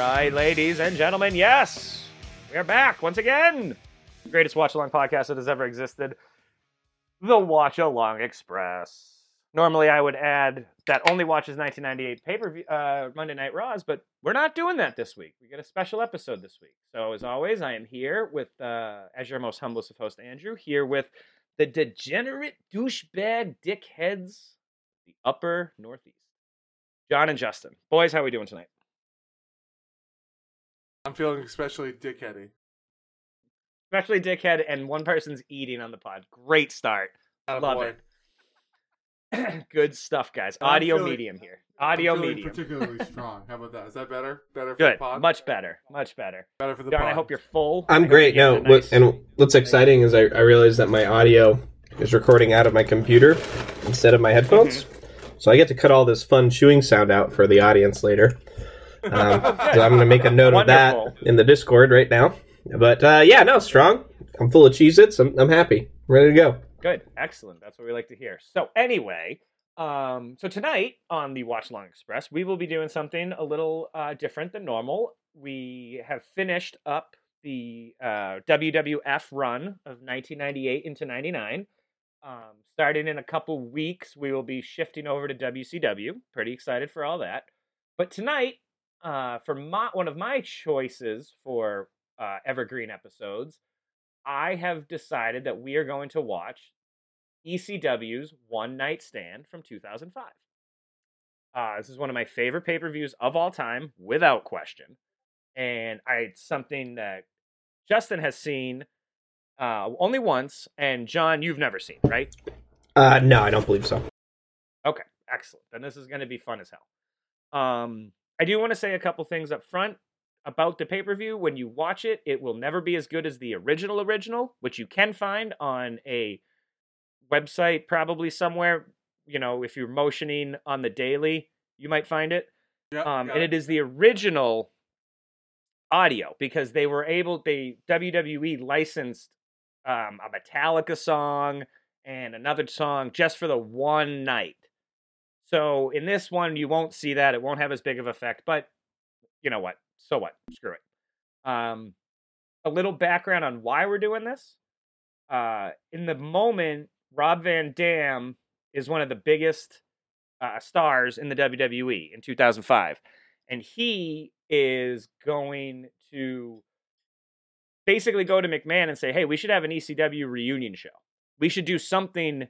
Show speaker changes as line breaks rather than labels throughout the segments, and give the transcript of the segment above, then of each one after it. ladies and gentlemen. Yes, we are back once again. The greatest watch along podcast that has ever existed, the Watch Along Express. Normally, I would add that only watches 1998 pay per view uh, Monday Night Raws, but we're not doing that this week. We get a special episode this week. So, as always, I am here with, uh, as your most humblest of host, Andrew, here with the degenerate douchebag dickheads, the upper Northeast. John and Justin. Boys, how we doing tonight?
I'm feeling especially dickheady.
Especially dickhead and one person's eating on the pod. Great start.
Atta
Love
boy.
it. Good stuff, guys.
I'm
Audio
feeling-
medium here.
I'm
Audio
feeling
medium.
Particularly strong. How about that? Is that better? Better for the
Good.
pod?
Much better. Much better.
better for the
John,
pod.
I hope you're full. I
I'm
hope
great.
you're
No,
getting a
what,
nice-
and what's exciting is I, I realized that my audio is recording out of my computer instead of my headphones.
Mm-hmm.
So I get to cut all this fun chewing sound out for the audience later. Um, so I'm going to make a note of that
Wonderful.
in the Discord right now. But uh, yeah, no, strong. I'm full of Cheez Its. I'm, I'm happy. Ready to go.
Good. Excellent. That's what we like to hear. So anyway, um, so tonight on the Watch Long Express, we will be doing something a little uh, different than normal. We have finished up the uh, WWF run of 1998 into 99. Um, starting in a couple weeks, we will be shifting over to WCW. Pretty excited for all that. But tonight, uh, for my, one of my choices for uh, evergreen episodes, I have decided that we are going to watch ECW's E One Night Stand from 2005. Uh, this is one of my favorite pay per views of all time, without question. And I, it's something that Justin has seen uh, only once, and John, you've never seen, right?
Uh, no, I don't believe so.
excellent. Then this is going to be fun as hell. Um, I do want to say a couple things up front about the pay per view. When you watch it, it will never be as good as the original original, which you can find on a website probably somewhere. You know, if you're motioning on the daily, you might find it
Yep,
um,
got
and it is the original audio because they were able they WWE licensed um, a Metallica song and another song just for the one night. So in this one, you won't see that; it won't have as big of effect. But you know what? So what? Screw it. Um, a little background on why we're doing this. Uh, in the moment, Rob Van Dam is one of the biggest uh, stars in the WWE in 2005. And he is going to basically go to McMahon and say, hey, we should have an ECW reunion show. We should do something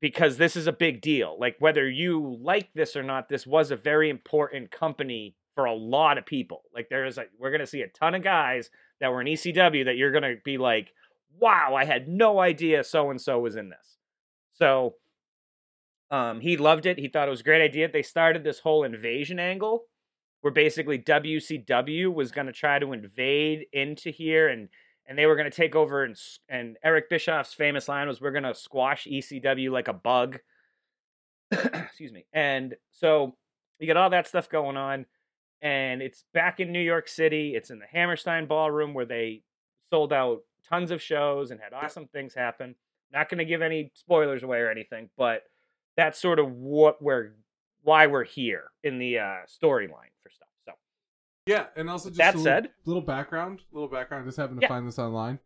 because this is a big deal. Like, whether you like this or not, this was a very important company for a lot of people. Like, there is, like, we're going to see a ton of guys that were in ECW that you're going to be like, wow, I had no idea so and so was in this. So, um, he loved it. He thought it was a great idea. They started this whole invasion angle where basically WCW was going to try to invade into here and and they were going to take over and s- and Eric Bischoff's famous line was we're going to squash ECW like a bug. Excuse me. And so you get all that stuff going on and it's back in New York City. It's in the Hammerstein Ballroom where they sold out tons of shows and had awesome things happen. Not going to give any spoilers away or anything, but that's sort of what we're why we're here in the uh storyline for stuff. So
Yeah, and also just
that
a little,
said-
little background, little background. Just happened to
Yeah.
find this online.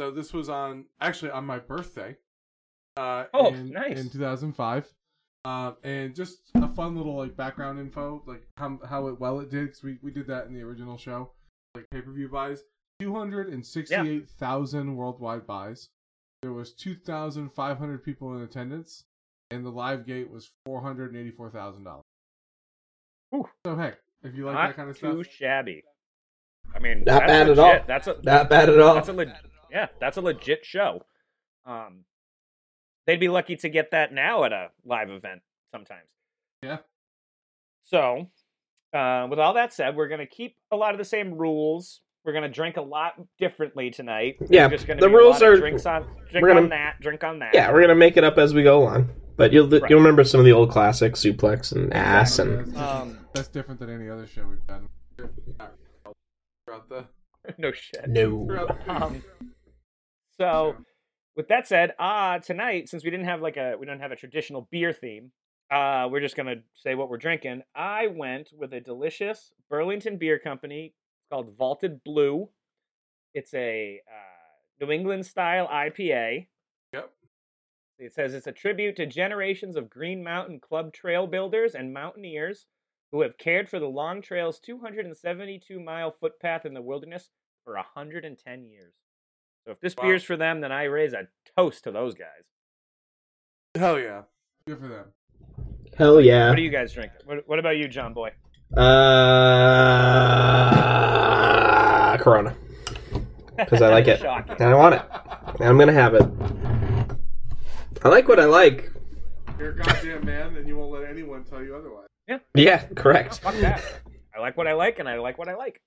So this was on actually on my birthday. Uh,
Oh,
in,
nice.
In 2005, uh, and just a fun little like background info, like how how it well it did because we we did that in the original show, like pay per view buys. 268,000 worldwide buys. There was 2,500 people in attendance, and the live gate was $484,000.
Whew.
So hey, if you like
not
that kind of stuff,
too shabby. I mean,
Not
that's
bad at
legit.
all.
That's a
Not bad at all.
that's a le- yeah, that's a legit show. Um, they'd be lucky to get that now at a live event sometimes.
yeah.
So, uh, with all that said, we're gonna keep a lot of the same rules. We're gonna drink a lot differently tonight. There's
Yeah,
just gonna
the
be a
rules
lot of
are-
drinks on drink
gonna-
on that, drink on that.
Yeah, we're going to make it up as we go along. But you'll,
Right.
you'll remember some of the old classics, suplex and ass
Yeah,
and
that's,
Um,
different, that's different than any other show we've done. Throughout the,
no shit.
no.
throughout the
Um, so, with that said, uh, tonight since we didn't have like a we don't have a traditional beer theme, uh, we're just gonna say what we're drinking. I went with a delicious Burlington Beer Company called Vaulted Blue. It's a uh, New England style IPA.
Yep.
It says it's a tribute to generations of Green Mountain Club trail builders and mountaineers who have cared for the Long Trail's 272 mile footpath in the wilderness for 110 years. So if this
Wow.
beer's for them, then I raise a toast to those guys.
Hell yeah. Good for them.
Hell yeah.
What are you guys drinking? What, what about you, John Boy?
Uh, Corona. Because I like it.
Shocking.
And I want it. And I'm going to have it. I like what I like.
You're a goddamn man, and you won't let anyone tell you otherwise.
Yeah, correct.
Fuck that. I like what I like, and I like what I like.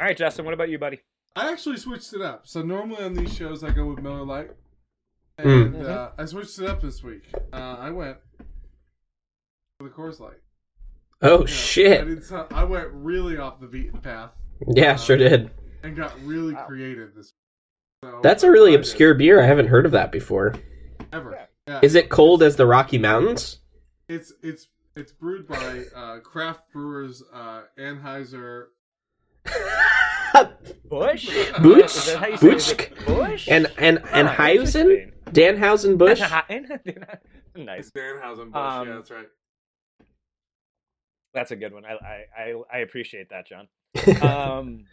All right, Justin. What about you, buddy?
I actually switched it up. So normally on these shows I go with Miller Lite,
Mm.
and uh, I switched it up this week. Uh, I went with the Coors Light.
Oh,
Yeah, I,
shit.
did some, I went really off the beaten path
Yeah, sure did.
and got really
Wow.
creative this. Week. So
That's a really
I did.
obscure beer. I haven't heard of that before.
Ever. Yeah.
Is it cold as the Rocky Mountains?
It's it's it's brewed by uh, craft brewers uh, Anheuser.
Bush.
Butch?
Is that how you say it? Is
Butch?
it Bush. Oh,
And and and
Huh,
Hausen?
interesting.
Danhausen Bush?
nice.
Anheuser. Busch.
Um,
yeah, that's right.
That's a good one. I I I, I appreciate that, John. Um,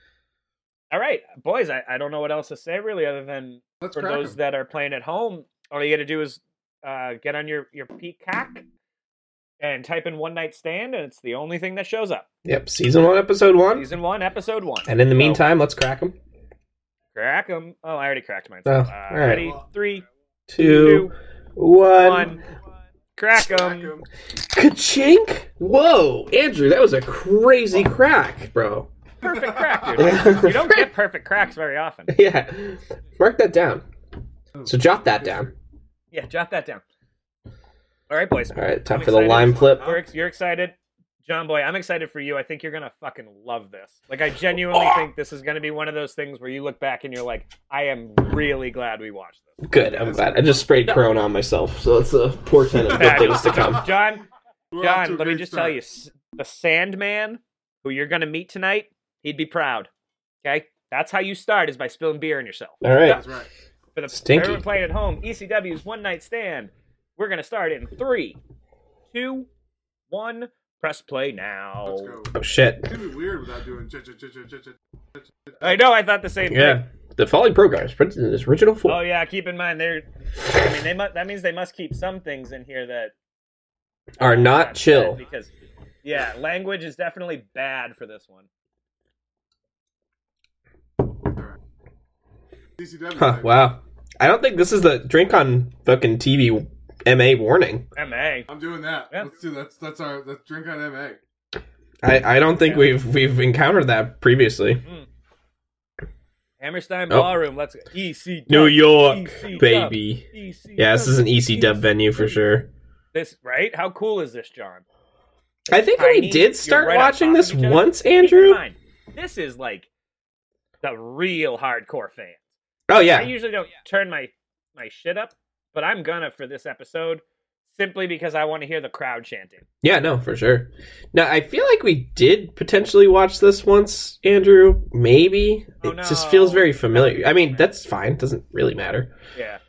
all right, boys. I, I don't know what else to say really, other than
Let's
for
crack
those
'em.
that are playing at home, all you got to do is uh, get on your your Peacock and type in one night stand, and it's the only thing that shows up.
Yep, season one, episode one.
Season one, episode one.
And in the
So,
meantime, let's crack them.
crack 'em. Oh, I already cracked mine. Uh,
Oh, all right.
Ready? Three, two,
Two, one.
one. Crack 'em.
Crack 'em.
Ka-chink! Whoa, Andrew, that was a crazy crack, bro.
Perfect crack, dude. you don't get perfect cracks very often.
Yeah. Mark that down. So jot that down.
Yeah, jot that down. All right, boys.
All right, time
I'm
for the
excited.
lime flip.
We're ex- you're excited, John Boy. I'm excited for you. I think you're gonna fucking love this. Like,
Oh.
I genuinely think this is gonna be one of those things where you look back and you're like, I am really glad we watched this.
Good, I'm glad. I just sprayed Corona on myself, so that's a portent of good things to come.
John,
We're off
John,
to a
let me
great
just
start.
tell you, s- the Sandman, who you're gonna meet tonight, he'd be proud. Okay, that's how you start is by spilling beer on yourself.
All right.
That's right.
For the
Stinky.
everyone playing at home, ECW's one night stand. We're gonna start in three, two, one. Press play now.
Let's go.
Oh, shit.
It'd be weird without doing. ch- ch- ch- ch- ch-
I know. I thought the same
Yeah. The following program is printed in its original
thing. Oh
form.
yeah. Keep in mind, they're. I mean, they must. That means they must keep some things in here that
Are not
that's
chill.
bad because, yeah, language is definitely bad for this one.
DCW.
Huh,
baby.
wow. I don't think this is the drink on fucking TV MA warning.
Ma.
I'm doing that.
Yeah.
Let's do that's that's our let's drink on MA.
I, I don't think we've we've encountered that previously.
Hammerstein
Oh.
Ballroom. Let's go. E EC.
New York,
EC
baby.
EC.
Yeah, this is an EC dub venue for sure.
E This right? How cool is this, John?
I think
tiny,
we
you're
did start
right on
watching
top of
this
each other.
once,
Keep in
Andrew.
mind, this is like the real hardcore fan.
Oh
I
yeah,
usually don't turn my my shit up, but I'm gonna for this episode simply because I want to hear the crowd chanting.
yeah, no, for sure. Now I feel like we did potentially watch this once, Andrew. Maybe
Oh,
it just feels
no.
very familiar. I mean, that's fine; doesn't really matter.
Yeah.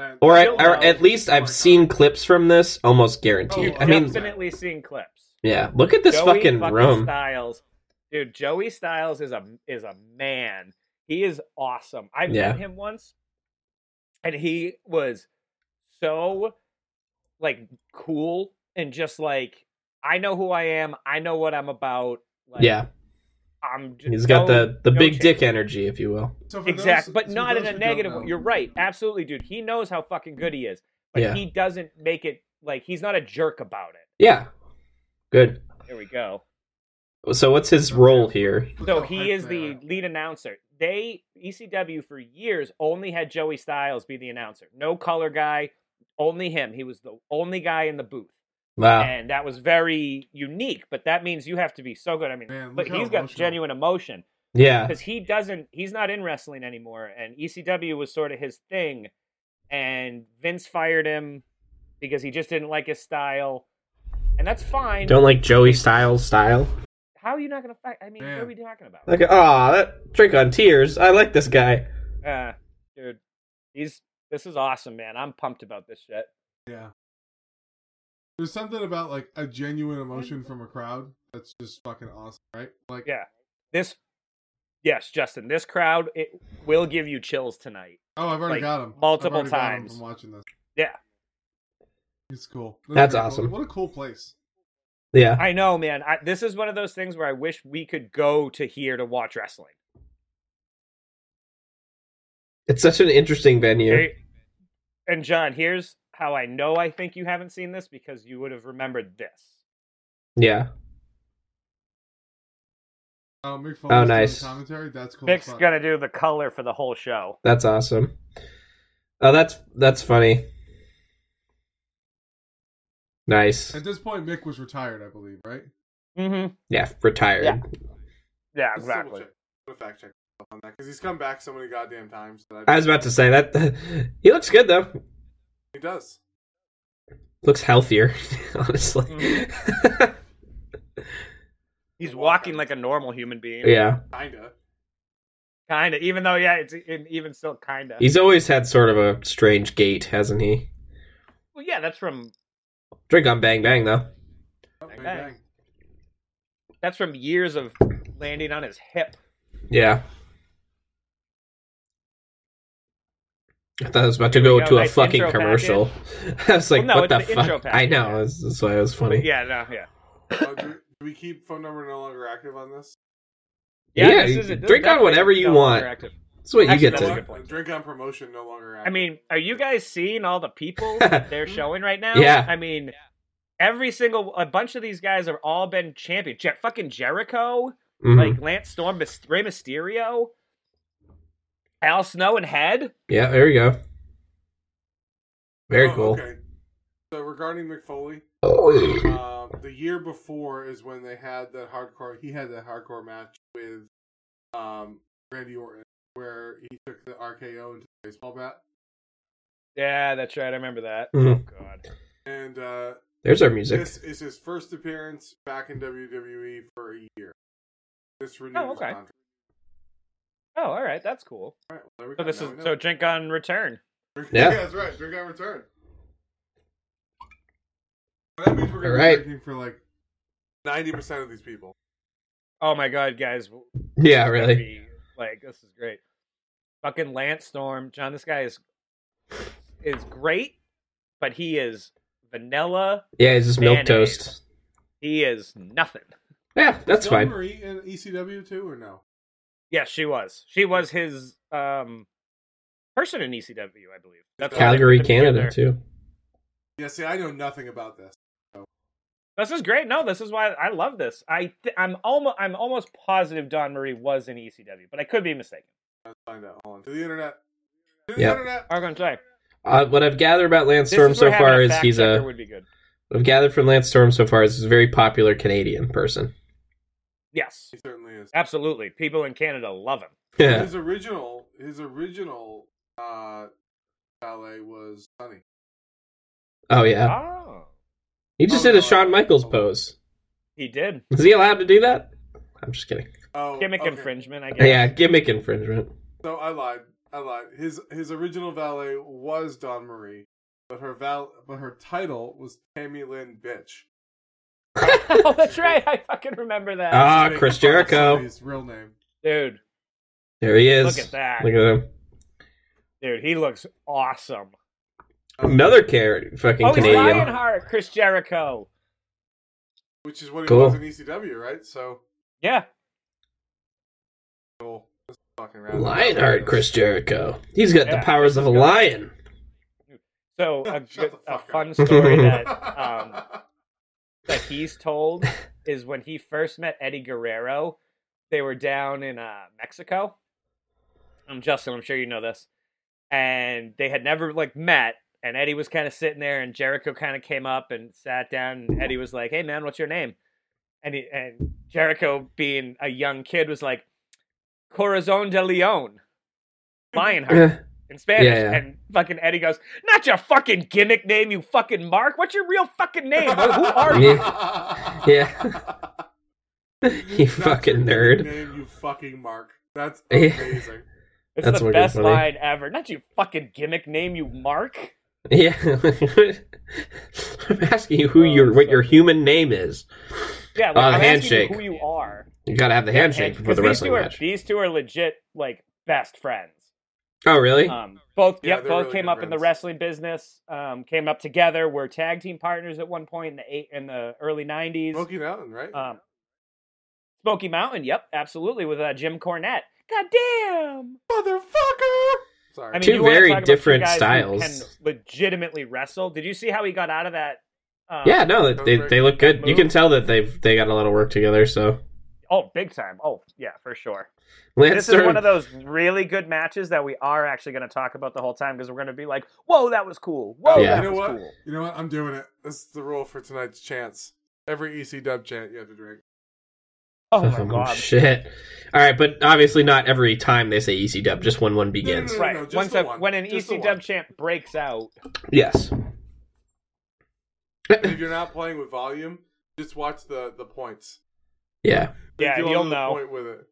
And-
Or, I,
You'll
or
know.
at least
Oh my
I've seen clips from this, almost guaranteed.
You've
I mean,
Oh, definitely seen clips.
yeah. Look at this
Joey
fucking, room.
Styles, dude. Joey Styles is a is a man. He is awesome. I
Yeah.
met him once, and he was so like cool and just like I know who I am. I know what I'm about. Like,
yeah,
I'm. Just,
he's got the the
no
big
chance.
dick energy, if you will.
So for
Exactly,
those-
but
so
not in
those
a
who don't
negative
know-
way. You're right, absolutely, dude. He knows how fucking good he is, but
Yeah.
he doesn't make it like he's not a jerk about it.
Yeah, good.
There we go.
So what's his role here?
Look
So
how
he
hyped
is
they
the lead announcer. They ECW for years only had Joey Styles be the announcer. No color guy, only him. He was the only guy in the booth,
Ah.
Wow.
and that was very unique. But that means you have to be so good. I mean,
Man,
but
look how
he's got
emotional. Ah.
genuine emotion.
Yeah.
because he doesn't he's not in wrestling anymore and ecw was sort of his thing and vince fired him because he just didn't like his style and that's fine
Don't like Joey Styles style.
How are you not gonna fight? I mean, what are
Man.
we talking about?
Like, ah, that drink on tears. I like this guy.
Uh, dude, these this is awesome, man. I'm pumped about this shit.
Yeah. There's something about like a genuine emotion from a crowd that's just fucking awesome, right? Like
Yeah. This, yes, Justin, this crowd it will give you chills tonight.
oh, I've already
Like,
got him
multiple times.
I'm watching this.
Yeah.
It's cool.
That's
pretty cool.
awesome.
What a cool place.
Yeah.
I know, man. I, this is one of those things where I wish we could go to here to watch wrestling.
It's such an interesting venue.
Hey, And John, here's how I know I think you haven't seen this because you would have remembered this.
Yeah.
Um, Mick Foley's
Oh,
doing
nice.
commentary. That's cool. as
Nick's
fuck.
gonna do the color for the whole show.
That's awesome. Oh, that's that's funny. Nice.
At this point, Mick was retired, I believe, right?
Mm-hmm.
Yeah, retired.
Yeah. Yeah,
Let's double
exactly.
check. I'm gonna fact check on that because he's come back so many goddamn times that I
I was about to say that he looks good though.
he does.
Looks healthier, honestly.
He's walking like a normal human being.
yeah.
Kinda.
Kinda, even though yeah, it's e- even still kinda.
He's always had sort of a strange gait, hasn't he?
Well, yeah, that's from
Drink on Bang Bang though.
Oh, bang,
Okay.
bang.
that's from years of landing on his hip.
Yeah. I thought I was about to
Here
go
we go,
to a
nice
fucking
intro
commercial. I was like,
Well, no, it's
what the,
the
fuck?
intro
I
package,
know.
yeah.
That's that's why it was funny.
Yeah, no, yeah.
Uh, do, do we keep phone number no longer active on this?
Yeah,
this is it. This
drink on
definitely
whatever you
no longer
want.
active.
That's what you
Actually,
get
that's
No
a
to.
good point.
Drink on promotion no longer active.
I mean, are you guys seeing all the people that they're showing right now?
Yeah.
I mean, every single a bunch of these guys have all been champions. Je- fucking Jericho,
Mhm.
like Lance Storm, Mys- Rey Mysterio, Al Snow, and Head.
yeah, there we go. Very
Oh,
cool.
Okay. So regarding McFoley, um, the year before is when they had that hardcore. He had that hardcore match with um, Randy Orton, where he took the RKO into the baseball bat,
Yeah, that's right. I remember that.
Mhm.
Oh God.
and uh,
There's our music.
this is his first appearance back in WWE for a year. This renewed
Oh,
his
okay.
contract.
Oh, all right, that's cool.
All right, well, there we
So
go.
this
Now
is
we know.
so drink on return.
Yeah.
that's right. Drink on return. Well, that means we're gonna
All right.
be drinking for like ninety percent of these people.
Oh my God, guys.
Yeah,
This is
really.
gonna be- like this is great. Fucking Lance Storm, John. This guy is is great, but he is vanilla.
Yeah, it's just milk
Mayonnaise.
toast.
He is nothing.
Yeah, that's
Del
fine.
Marie in ECW E too, or no?
Yes, she was. She was his um person in ECW, I believe. That's why they
Calgary,
put them
Canada,
together.
too.
Yeah, see, I know nothing about this.
This is great. No, this is why I love this. I th- I'm almost I'm almost positive Don Marie was in ECW, but I could be mistaken.
Let's find out. Hold on. To the internet. To the
Yep.
internet.
I'm gonna say
Uh, what I've gathered about Lance
this
Storm
is where
so far
having
is
fact
he's
checker
a.
would be good.
What I've gathered from Lance Storm so far is he's a very popular Canadian person.
Yes,
He certainly is.
absolutely. People in Canada love him.
Yeah.
His original, his original uh, ballet was Sunny.
Oh, yeah.
Oh,
He just
Oh,
did
no,
a Shawn
I-
Michaels
oh.
pose.
he did
Is he allowed to do that? I'm just kidding.
Oh,
gimmick
okay.
infringement. I guess.
Yeah, gimmick infringement.
So I lied. I lied. His his original ballet was Don Marie, but her val, but her title was Tammy Lynn Bitch.
oh, that's right. I fucking remember that,
Ah,
Making
Chris
fun of
Jericho.
somebody's real name.
dude.
There he is.
Look at that,
Look at him.
dude. He looks awesome.
Another car- fucking
Oh, he's
Canadian.
Lionheart, Chris Jericho.
Which is what he
Cool.
was in ECW, right? So
Yeah,
cool. Let's fucking round it out.
Lionheart Chris Jericho. He's got
Yeah,
the powers of a lion.
So a,
Shut
good-
the
a
fuck
fun
up.
story that um, that he's told is when he first met Eddie Guerrero, they were down in uh, Mexico. I'm Justin. I'm sure you know this, and they had never like met. And Eddie was kind of sitting there, and Jericho kind of came up and sat down. And Eddie was like, "Hey man, what's your name?" And he, and Jericho, being a young kid, was like, "Corazon de Leon, Lionheart."
Yeah.
in Spanish.
Yeah, yeah.
And fucking Eddie goes, Not your fucking gimmick name, you fucking Mark. What's your real fucking name? Who are you?
Yeah. you fucking nerd.
Name you fucking Mark. That's
Yeah.
amazing.
It's
That's
the
fucking
best
funny.
line ever. Not you fucking gimmick name, you Mark.
Yeah, I'm asking you who
Oh,
your what your
sorry.
human name is.
Yeah, like,
Uh,
I'm asking
handshake.
You who you are?
You gotta have the handshake
And-
before
'cause
the
these
wrestling
two are
match.
these two are legit like best friends.
Oh, really?
Um, both
Yeah,
yep,
they're
both
really
came
good
up in the
friends.
wrestling business. Um, came up together. Were tag team partners at one point in the eight in the early '90s.
Smoky Mountain, right?
Um, Smoky Mountain, yep, absolutely, with uh, Jim Cornette. God damn!
Motherfucker. Sorry.
I mean,
Two
you wanna
very
talk about two
different
guys who
styles.
Can legitimately wrestle. Did you see how he got out of that? Um,
yeah, no, they they look good. You can
move.
tell that they've they got a lot of work together. So
Oh, big time. Oh, yeah, for sure.
Lance
this
Storm-
is one of those really good matches that we are actually going to talk about the whole time because we're going to be like, "Whoa, that was cool. Whoa,
Oh, Yeah.
that
You know
was
what?
cool."
you know what? I'm doing it. This is the rule for tonight's chance. Every EC dub chant you have to drink.
Oh my god.
shit! All right, but obviously not every time they say EC Dub. Just when one begins.
No, no,
Right.
just
Once
the
a-
one.
when an
Just the
EC
one.
Dub champ breaks out,
Yes.
And if you're not playing with volume, just watch the the points.
Yeah.
They
Yeah,
do
you'll
another
know.
Point with it.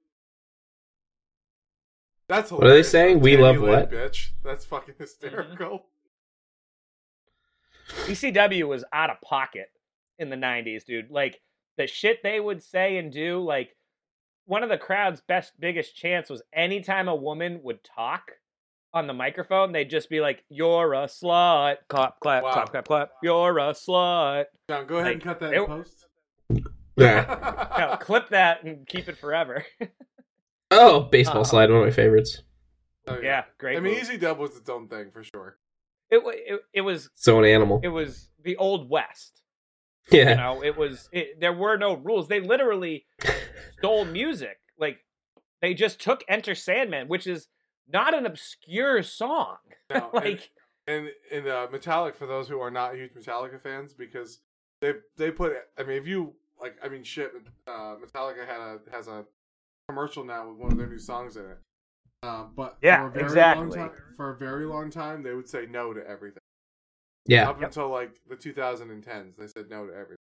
That's
are they
hilarious.
saying? We
Candy
love
Land,
what?
Bitch, that's fucking hysterical.
Mm-hmm. ECW E was out of pocket in the 90s, dude. Like the shit they would say and do, like one of the crowd's best biggest chants was anytime a woman would talk on the microphone, they'd just be like, "You're a slut." Clap, clap,
Wow.
clap, clap, clap. You're a slut.
John, go ahead
Like,
and cut that
they
in
were-
post.
Yeah.
No, clip that and keep it forever.
Oh, baseball
Uh,
slide, one of my favorites.
Oh,
yeah, great.
I mean,
move.
Easy Dub was its own thing for sure.
it, wa- it it was
So an animal.
it was the old west.
yeah.
you know it was it, there were no rules they literally stole music like they just took enter sandman which is not an obscure song
Now, and-
like
and and uh, Metallic for those who are not huge Metallica fans because they they put I mean if you like I mean shit uh, Metallica had a has a commercial now with one of their new songs in it. Uh, but
Yeah,
for a very
exactly.
Long time, for a very long time, they would say no to everything.
yeah.
Up until like the 2010s, they said no to everything,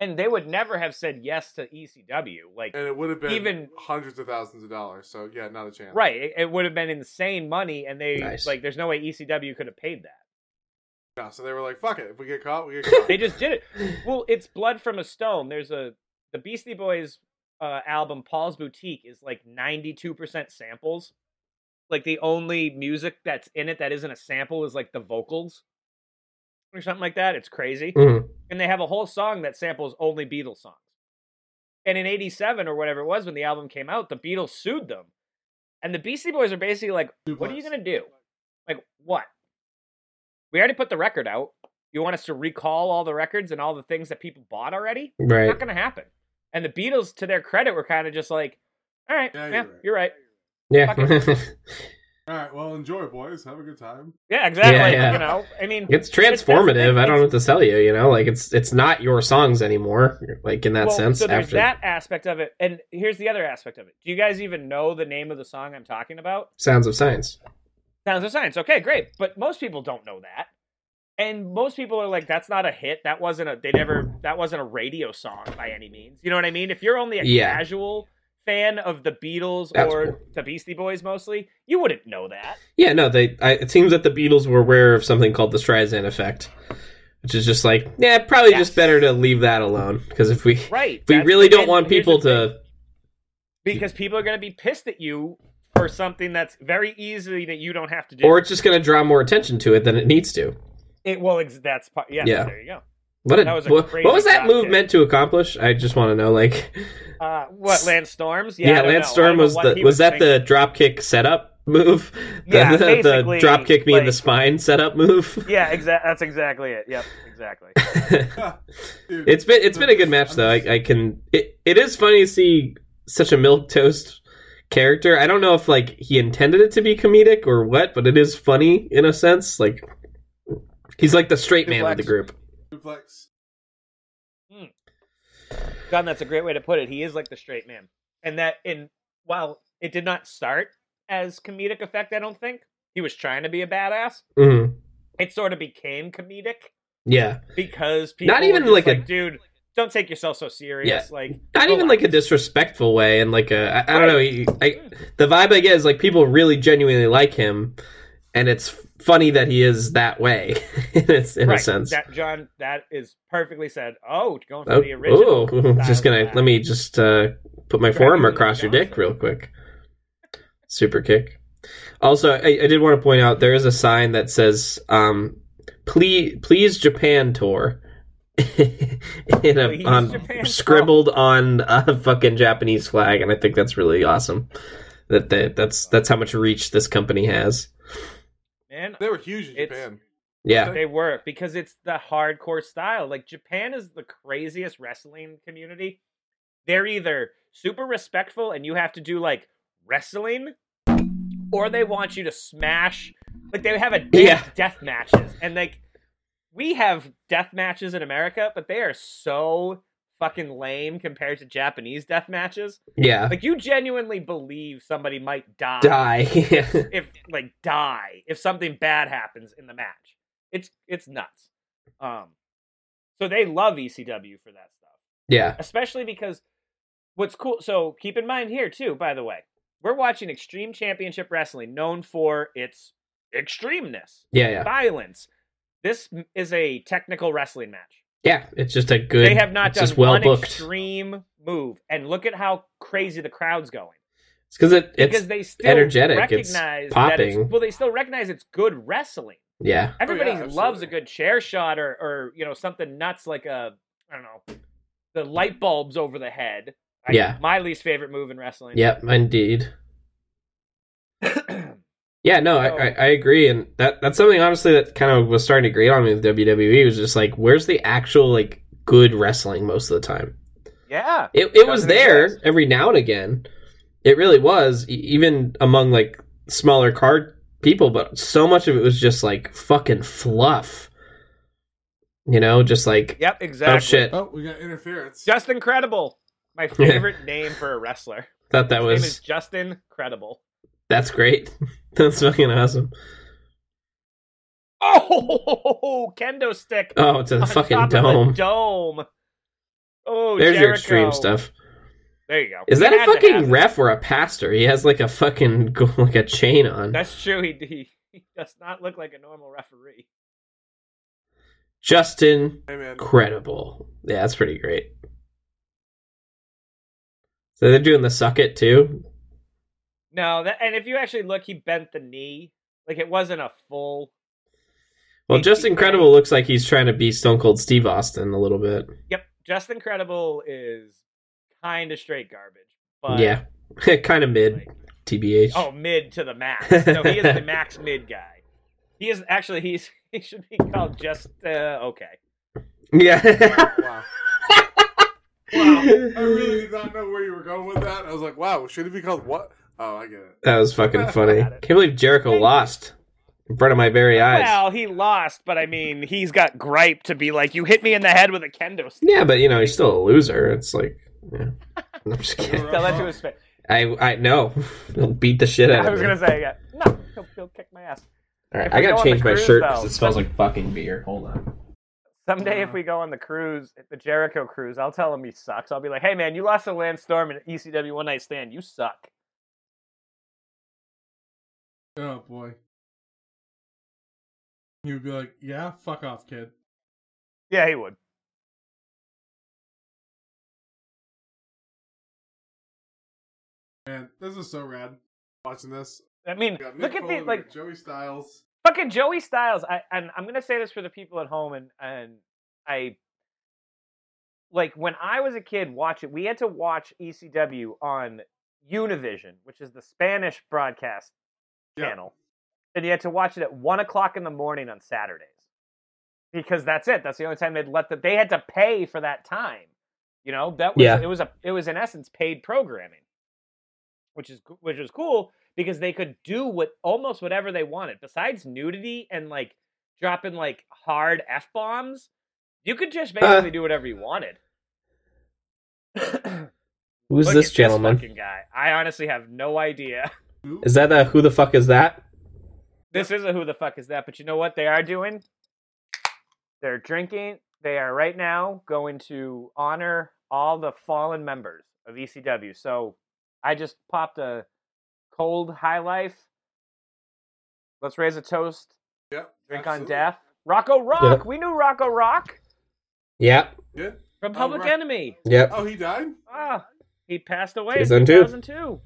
and they would never have said yes to ecw like
and it would have been even
Even-
hundreds of thousands of dollars. So yeah, not a chance.
right it, it would have been insane money and they
Nice.
like there's no way ecw could have paid that
No, so they were like, "Fuck it, if we get caught, we get caught."
they just did it well it's blood from a stone there's a the beastie boys uh, album paul's boutique is like 92% samples like the only music that's in it that isn't a sample is like the vocals or something like that it's crazy
Mhm.
and they have a whole song that samples only beatles songs and in 87 or whatever it was when the album came out the beatles sued them and the beastie boys are basically like what are you going to do? Like, what? We already put the record out. You want us to recall all the records and all the things that people bought already?
Right.
Not going to happen. And the Beatles, to their credit, were kind of just like, all right,
Yeah,
yeah,
you're right.
you're right.
Yeah.
All right, well, enjoy, boys. Have a good time.
Yeah, exactly.
yeah.
You know, I mean,
it's
that's the thing,
transformative. I
it's-
don't know what to sell you, you know? Like it's it's not your songs anymore, like in that
well,
sense.
so there's
after
that aspect of it. And here's the other aspect of it. Do you guys even know the name of the song I'm talking about?
Sounds of Science.
Sounds of Science. Okay, great. But most people don't know that. And most people are like, that's not a hit. That wasn't a, they never, that wasn't a radio song by any means. You know what I mean? If you're only a
Yeah.
casual fan of the Beatles
That's
or
cool.
the Beastie Boys mostly, you wouldn't know that.
Yeah, no, they I, it seems that the Beatles were aware of something called the Streisand effect, which is just like, yeah, probably just
Yes.
better to leave that alone because if we
Right.
if we
That's-
really don't
and
want
here's the
people
thing.
to
Because people are going to be pissed at you for something that's very easily that you don't have to do.
or it's just going to draw more attention to it than it needs to.
it, well, ex- that's, part, yeah,
Yeah.
there you go.
What a,
That was a
what,
crazy
what was that
drop
move
kick.
meant to accomplish? I just want to know. Like,
Uh, what, Lance Storms? Yeah, I
yeah,
don't
Lance
know. I
Storm
don't know
was
what
the
he
was that
thinking.
the drop kick setup move? The,
Yeah,
the, the
basically,
drop kick me in the
like-
spine setup move.
Yeah, exactly. That's exactly it. Yep, exactly.
Dude,
it's been it's been a good match
I'm
though.
just-
I, I can it, it is funny to see such a milk toast character. I don't know if like he intended it to be comedic or what, but it is funny in a sense. Like he's like the straight man of the
Suplex.
group.
Duplex.
John, that's a great way to put it. He is like the straight man, and that in while it did not start as comedic effect, I don't think he was trying to be a badass.
Mhm.
It sort of became comedic
Yeah,
because people
Not even
were just
like a-
dude. don't take yourself so serious. Like
Not even like a disrespectful way, and like a I, I don't know. He, I, the vibe I get is like people really genuinely like him, and it's funny that he is that way. in a, in a
right.
sense.
That John, that is perfectly said. Oh, going for
oh,
the original.
ooh,
style
just gonna
back.
let me just uh, put my
Grab
forearm
you and
across your
down.
dick real quick. Super kick. Also, I, I did want to point out there is a sign that says um, "Please, please Japan tour." in a,
Please
on
Japan
scribbled on a fucking Japanese flag, and I think that's really awesome. That they, that's that's how much reach this company has.
man.
They were huge in
It's-
Japan.
Yeah,
They were because it's the hardcore style. Like Japan is the craziest wrestling community. They're either super respectful and you have to do like wrestling, or they want you to smash. Like they have a dance
Yeah.
death matches, and like we have death matches in America, but they are so fucking lame compared to Japanese death matches.
yeah.
Like you genuinely believe somebody might die
Die.
if like die if something bad happens in the match. It's it's nuts. Um, so they love ECW for that stuff,
yeah.
especially because what's cool. So keep in mind here too. By the way, we're watching Extreme Championship Wrestling, known for its extremeness,
Yeah. Yeah.
violence. This m- is a technical wrestling match.
Yeah. It's just a good.
they have not
it's
done
just well
one
booked.
extreme move, and look at how crazy the crowd's going.
It's because it, it's
because they still
energetic, it's
recognize That
popping.
it's, well, they still recognize it's good wrestling.
yeah,
Everybody loves
absolutely.
a good chair shot or, or you know something nuts like a I don't know the light bulbs over the head. I-
Yeah.
my least favorite move in wrestling.
yep, indeed. Yeah, no, I,
So-
I, I agree, and that that's something honestly that kind of was starting to grate on me with WWE was just like, where's the actual like good wrestling most of the time?
yeah.
It it was
Doesn't
there
exist.
every now and again. It really was, e- even among like smaller card people, but so much of it was just like fucking fluff. You know, just like
Yep. Exactly.
oh shit,
Oh, we got interference.
Justin Credible. My favorite name for a wrestler.
thought that
His
was
name is Justin Credible.
that's great. that's fucking awesome.
Oh, kendo stick
Oh, to the
on
fucking
top of the
dome.
dome. Oh,
There's your
Jericho.
extreme stuff.
There you go.
Is
It
that a
had to
fucking
happen.
ref or a pastor? He has like a fucking like a chain on.
That's true. He, he he does not look like a normal referee.
Justin
Hey, man.
Credible. Yeah, that's pretty great. So they're doing the suck it too.
No, that and if you actually look, he bent the knee. Like it wasn't a full.
Well,
He-
Justin
he-
Credible looks like he's trying to be Stone Cold Steve Austin a little bit.
Yep, Justin Credible is kind of straight garbage. But
yeah, kind of mid
like,
tbh.
oh, mid to the max. No, he is the max mid guy. He is actually he's he should be called just uh, okay.
yeah.
Wow. Wow. I really did not know where you were going with that. I was like, wow, should it be called what? Oh, I get it.
that was fucking funny.
Got it.
Can't believe Jericho lost in front of my very eyes.
Well, he lost, but I mean, he's got gripe to be like, you hit me in the head with a kendo stick.
Yeah, but you know he's still a loser. It's like, yeah. I'm just kidding.
Tell that to his face.
I I know. He'll beat the shit out
I
of
was
me.
gonna say, yeah. no, he'll, he'll kick my ass.
All right,
if
I
we go
gotta
on the
change my
cruise,
shirt because
though-
it smells like fucking beer. Hold on.
Someday, if
Uh.
we go on the cruise, the Jericho cruise, I'll tell him he sucks. I'll be like, "Hey, man, you lost a Landstorm in an ECW One Night Stand. You suck."
Oh, boy. He would be like, yeah, fuck off, kid.
Yeah, he would.
Man, this is so rad watching this.
I mean,
We got Mick
look at
Foley,
the
we
like
got Joey Styles.
fucking Joey Styles. I and I'm gonna say this for the people at home, and and I like when I was a kid, watch it. We had to watch ECW on Univision, which is the Spanish broadcast
Yeah.
channel, and you had to watch it at one o'clock in the morning on Saturdays because that's it. That's the only time they'd let that. They had to pay for that time. You know that was
Yeah.
it was a it was in essence paid programming, which is co- which was cool because they could do what almost whatever they wanted besides nudity and like dropping like hard f bombs. You could
Uh.
just basically do whatever you wanted.
Who's
Look
this
at
gentleman?
fucking guy? I honestly have no idea.
Is that a who the fuck is that?
This is a who the fuck is that? But you know what they are doing? They're drinking. They are right now going to honor all the fallen members of ECW. So I just popped a cold high life. Let's raise a toast.
Yep.
Drink
absolutely.
on death. Rocco Rock.
Yep.
We knew Rocco Rock
Yep.
Good.
from
Oh,
Public
Rock-
Enemy.
Yep.
Oh, he died.
Ah, he passed away in
2002.
2002.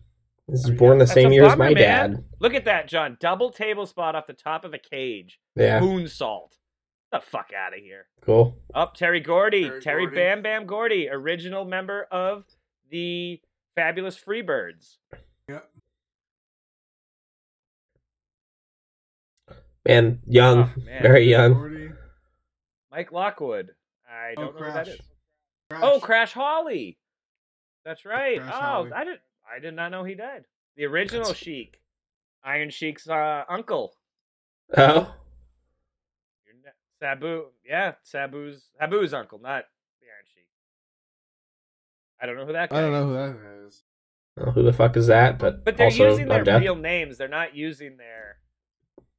This is born the
That's
same
a
year as
bummer,
my
man.
dad.
Look at that, John. Double table spot off the top of a cage.
Yeah.
Moonsault. Get the fuck out of here.
Cool.
Up, Terry Gordy. Terry,
Terry Gordy.
Bam Bam Gordy, original member of the Fabulous Freebirds.
Yep.
Man, young.
Oh, man.
Um, Very young.
Gordy.
Mike Lockwood. I
Oh,
don't know who that
crash.
is. Oh, Crash Holly. That's right.
Crash
oh,
Holly.
I did. I did not know he died. The original Sheik, Iron Sheik's uh, uncle.
Oh.
Your ne- Sabu, yeah, Sabu's Sabu's uncle, not the Iron Sheik. I don't know who that. Guy
I don't know
Is.
who that is.
Well, who the fuck is that? But,
But they're
also,
using their
I'm deaf.
real names. They're not using their.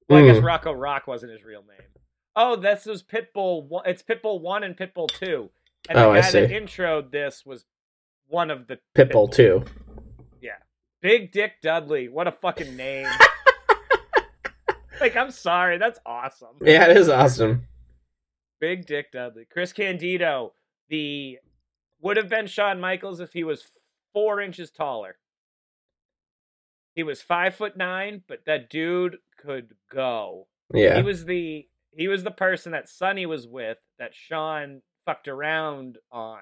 Well, I guess
Mm.
Rocco Rock wasn't his real name. Oh, that's those Pitbull. one- It's Pitbull one and Pitbull two. And
Oh,
the
I
guy that
see.
introed this was one of the
Pitbull too.
Big Dick Dudley. What a fucking name. like, I'm sorry. That's awesome.
Yeah, it is awesome.
Big Dick Dudley. Chris Candido, the would have been Shawn Michaels if he was four inches taller. He was five foot nine, but that dude could go. He
Yeah.
was the he was the person that Sonny was with that Sean fucked around on.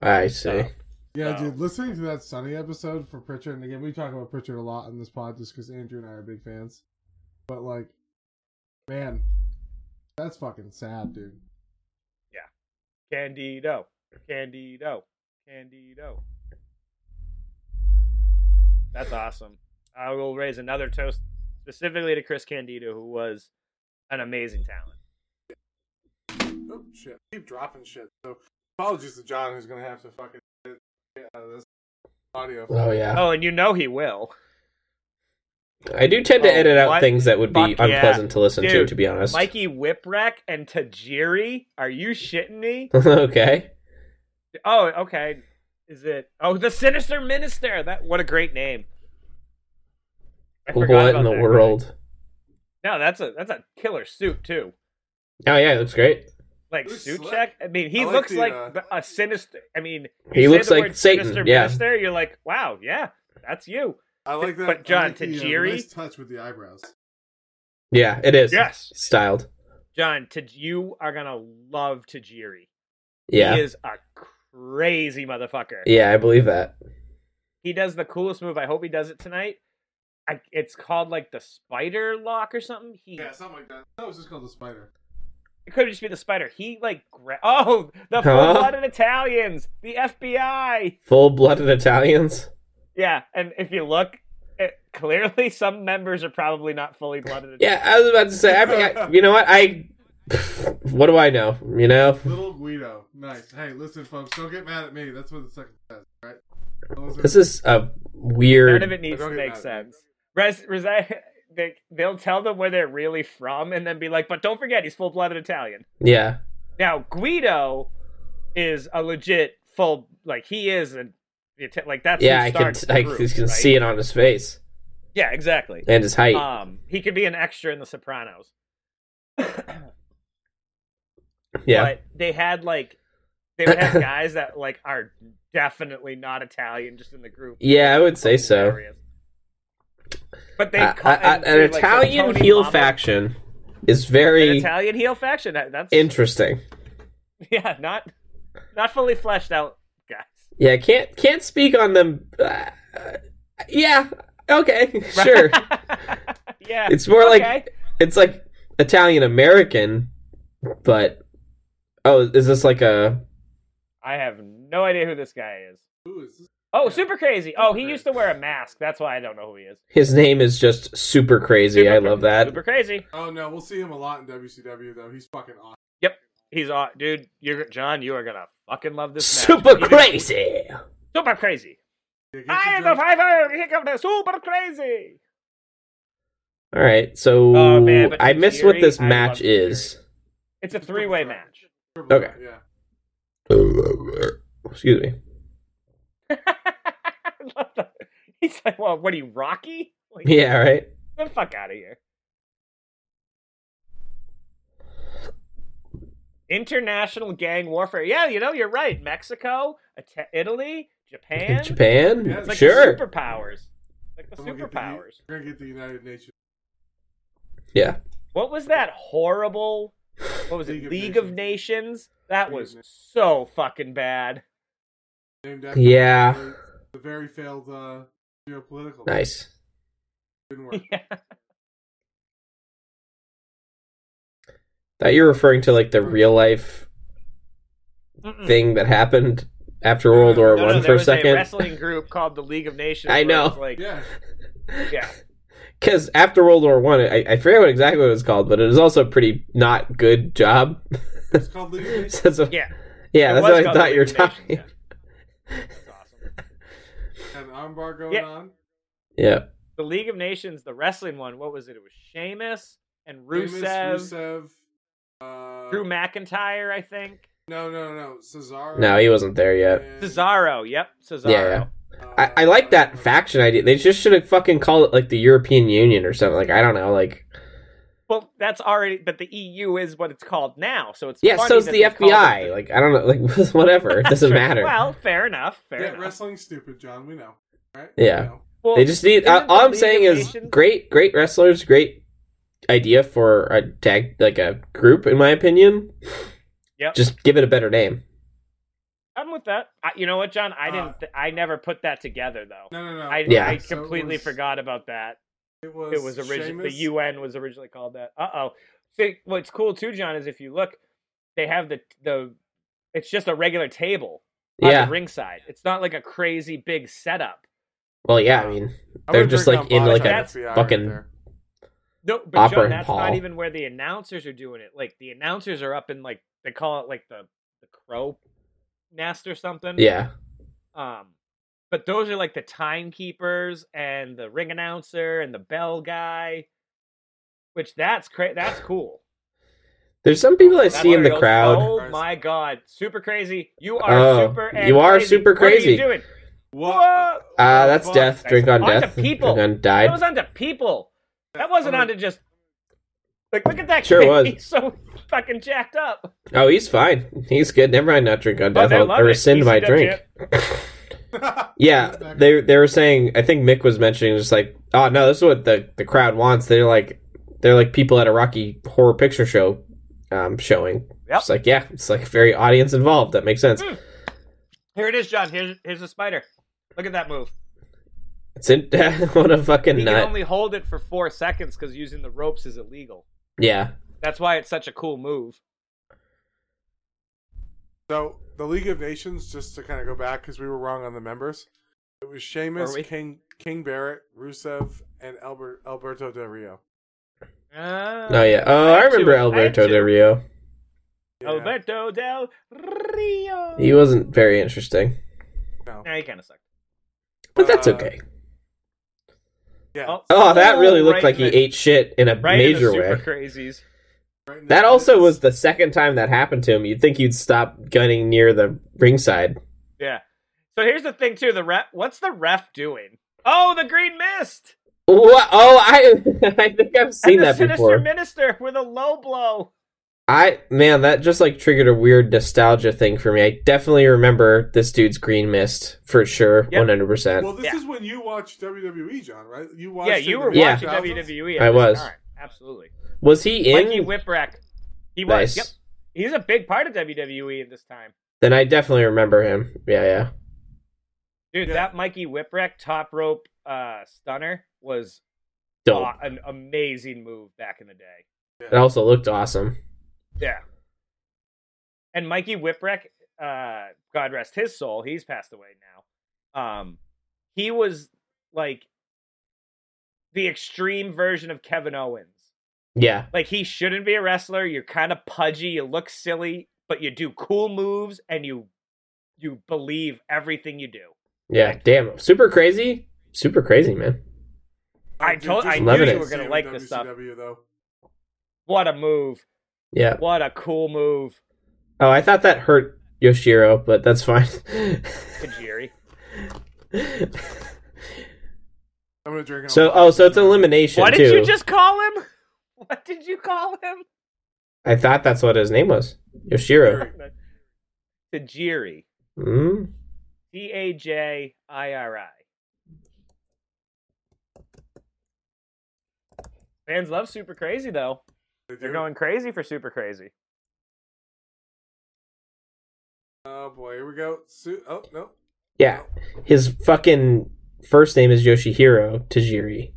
I see.
stuff.
Yeah,
So-
dude. Listening to that Sunny episode for Pritchard, and again, we talk about Pritchard a lot in this pod just because Andrew and I are big fans. But like, man, that's fucking sad, dude.
Candido. Candido. Candido. That's awesome. I will raise another toast specifically to Chris Candido, who was an amazing talent.
Oh shit! Keep dropping shit. So apologies to John, who's gonna have to fucking get out of this audio.
Oh yeah.
Oh, and you know he will.
I do tend to
Oh,
edit out
what?
things that would be
Fuck yeah.
unpleasant to listen to,
Dude,
to be honest.
Mikey Whipwreck and Tajiri? Are you shitting me?
okay.
Oh, okay. Is it? Oh, the Sinister Minister. That what a great name. I forgot
What
about
in the
that guy.
world?
No, that's a that's a killer suit too.
Oh yeah, it looks great.
like
Looks
suit
slick.
check. I mean, he
I like
looks
the,
like
uh,
the- a sinister. I mean,
He
you say
looks
the
like
word
Satan,
Sinister
yeah.
Minister, you're like, wow, yeah, that's you.
I like that.
But John,
I like the, uh,
Tajiri?
nice touch with the eyebrows.
Yeah, it is.
Yes,
Styled.
John, Taj you are gonna love Tajiri.
Yeah.
he is a crazy motherfucker.
Yeah, I believe that.
He does the coolest move. I hope he does it tonight. I, it's called like the spider lock or something. He
Yeah, something like that. That was just called the spider.
it could just be the spider. He like gra- oh the
Huh?
full-blooded Italians, the FBI.
Full blooded Italians.
Yeah, and if you look, it, clearly some members are probably not fully blooded.
Yeah, I was about to say. I, I, you know what? I. What do I know? You know.
Little Guido. Nice. Hey, listen, folks, don't get mad at me. That's what the second says, right? Don't listen-
This is a
none of
weird.
it needs to
Don't get
make
mad at me.
sense. Res, resi- they, they'll tell them where they're really from, and then be like, "But don't forget, he's full-blooded Italian."
Yeah.
Now Guido is a legit full, like he is a Ita- like that's who
Yeah, I can.
starts the
I
group,
can
right?
see it on his face
Yeah, exactly.
and his height.
Um, he could be an extra in The Sopranos.
yeah.
but they had like they would have guys that like are definitely not Italian just in the group.
yeah, I would say so.
Hilarious. But they
I-
cut
I- I-
into,
Uh, an
like, the
Italian
Tony
heel
Mama-
faction is
An
very
Italian heel faction. that- That's
interesting.
yeah, not not fully fleshed out guys.
Yeah, can't can't speak on them. Uh, yeah. Okay. Sure.
yeah.
It's more
okay.
like it's like Italian American, but oh, is this like a
I have no idea who this guy is.
Who is this?
Oh,
Yeah.
super crazy. Oh, he
Super
used to wear a mask. That's why I don't know who he is.
his name is just super crazy.
Super
I
cra-
love that.
Super crazy.
Oh, no, we'll see him a lot in WCW, though. He's fucking awesome.
He's aw- dude, you're John, you are going to fucking love this match.
Super
Even-
crazy.
Super crazy.
Yeah, get your
I am the
drink-
fiver. Here comes the super crazy.
All right, so
Oh, man, but
I
Tajiri,
miss what this
I love
match
Tajiri.
is.
It's a
Super
three way
fun.
match.
Triple
Okay.
threat, Yeah.
Excuse me.
I love that. He's like, well, what are you, Rocky? Like,
Yeah, right.
Get the fuck out of here. International gang warfare. Yeah, you know, you're right. Mexico, Ita- Italy, Japan.
Japan?
Yeah,
It's like
sure.
the superpowers. Like the
We'll get the-
superpowers.
We're gonna get the United Nations.
Yeah.
What was that horrible? What was
League
it?
of
League of Nations? That
League
was
of Nations.
so fucking bad.
Named after
Yeah.
The very failed uh, geopolitical.
Nice.
Didn't work.
Yeah.
That you're referring to like the real life
Mm-mm.
thing that happened after World War
Hmm. No, no, there
One for a
was a
second.
wrestling group called the League of Nations.
I
where it was
know.
Like, yeah.
Yeah.
Because after World War One, I, I forget what exactly what it was called, but it was also a pretty not good job.
It's called League of Nations.
So it's a-
Yeah.
yeah,
It was
that's what I
called the
thought you were
League of
talking.
Nations, yeah. That's awesome.
Had an armbar going
Yeah.
on.
Yeah,
The League of Nations, the wrestling one, what was it? It was Sheamus and
Famous
Rusev,
Rusev. Uh,
Drew McIntyre, I think.
No, no, no. Cesaro.
no, he wasn't there yet.
and,
Cesaro, yep, Cesaro.
yeah.
uh,
I, I like that faction idea. They just should have fucking called it like the European Union or something. Like I don't know, like
Well, that's already, but the EU is what it's called now, so it's
yeah.
funny
So it's
that
the
they called
FBI.
it-
Like I don't know, like whatever. It doesn't
Sure.
matter.
Well, fair enough. Fair
Yeah,
enough.
wrestling's stupid, John. We know, right?
Yeah.
We know.
Well,
they just need.
isn't
Uh, all
the
I'm
League
saying
of
is
Nations-
great, great wrestlers, great idea for a tag, like a group, in my opinion.
Yep.
Just give it a better name.
I'm with that. I, you know what, John? I didn't.
Uh,
th- I never put that together though.
No, no, no.
I,
Yeah.
I
So it
completely
was-
forgot about that.
It was.
It was originally
Sheamus.
the UN was originally called that. Uh oh. See, what's cool too, John, is if you look, they have the the. It's just a regular table on
Yeah.
the ringside. It's not like a crazy big setup.
Well, yeah. I mean,
I
They're
would've
just,
written
like,
down
in, like,
a
Botched FBI right
fucking-
there.
No, but
Opera
John,
and
that's
hall.
not even where the announcers are doing it. Like the announcers are up in like they call it like the the crow nest or something.
yeah,
Um, but those are like the timekeepers and the ring announcer and the bell guy, which that's cra- that's cool.
there's some people I
That's
see in the
real-
crowd.
Oh my god, super crazy! You are
Oh,
super. and
you are
crazy.
super
What are you
crazy.
doing?
What?
Whoa!
Ah, that's
Fuck.
death. Drink on
Onto
death.
people. Oh,
Drink on
That
died.
was onto people. That wasn't
Oh.
onto just. Like, look at that
Sure
kid.
was.
He's so fucking jacked up.
Oh, he's fine. He's good. Never mind. Not drink on
Oh,
death.
they
I'll-
love
I
it.
rescind my
ECW.
drink. Yeah, they they were saying. I think Mick was mentioning just like, oh no, this is what the the crowd wants. They're like, they're like people at a Rocky Horror Picture Show, um, showing.
Yep.
It's like yeah, it's like very audience involved. That makes sense.
Mm. Here it is, John. Here's here's a spider. Look at that move.
It's in what a fucking
He
nut.
can only hold it for four seconds because using the ropes is illegal.
yeah,
That's why it's such a cool move.
So the League of Nations, just to kind of go back because we were wrong on the members. It was Sheamus,
Were we?
King King Barrett, Rusev, and Albert Alberto Del Rio.
Ah.
oh yeah. Oh,
I
I
had
remember
two. I had
Alberto
two.
Del Rio.
Yeah.
Oh, Alberto Del Rio.
He wasn't very interesting,
No.
Nah, he kind of sucked.
but that's
Uh,
okay.
Yeah.
Oh, that really looked
right
like he
in the-
ate shit in a
right
major
in the
way.
super crazies.
Right in the
That also
minutes.
was the second time that happened to him. You'd think you'd stop gunning near the ringside.
Yeah. So here's the thing too. The ref. What's the ref doing? Oh, the green mist.
What? Oh, I I think I've seen
and the
that
sinister
before.
minister with a low blow.
I man, that just like triggered a weird nostalgia thing for me. I definitely remember this dude's green mist for sure,
Yep.
one hundred percent.
Well, this
Yeah.
is when you watched WWE, John, right? You watched.
Yeah,
it
you
in
were
the
Yeah.
watching E.
2000s?
WWE.
I
at this
was.
time. absolutely.
Was he in?
Mikey Whipwreck. He was.
nice.
Yep. He's a big part of WWE at this time.
Then I definitely remember him. Yeah, yeah.
Dude,
Yeah.
that Mikey Whipwreck top rope uh, stunner was
Dope.
aw- an amazing move back in the day.
It also looked awesome.
Yeah. And Mikey Whipwreck, uh, God rest his soul, he's passed away now. Um, he was like the extreme version of Kevin Owens.
Yeah,
Like he shouldn't be a wrestler. You're kind of pudgy. You look silly, but you do cool moves, and you you believe everything you do.
yeah. Damn, super crazy, super crazy, man.
I
did
told-
just
I
E,
knew you
see
were
gonna
in
like this stuff.
WCW, though.
What a move!
Yeah,
What a cool move!
Oh, I thought that hurt Yoshiro, but that's fine.
Kajiri.
I'm gonna drink. it
so,
all.
oh, so it's elimination
What
too.
did you just call him? What did you call him?
I thought that's what his name was, Yoshiro.
Tajiri.
Mm?
D A J I R I. Fans love Super Crazy though.
They do?
They're going crazy for Super Crazy.
Oh boy, here we go. Su- oh no,
Yeah, his fucking first name is Yoshihiro Tajiri.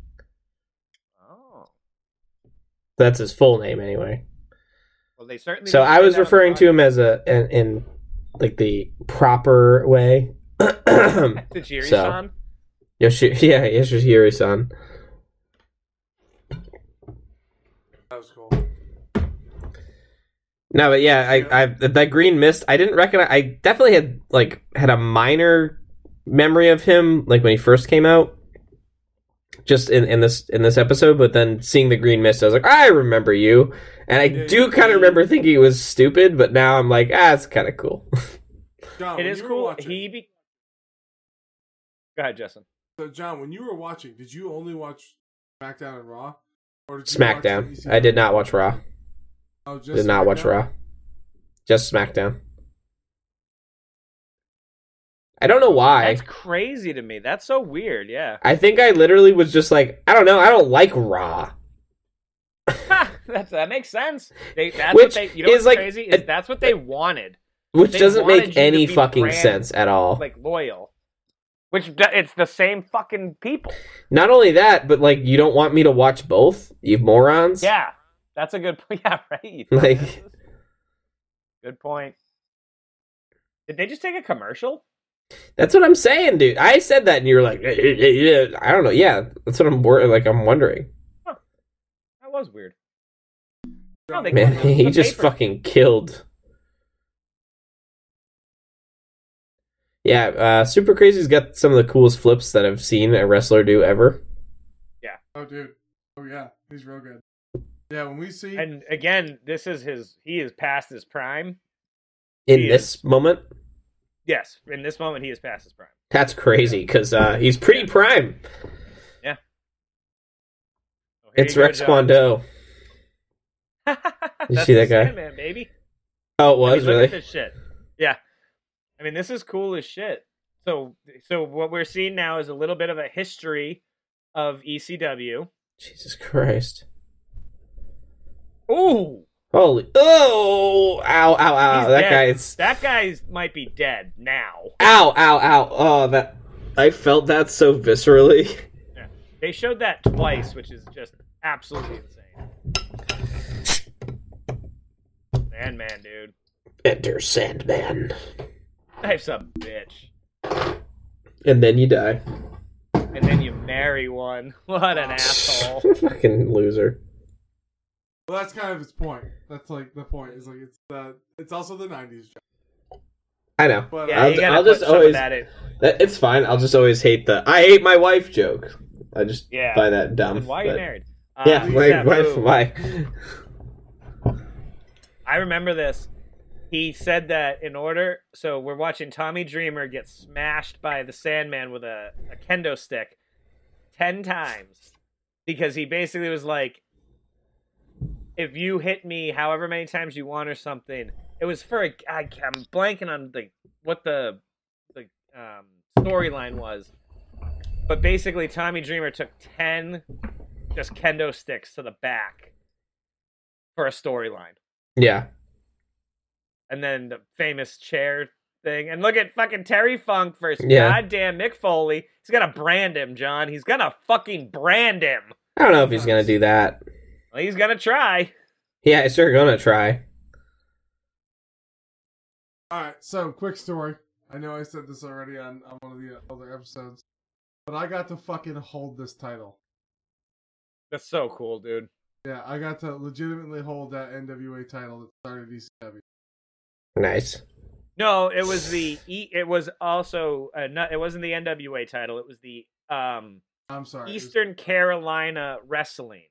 Oh.
That's his full name anyway.
Well, they certainly.
So
didn't
I
say
was
that on the
referring to
audio.
him as a in, in like the proper way.
Tajiri
so.
san.
Yoshi, yeah, Yoshihiro-san.
that was cool.
No, but yeah, I, I that green mist. I didn't recognize. I definitely had like had a minor memory of him, like when he first came out, just in, in this in this episode. But then seeing the green mist, I was like, I remember you, and I
Yeah,
do
yeah.
kind of remember thinking it was stupid. But now I'm like, ah, it's kind of cool.
John,
It
when
is
you were
cool.
watching-
He be. Go ahead, Justin.
So, John, when you were watching, did you only watch SmackDown and Raw, or did you watch
SmackDown.
the E
I did not watch Raw.
Oh, just
Did not watch
SmackDown?
Raw. Just SmackDown. I don't know why.
That's crazy to me. That's so weird. Yeah.
I think I literally was just like, I don't know, I don't like Raw.
that's, that makes sense. They, that's
Which
what they. You know
is
what's
like-
crazy is that's what they wanted.
Which
They
doesn't
wanted you
make
to
any
be
fucking
brand-
sense at all.
Like loyal. Which do- it's the same fucking people.
Not only that, but like you don't want me to watch both, you morons.
Yeah, that's a good point. Yeah, right. you
Like-
dumbasses. good point. Did they just take a commercial?
That's what I'm saying, dude. I said that and you were like, "Eh, eh, eh, eh." I don't know. Yeah, that's what I'm wor- like I'm wondering.
That was weird. No,
John,
they-
Man,
Like,
he
the
just
paper.
fucking killed. Yeah, uh, Super Crazy's got some of the coolest flips that I've seen a wrestler do ever.
Oh, dude. Oh, yeah. He's real good. Yeah, when we see.
And again, this is his. He is past his prime.
In
He
this moment,
Yes, in this moment, he is past his prime.
that's crazy because uh, he's pretty prime.
So here
it's
you go,
Rex
John.
Kwando.
That's
You see
the
that guy?
Sandman, baby.
Oh, it
I mean,
was
look at
really.
this shit. Yeah, I mean, this is cool as shit. So, so what we're seeing now is a little bit of a history of E ECW.
Jesus Christ!
Ooh,
Holy! Oh! Ow! Ow! Ow!
He's
that
dead.
guy's.
that guy's might be dead now.
Ow! Ow! Ow! Oh, that. I felt that so viscerally.
They showed that twice, which is just absolutely insane. Sandman, dude,
Enter Sandman,
life's a bitch.
and then you die.
And then you marry one. What an asshole.
Fucking loser.
Well, that's kind of his point. That's like the point. Is like it's the. It's also the '90s. John.
I know.
But
Yeah,
uh,
I'll-
you gotta
I'll
put
just
some of
always-
that in.
That, it's fine. I'll just always hate the "I hate my wife" joke. I just
Yeah.
find that dumb.
And why are you
but-
married?
Yeah.
Um,
Why?
that
Why?
move.
Why?
I remember this. He said that in order. So we're watching Tommy Dreamer get smashed by the Sandman with a, a kendo stick 10 times because he basically was like, if you hit me however many times you want or something, it was for a. I, I'm blanking on the what the the um, storyline was, but basically Tommy Dreamer took ten just kendo sticks to the back for a storyline
Yeah.
and then the famous chair thing. And look at fucking Terry Funk versus
Yeah.
goddamn Mick Foley. He's gonna brand him, John. He's gonna fucking brand him.
I don't know if he's gonna do that.
Well, he's gonna try.
Yeah, I sure gonna try.
all right. So, quick story. I know I said this already on, on one of the other episodes, but I got to fucking hold this title.
That's so cool, dude.
Yeah, I got to legitimately hold that NWA title that started E ECW.
Nice.
No, it was the e. It was also uh, no, it wasn't the NWA title. It was the um
I'm sorry. it was-
Eastern Carolina Wrestling.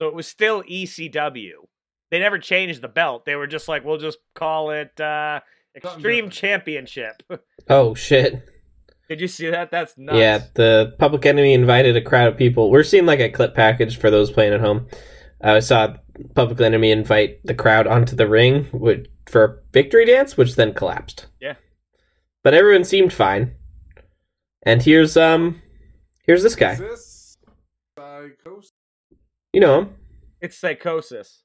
So it was still ECW. E They never changed the belt. They were just like, we'll just call it uh, Extreme
different.
Championship.
Oh shit!
Did you see that? That's nuts.
Yeah, the Public Enemy invited a crowd of people. We're seeing like a clip package for those playing at home. Uh, I saw Public Enemy invite the crowd onto the ring wi- for a victory dance, which then collapsed.
Yeah.
but everyone seemed fine. And here's um, here's this guy.
Is this psychosis?
You know him,
It's psychosis.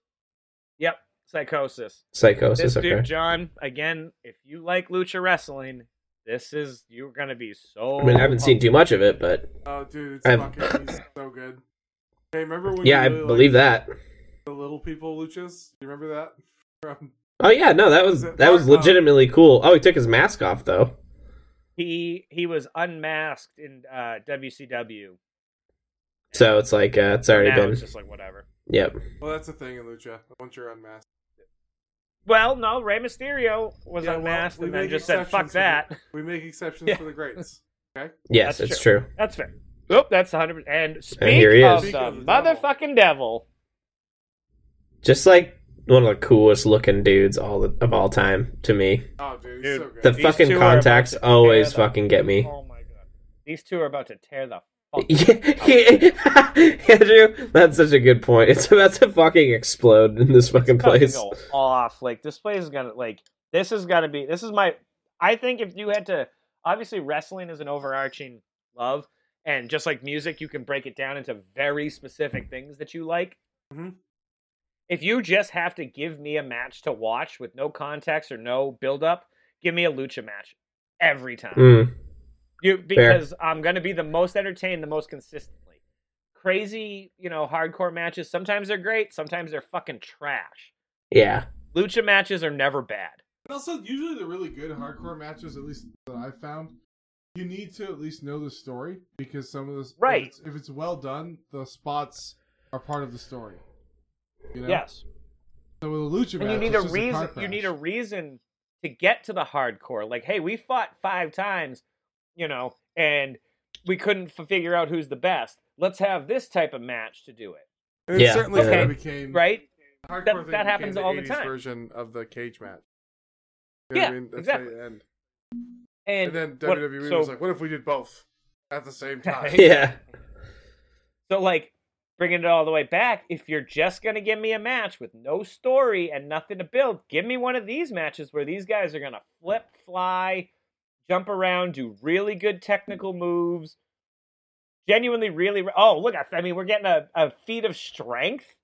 Yep, psychosis.
Psychosis.
This
Okay.
dude, John, again, if you like lucha wrestling, this is you're gonna be so
I mean, I haven't seen too much of it, but
Oh, dude, it's
I've-
fucking he's so good. Hey, remember when?
yeah, I
you really
believe that.
liked the little people luchas. You remember that? From
Oh yeah, no, that was
Is it
that was
um,
Marco?
legitimately cool. Oh, he took his mask off though.
he he was unmasked in uh WCW.
So it's like uh, it's already
now
been.
it's just like whatever.
Yep.
well, that's the thing in lucha. Once you're unmasked,
Well, no, Rey Mysterio was
Yeah, well,
unmasked
we
and then
make
just said, "Fuck
exceptions for
that."
we make exceptions
Yeah.
for the greats.
Yes,
That's
it's true.
That's fair. Oop, that's 100. And speak
here he
of
is.
the
Speak of the
motherfucking devil.
Just like one of the coolest looking dudes all of all time to me.
Oh, dude, he's
Dude,
so good.
The
These two
fucking
are about
contacts
to tear
always
the-
fucking get me.
Oh my god, these two are about to tear the. Fuck
Andrew, that's such a good point. It's about to fucking explode in this fucking
about to
place.
go off. Like this place is gonna like this is gonna be this is my I think if you had to obviously wrestling is an overarching love and just like music you can break it down into very specific things that you like.
Mhm.
If you just have to give me a match to watch with no context or no build up, give me a lucha match every time.
Mm,
You because I'm gonna be the most entertained, the most consistently. Crazy, you know, hardcore matches. Sometimes they're great, sometimes they're fucking trash
yeah.
lucha matches are never bad.
And also, usually the really good hardcore matches, at least that I've found, you need to at least know the story because some of this,
Right.
If it's, if it's well done, the spots are part of the story. You know?
Yes,
So with a lucha
and
match,
you need a
it's just
reason.
car
you
crash.
need a reason to get to the hardcore. Like, hey, we fought five times, you know, and we couldn't f- figure out who's the best. Let's have this type of match to do it,
And it
Yeah,
certainly
okay.
kinda became
right? That-
hardcore thing
that
became
happens all the
80s
time.
Version of the cage match. You know what
Yeah,
I mean? That's
exactly.
how you end.
And,
And, then
what-
WWE
so,
was like, "What if we did both at the same time?"
Yeah.
so like bringing it all the way back. If you're just gonna give me a match with no story and nothing to build, give me one of these matches where these guys are gonna flip, fly, jump around, do really good technical moves. Genuinely, really. Oh, look! I, I mean, we're getting a, a feat of strength.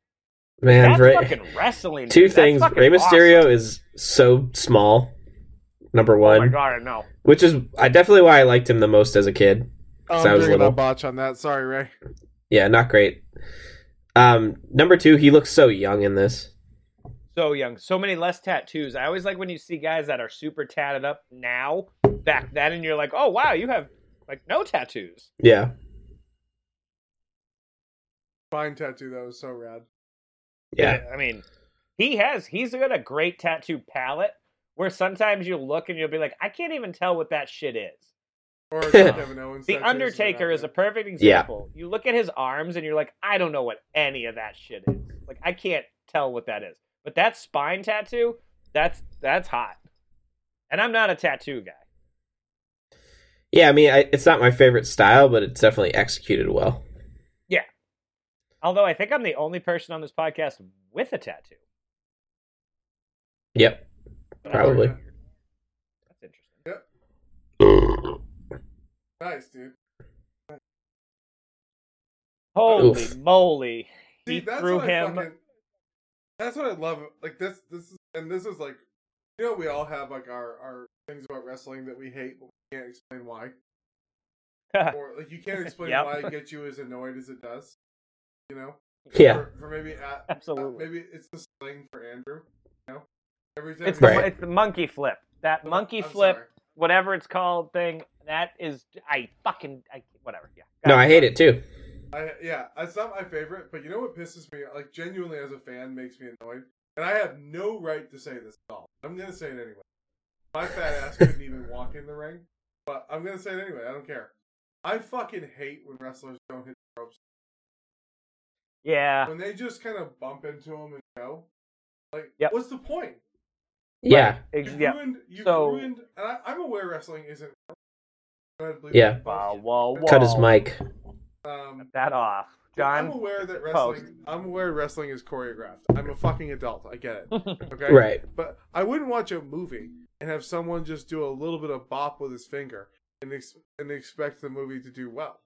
Man,
That's
Rey-
fucking wrestling.
two
dude. That's
things.
fucking
Rey Mysterio
awesome.
is so small. Number
Oh
one,
my god, I know.
which is I definitely why I liked him the most as a kid.
Oh,
Sounds
I'm doing
little.
a botch on that. Sorry, Ray.
Yeah, not great. Um, number two, he looks so young in this.
So young, so many less tattoos. I always like when you see guys that are super tatted up now. Back then, and you're like, oh wow, you have like no tattoos.
Yeah,
Fine tattoo. That was so rad.
yeah,
I mean, he has he's got a great tattoo palette where sometimes you look and you'll be like, I can't even tell what that shit is.
Or Kevin Owens.
The
tattoos were
Undertaker
not
is a
good.
perfect example. You look at his arms and you're like, I don't know what any of that shit is. Like I can't tell what that is. But that spine tattoo, that's that's hot. And I'm not a tattoo guy.
yeah. I mean, I, it's not my favorite style, but it's definitely executed well.
Although I think I'm the only person on this podcast with a tattoo.
Yep.
But I-
Probably.
That's interesting.
nice, dude.
Holy
Oof.
moly. He
See, that's
threw
what
him
I fucking, that's what I love. Like this, this is, and this is like, you know, we all have like our our things about wrestling that we hate, but we can't explain why. or like you can't explain
Yep.
why it gets you as annoyed as it does. You know,
Yeah,
for, for maybe at,
absolutely.
maybe it's the slang for Andrew. You know, every time
It's
he-
the,
Right.
it's the monkey flip. That monkey
Oh, I'm
flip,
sorry.
whatever it's called thing, that is I fucking I whatever. Yeah.
no, I hate it too.
I, yeah, it's not my favorite, but you know what pisses me? Like genuinely, as a fan, makes me annoyed, and I have no right to say this at all. I'm gonna say it anyway. My fat ass couldn't even walk in the ring, but I'm gonna say it anyway. I don't care. I fucking hate when wrestlers don't hit the ropes.
Yeah.
When they just kind of bump into them and go, Like,
Yep.
what's the point?
Yeah.
Ex-
You've
yeah.
ruined. You've
So-
ruined. And I, I'm aware wrestling isn't. incredibly
Yeah.
robust.
Wow, wow, wow.
Cut his mic.
Um,
That off,
I'm
John.
aware that
post.
wrestling. I'm aware wrestling is choreographed. I'm a fucking adult. I get it. Okay.
Right.
But I wouldn't watch a movie and have someone just do a little bit of bop with his finger and ex- and expect the movie to do well.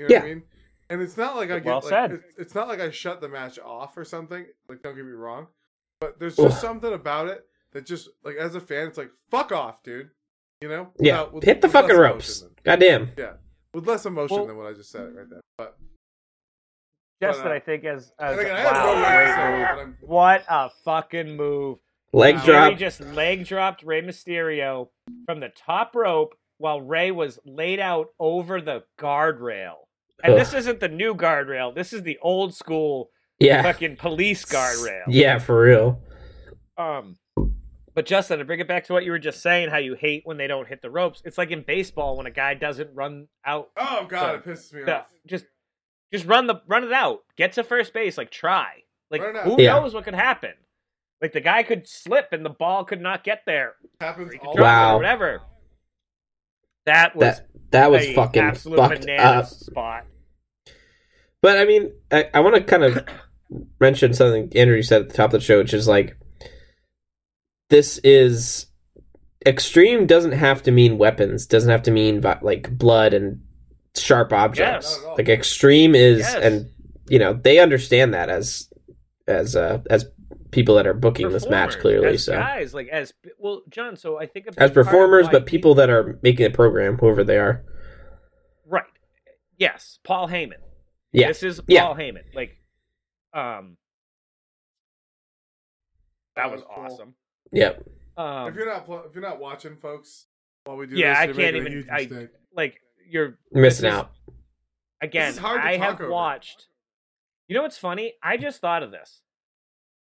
You know what I mean? And it's not like I get
Well
like,
said.
It's, it's not like I shut the match off or something. Like don't get me wrong, but there's just
Ugh.
something about it that just like as a fan, it's like fuck off, dude. You know?
Yeah.
Without- with-
Hit the
with less
fucking
emotion
ropes.
than-
Goddamn.
with less emotion
Well-
than what I just said right there. But
Just
but,
that
uh,
I think as, as
and again, I had no
wow,
reason, but I'm-
great move. What a fucking move!
Leg
Wow.
Jerry
drop.
just leg dropped Rey Mysterio from the top rope while Rey was laid out over the guardrail. And this isn't the new guardrail. This is the old school
Yeah.
fucking police guardrail.
Yeah, for real.
Um, but Justin, to bring it back to what you were just saying, how you hate when they don't hit the ropes. It's like in baseball when a guy doesn't run out.
oh god, it pisses me
the-
off.
just, just run the run it out. Get to first base. Like try. Like
Run it out.
who
Yeah.
knows what could happen? Like the guy could slip and the ball could not get there.
happens
Or he could
all
drop it or
Wow.
Whatever. That was
That that was
a
fucking
absolute
fucked
banana
up.
spot.
But I mean, I, I want to kind of mention something Andrew said at the top of the show, which is like, this is extreme. Doesn't have to mean weapons. Doesn't have to mean vi- like blood and sharp objects.
Not at all.
Like extreme is,
Yes.
and you know they understand that as as uh, as people that are booking this match
Performers,
clearly.
as
So
guys like as well, John. So I think a
as
big part of
performers,
why
but people that are making a program, whoever they are.
Right. Yes, Paul Heyman.
Yeah.
This is Paul
Yeah.
Heyman. Like um that was
Cool.
awesome.
Yep.
If
Um
you're not pl- if you're not watching, folks, while we do
Yeah,
this,
I
you're
can't
making
even-
A huge
I-
mistake.
like you're
Missing
This is-
out.
again,
hard to
I
talk
have
over.
watched You know what's funny? I just thought of this.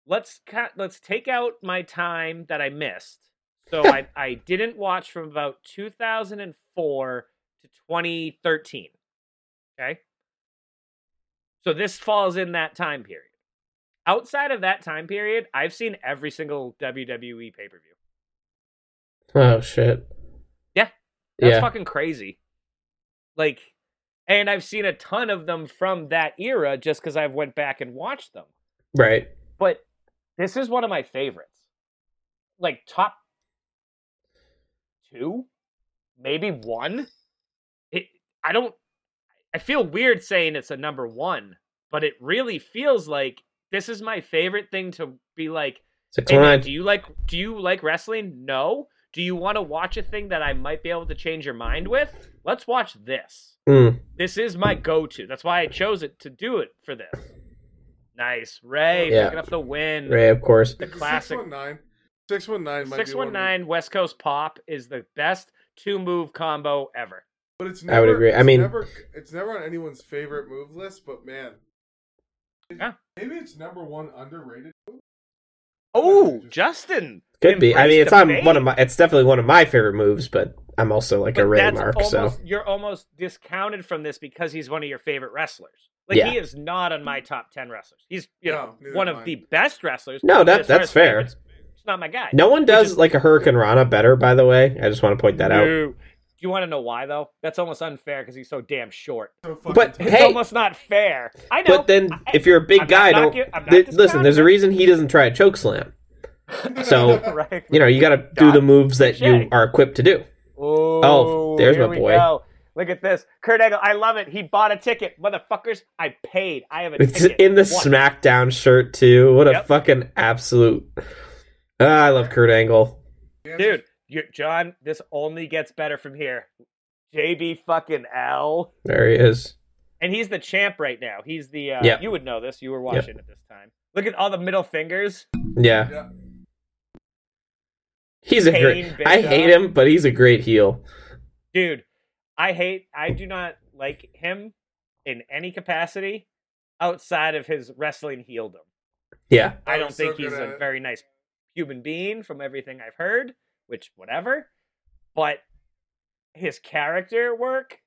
Let's cut let's take out my time that I missed. So I I didn't watch from about 2004 to 2013. Okay? So this falls in that time period. Outside of that time period, I've seen every single WWE pay-per-view.
Oh shit.
Yeah. That's
Yeah.
fucking crazy. Like, and I've seen a ton of them from that era just because I've went back and watched them.
right.
But this is one of my favorites. Like top two, maybe one. It, I don't. I feel weird saying it's a number one, but it really feels like this is my favorite thing to be like.
Six
Hey, man,
nine.
do you like do you like wrestling? No. Do you want to watch a thing that I might be able to change your mind with? Let's watch this.
Mm.
This is my go-to. That's why I chose it to do it for this. Nice, Ray
Yeah.
picking up the win.
Ray, of course.
The classic
619. 619 might
six
be one
one
of-
nine West Coast Pop is the best two-move combo ever.
But it's
I
never,
would agree. I
it's
mean-
never, it's never on anyone's favorite move list. But man,
Yeah.
maybe it's number one underrated.
Oh, Justin.
Could be. I
embrace
mean, it's
the
on
bait.
one of my. It's definitely one of my favorite moves, but I'm also like a
But
Ray
that's
mark.
almost,
So
you're almost discounted from this because he's one of your favorite wrestlers. Like
Yeah.
he is not on my top ten wrestlers. He's you
No,
know
neither
one
am
of
I.
the best wrestlers.
No,
but
that-
as far
that's
as
fair.
favorites, It's not my guy.
no one does
is-
like a Hurricane Rana better. By the way, I just want to point that out.
No. Do you want to know why though? That's almost unfair because he's so damn short.
So fucking
But
tight.
It's
Hey.
almost not fair. I know.
But then,
I-
if you're a big
I'm not
guy, don't
knocking- I'm not
th- listen. There's a
discounting.
reason he doesn't try a choke slam. So
right.
you know you got to do the moves that
Shay.
you are equipped to do.
Oh,
there's
here
my
we
boy.
Go. Look at this, Kurt Angle. I love it. He bought a ticket, motherfuckers. I paid. I have a
It's
ticket.
in the
What?
SmackDown shirt too. What a
Yep.
fucking absolute! Ah, I love Kurt Angle.
The answer's
dude. You, John, this only gets better from here. JB fucking L,
There he is.
and he's the champ right now. He's the uh,
Yep.
you would know this. You were watching at this time. Look at all the middle fingers.
Yeah,
Yeah.
he's a
Kane
great. I
Bishop.
hate him, but he's a great heel.
dude i hate i do not like him in any capacity outside of his wrestling heeldom
Yeah.
i
Oh,
don't
he's so
think
good
he's
at
a
it.
very nice human being from everything i've heard which whatever but his character work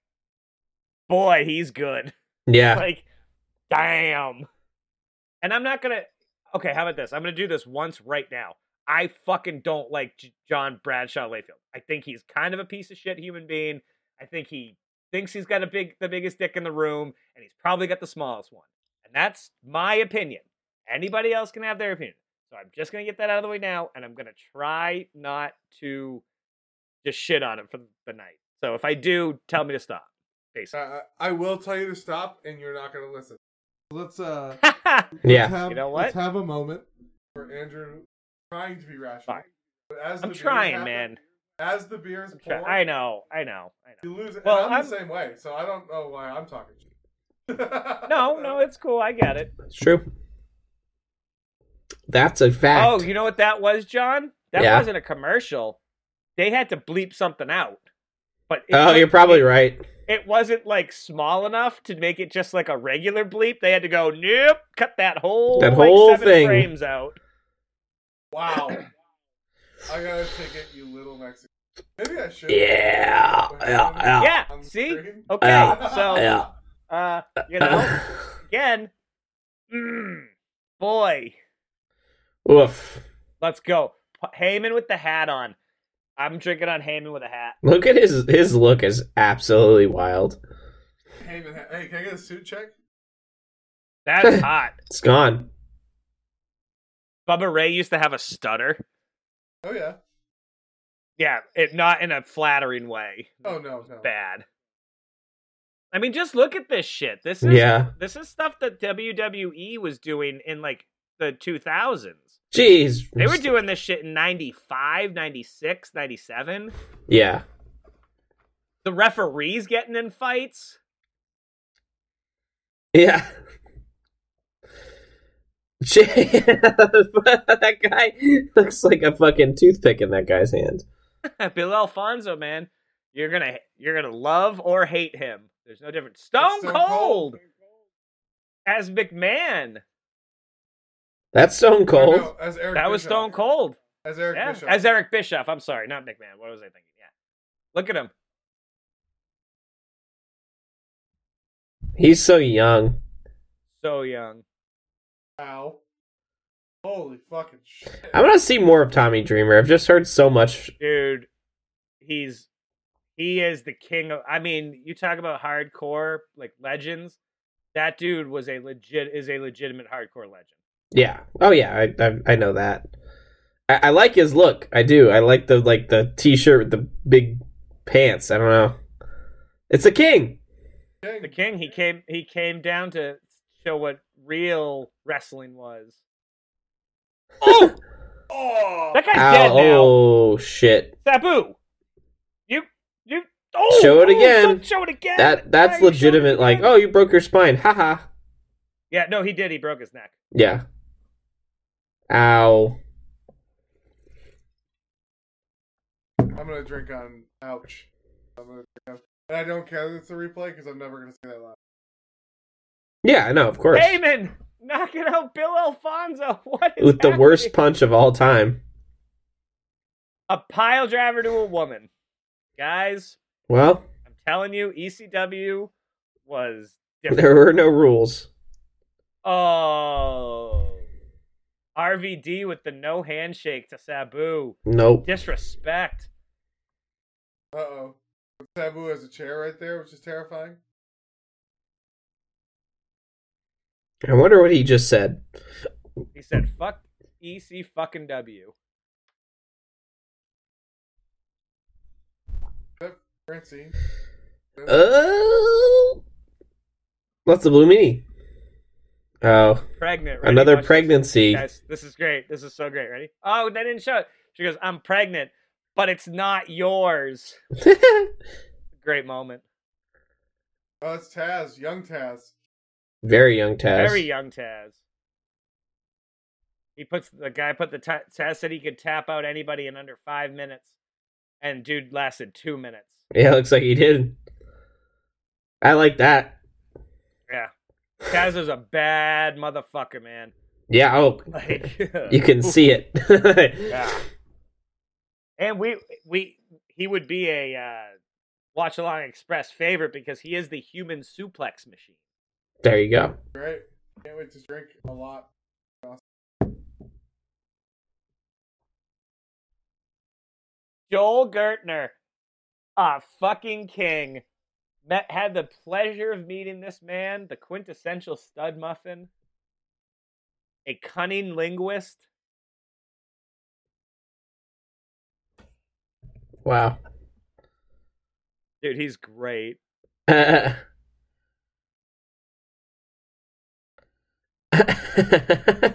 boy he's good
Yeah.
like damn and i'm not gonna Okay, how about this? I'm gonna do this once right now. I fucking don't like J- John Bradshaw Layfield. I think he's kind of a piece of shit human being. I think he thinks he's got a big, the biggest dick in the room, and he's probably got the smallest one. And that's my opinion. Anybody else can have their opinion. So I'm just gonna get that out of the way now, and I'm gonna try not to just shit on him for the night. So if I do, tell me to stop. Basically.
Uh, I will tell you to stop, and you're not going to listen. Let's uh,
Yeah.
let's have,
You know
Let's
what?
have a moment for Andrew trying to be rational.
Fine.
But as the
I'm
beers
trying,
happen-
man.
As the beers
I'm
pour,
try- I know, I know, I know.
you lose it.
Well,
and I'm, the
I'm-
same way, so I don't know why I'm talking to you.
No, no, it's cool. I get it.
It's true. That's a fact.
Oh, you know what that was, John? That
Yeah.
wasn't a commercial. They had to bleep something out. But it,
oh,
was-
you're probably right.
it wasn't like small enough to make it just like a regular bleep. They had to go, nope, cut that whole
That
like,
whole
seven
thing.
frames out.
Wow. I got to take it, you little Mexican. Maybe I should.
Yeah, yeah, yeah.
Yeah,
I'm
see?
screaming.
Okay,
Yeah,
so
yeah.
uh, you know, again, mm, boy,
Woof.
let's go. P- Heyman with the hat on. I'm drinking on Heyman with a hat.
Look at his his look is absolutely wild.
Hey, man, hey, can I get a suit check?
That's hot.
It's gone.
Bubba Ray used to have a stutter.
Oh, yeah.
Yeah, it not in a flattering way.
Oh, no, no.
bad. I mean, just look at this shit. This is
Yeah.
this is stuff that WWE was doing in like the 2000s.
Jeez.
They were doing this shit in 95, 96, 97.
Yeah.
The referees getting in fights.
Yeah. Gee, that guy looks like a fucking toothpick in that guy's hand.
Bill Alfonso, man, you're going to you're going to love or hate him. There's no difference. Stone,
It's
Cold, as McMahon.
That's Stone
Or
Cold.
no, as Eric
That was
Bischoff.
Stone Cold.
As Eric
Yeah,
Bischoff.
as Eric Bischoff. I'm sorry, not McMahon. What was I thinking? Yeah. Look at him.
He's so young.
So young.
Ow. Holy fucking shit.
I want to see more of Tommy Dreamer. I've just heard so much.
dude he's he is the king of i mean you talk about hardcore like legends that dude was a legit is a legitimate hardcore legend
Yeah. Oh yeah. I I, I know that. I, I like his look. I do. I like the like the t-shirt with the big pants. I don't know. It's the king.
King.
the king he came he came down to show what real wrestling was
Oh,
Oh!
that guy's dead now
oh shit.
sabu you you oh
Show it
oh,
again.
don't show it again
That
Why are
that's
you showing it
legitimate. Like,
again?
oh, you broke your spine. Haha.
yeah no he did he broke his neck
Yeah. Ow.
I'm gonna drink on ouch. I'm gonna drink on, and I don't care that it's a replay because I'm never gonna say that loud.
Yeah, I know, of course.
Heyman knocking out bill alfonso what is
With the worst
happening?
punch of all time.
a pile driver to a woman. Guys,
Well,
I'm telling you, ECW was different.
there were no rules.
Oh. RVD with the no handshake to Sabu.
Nope.
Disrespect.
Uh oh. Sabu has a chair right there, which is terrifying.
I wonder what he just said.
He said, fuck EC fucking W.
Except Francine.
Oh, that's the blue mini. Oh,
Pregnant. Ready?
another
Watch this.
pregnancy.
Guys, this is great. This is so great. Ready? Oh, they didn't show it. She goes, I'm pregnant, but it's not yours. Great moment.
Oh, it's Taz, young Taz.
Very young Taz.
Very young Taz. He puts the guy put the ta Taz said he could tap out anybody in under five minutes, and dude lasted two minutes.
Yeah, looks like he did. I like that.
Yeah, Taz is a bad motherfucker, man.
Yeah. Oh,
Like
you can see it.
Yeah. And we we he would be a uh, watch along express favorite because he is the human suplex machine.
there you go.
Great. Can't wait to drink a lot.
Joel Gertner, a fucking king. Met had the pleasure of meeting this man, the quintessential stud muffin, a cunning linguist.
Wow.
Dude, he's great.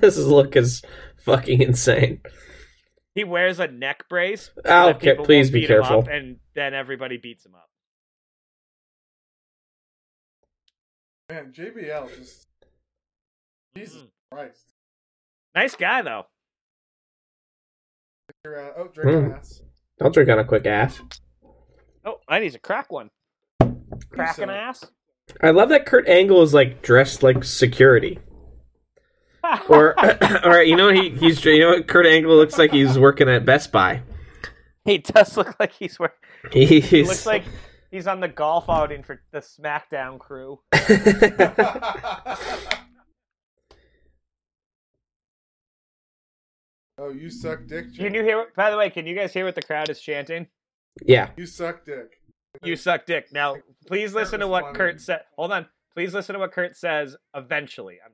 this look is fucking insane.
He wears a neck brace. so
Oh,
that
okay,
people
please
won't
be
beat him
careful.
up, and then everybody beats him up.
Man, JBL just Jesus
Mhm.
Christ.
Nice guy though.
Your, uh, oh, drink
Hmm.
ass.
Don't drink on a quick ass.
Oh, I need to crack one. Crack an
So-
ass.
I love that Kurt Angle is like dressed like security, or or you know he he's you know what Kurt Angle looks like he's working at Best Buy.
he does look like he's wearing.
He's
He looks like he's on the golf outing for the SmackDown crew.
Mm.
oh, you suck dick.
Can
Jim.
you hear? By the way, can you guys hear what the crowd is chanting?
yeah.
You suck dick.
You suck dick. Now, please listen to what Kurt said. Hold on. Please listen to what Kurt says eventually. I'm-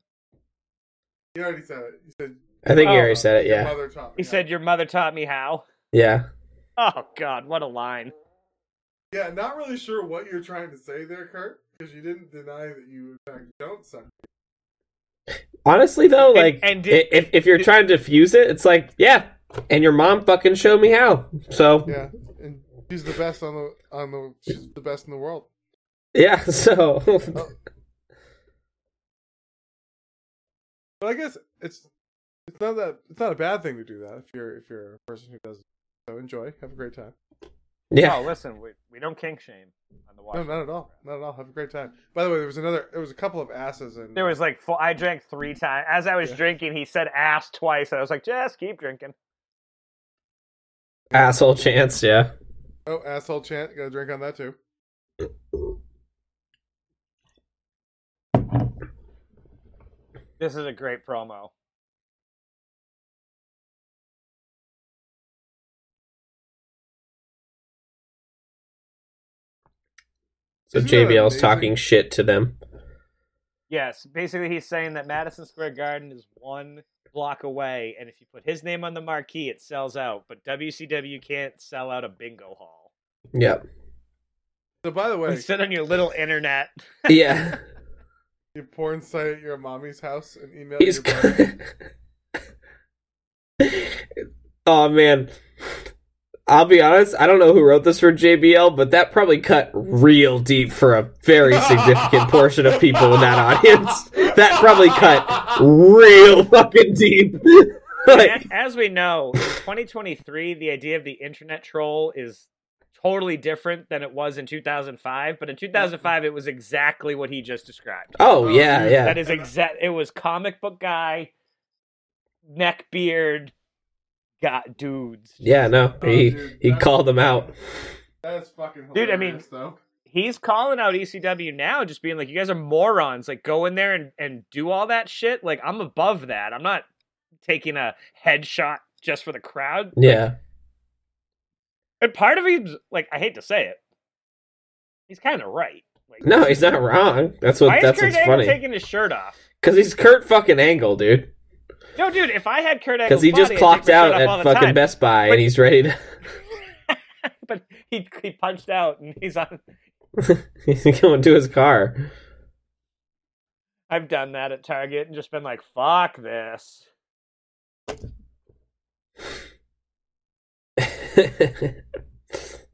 You already said it. You said
I think
Oh.
Gary said it.
your
Yeah,
mother taught me
He
how.
said, Your mother taught me how.
yeah.
Oh, God. What a line.
Yeah, not really sure what you're trying to say there, Kurt, because you didn't deny that you in fact don't suck.
Honestly, though,
And-
like
and did-
i- if if you're trying to diffuse it, it's like yeah, and your mom fucking showed me how. So yeah,
Yeah, and she's the best on the on the she's the best in the world.
so
But I guess it's it's not that it's not a bad thing to do that if you're if you're a person who does. So enjoy, have a great time.
Oh,
yeah.
listen, we, we don't kink shame on the
No,
watch.
not at all, not at all. Have a great time. By the way, there was another. There was a couple of asses in.
There was like, four, I drank three times. As I was
Yeah.
drinking, he said ass twice. And I was like, Just keep drinking.
asshole chance. Yeah,
oh asshole chant. Got a drink on that too.
This is a great promo.
so
Isn't that
JBL's
amazing?
talking shit to them.
Yes, basically he's saying that Madison Square Garden is one block away, and if you put his name on the marquee, it sells out. But WCW can't sell out a bingo hall.
Yep.
So by the way,
Sit on your little internet.
Yeah.
your porn site at your mommy's house and email
He's.
your brother.
oh man, I'll be honest. I don't know who wrote this for JBL, but that probably cut real deep for a very significant portion of people in that audience. That probably cut real fucking deep. like,
A- As we know, in 2023, the idea of the internet troll is totally different than it was in 2005. But in 2005, it was exactly what he just described.
oh yeah, yeah.
That is exact. It was comic book guy, neck beard, got dudes.
Yeah, no,
Oh,
he
dude,
he
that's-
called them out.
That is fucking
Dude, I
hilarious,
mean-
though.
he's calling out ECW now, just being like, "You guys are morons. Like, go in there and and do all that shit. Like, I'm above that. I'm not taking a headshot just for the crowd."
Yeah,
And part of him's like, I hate to say it, he's kind of right. Like,
no, he's not wrong. That's what
why
that's
is Kurt
what's
Angle
funny.
taking his shirt off?
Because he's Kurt fucking Angle, dude.
No, dude, if I had Kurt Angle,
Because he just clocked out at fucking
time.
Best Buy
But-
and he's ready to.
but he he punched out and he's on.
He's going to his car.
I've done that at Target and just been like, "Fuck this."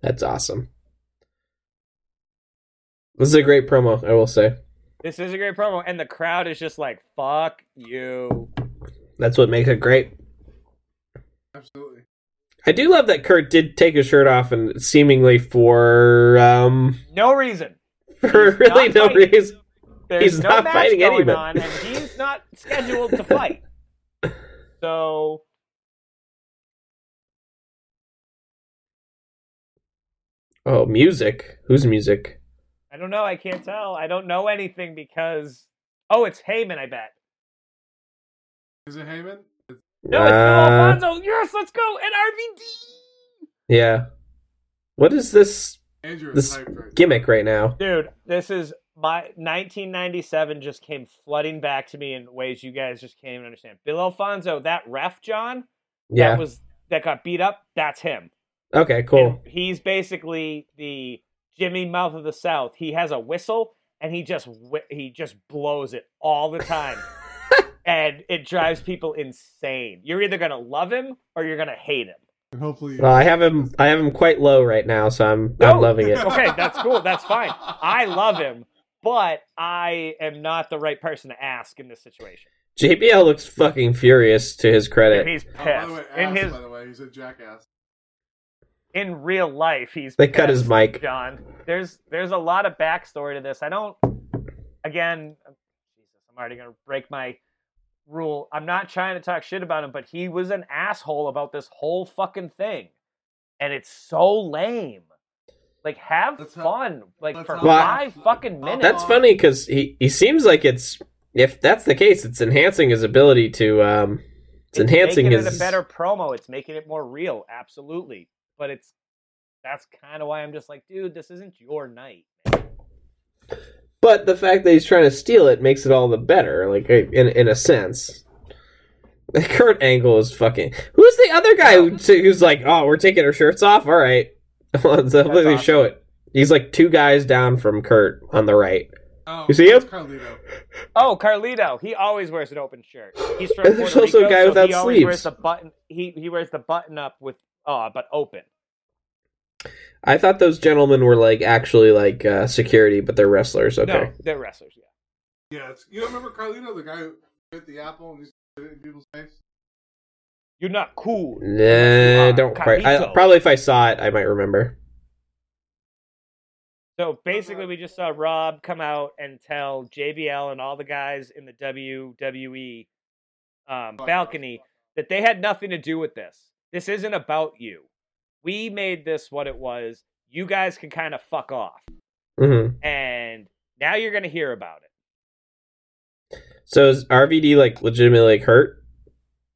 That's awesome. This is a great promo, I will say.
This is a great promo, and the crowd is just like, "Fuck you."
That's what makes it great.
Absolutely.
I do love that Kurt did take his shirt off and seemingly for um
No reason.
for
He's
really
not
no
fighting.
reason.
There's
He's
no
not
match
fighting
going
anyone.
on, and he's not scheduled to fight. So
Oh, music. Whose music?
I don't know. I can't tell. I don't know anything because oh, it's Heyman. I bet.
Is it Heyman?
No, it's Phil
Uh,
Alfonso. Yes, let's go. And RVD.
Yeah. What is this
Andrew is
This-
hyped right now.
gimmick right now?
Dude, this is my 1997 just came flooding back to me in ways you guys just can't even understand. Bill Alfonso, that ref John,
Yeah.
that was that got beat up. That's him.
Okay, cool.
And he's basically the Jimmy Mouth of the South. He has a whistle and he just whi- he just blows it all the time. and it drives people insane. You're either going to love him or you're going to hate him.
And hopefully,
Well, Uh, I have him I have him quite low right now, so I'm I'm
No.
loving it.
Oh, Okay, that's cool. That's fine. I love him, but I am not the right person to ask in this situation.
JBL looks fucking furious to his
And
credit.
he's
Oh, by
pissed.
the way,
in
ass,
his
by the way, he's a jackass.
in real life, he's
They cut his
pissed.
mic.
John. There's there's a lot of backstory to this. I don't. Again, oh, Jesus, I'm already gonna break my rule. I'm not trying to talk shit about him, but he was an asshole about this whole fucking thing, and it's so lame. Like, have
That's how-
fun, like
that's
for
how-
Well,
five fucking minutes.
That's funny because he, he seems like it's if that's the case, it's enhancing his ability to um it's, enhancing
making
his
it a better promo. It's making it more real, absolutely. But it's that's kind of why I'm just like, dude, this isn't your night.
But the fact that he's trying to steal it makes it all the better, like in in a sense. Kurt Angle is fucking. Who's the other guy who, who's like, oh, we're taking our shirts off? All right, let's let me
awesome.
show it. He's like two guys down from Kurt on the right.
Oh,
You see
that's
him?
Carlito.
Oh, Carlito. He always wears an open shirt. He's from
And there's
Puerto
also a
Rico,
guy
so
without
he always
sleeves.
wears the button. He he wears the button up with uh but open.
I thought those gentlemen were like actually like uh, security, but they're wrestlers. Okay,
No, they're wrestlers. Yeah.
Yeah, it's, you remember Carlito, the guy who bit the apple and he's in people's face?
You're not cool.
nah,
Ah,
don't quite. I,
Carlito.
probably if I saw it, I might remember.
So basically, we just saw Rob come out and tell JBL and all the guys in the WWE um, balcony that they had nothing to do with this. This isn't about you. We made this what it was. You guys can kind of fuck off.
hmm
And now you're going to hear about it.
So is RVD like legitimately like, hurt?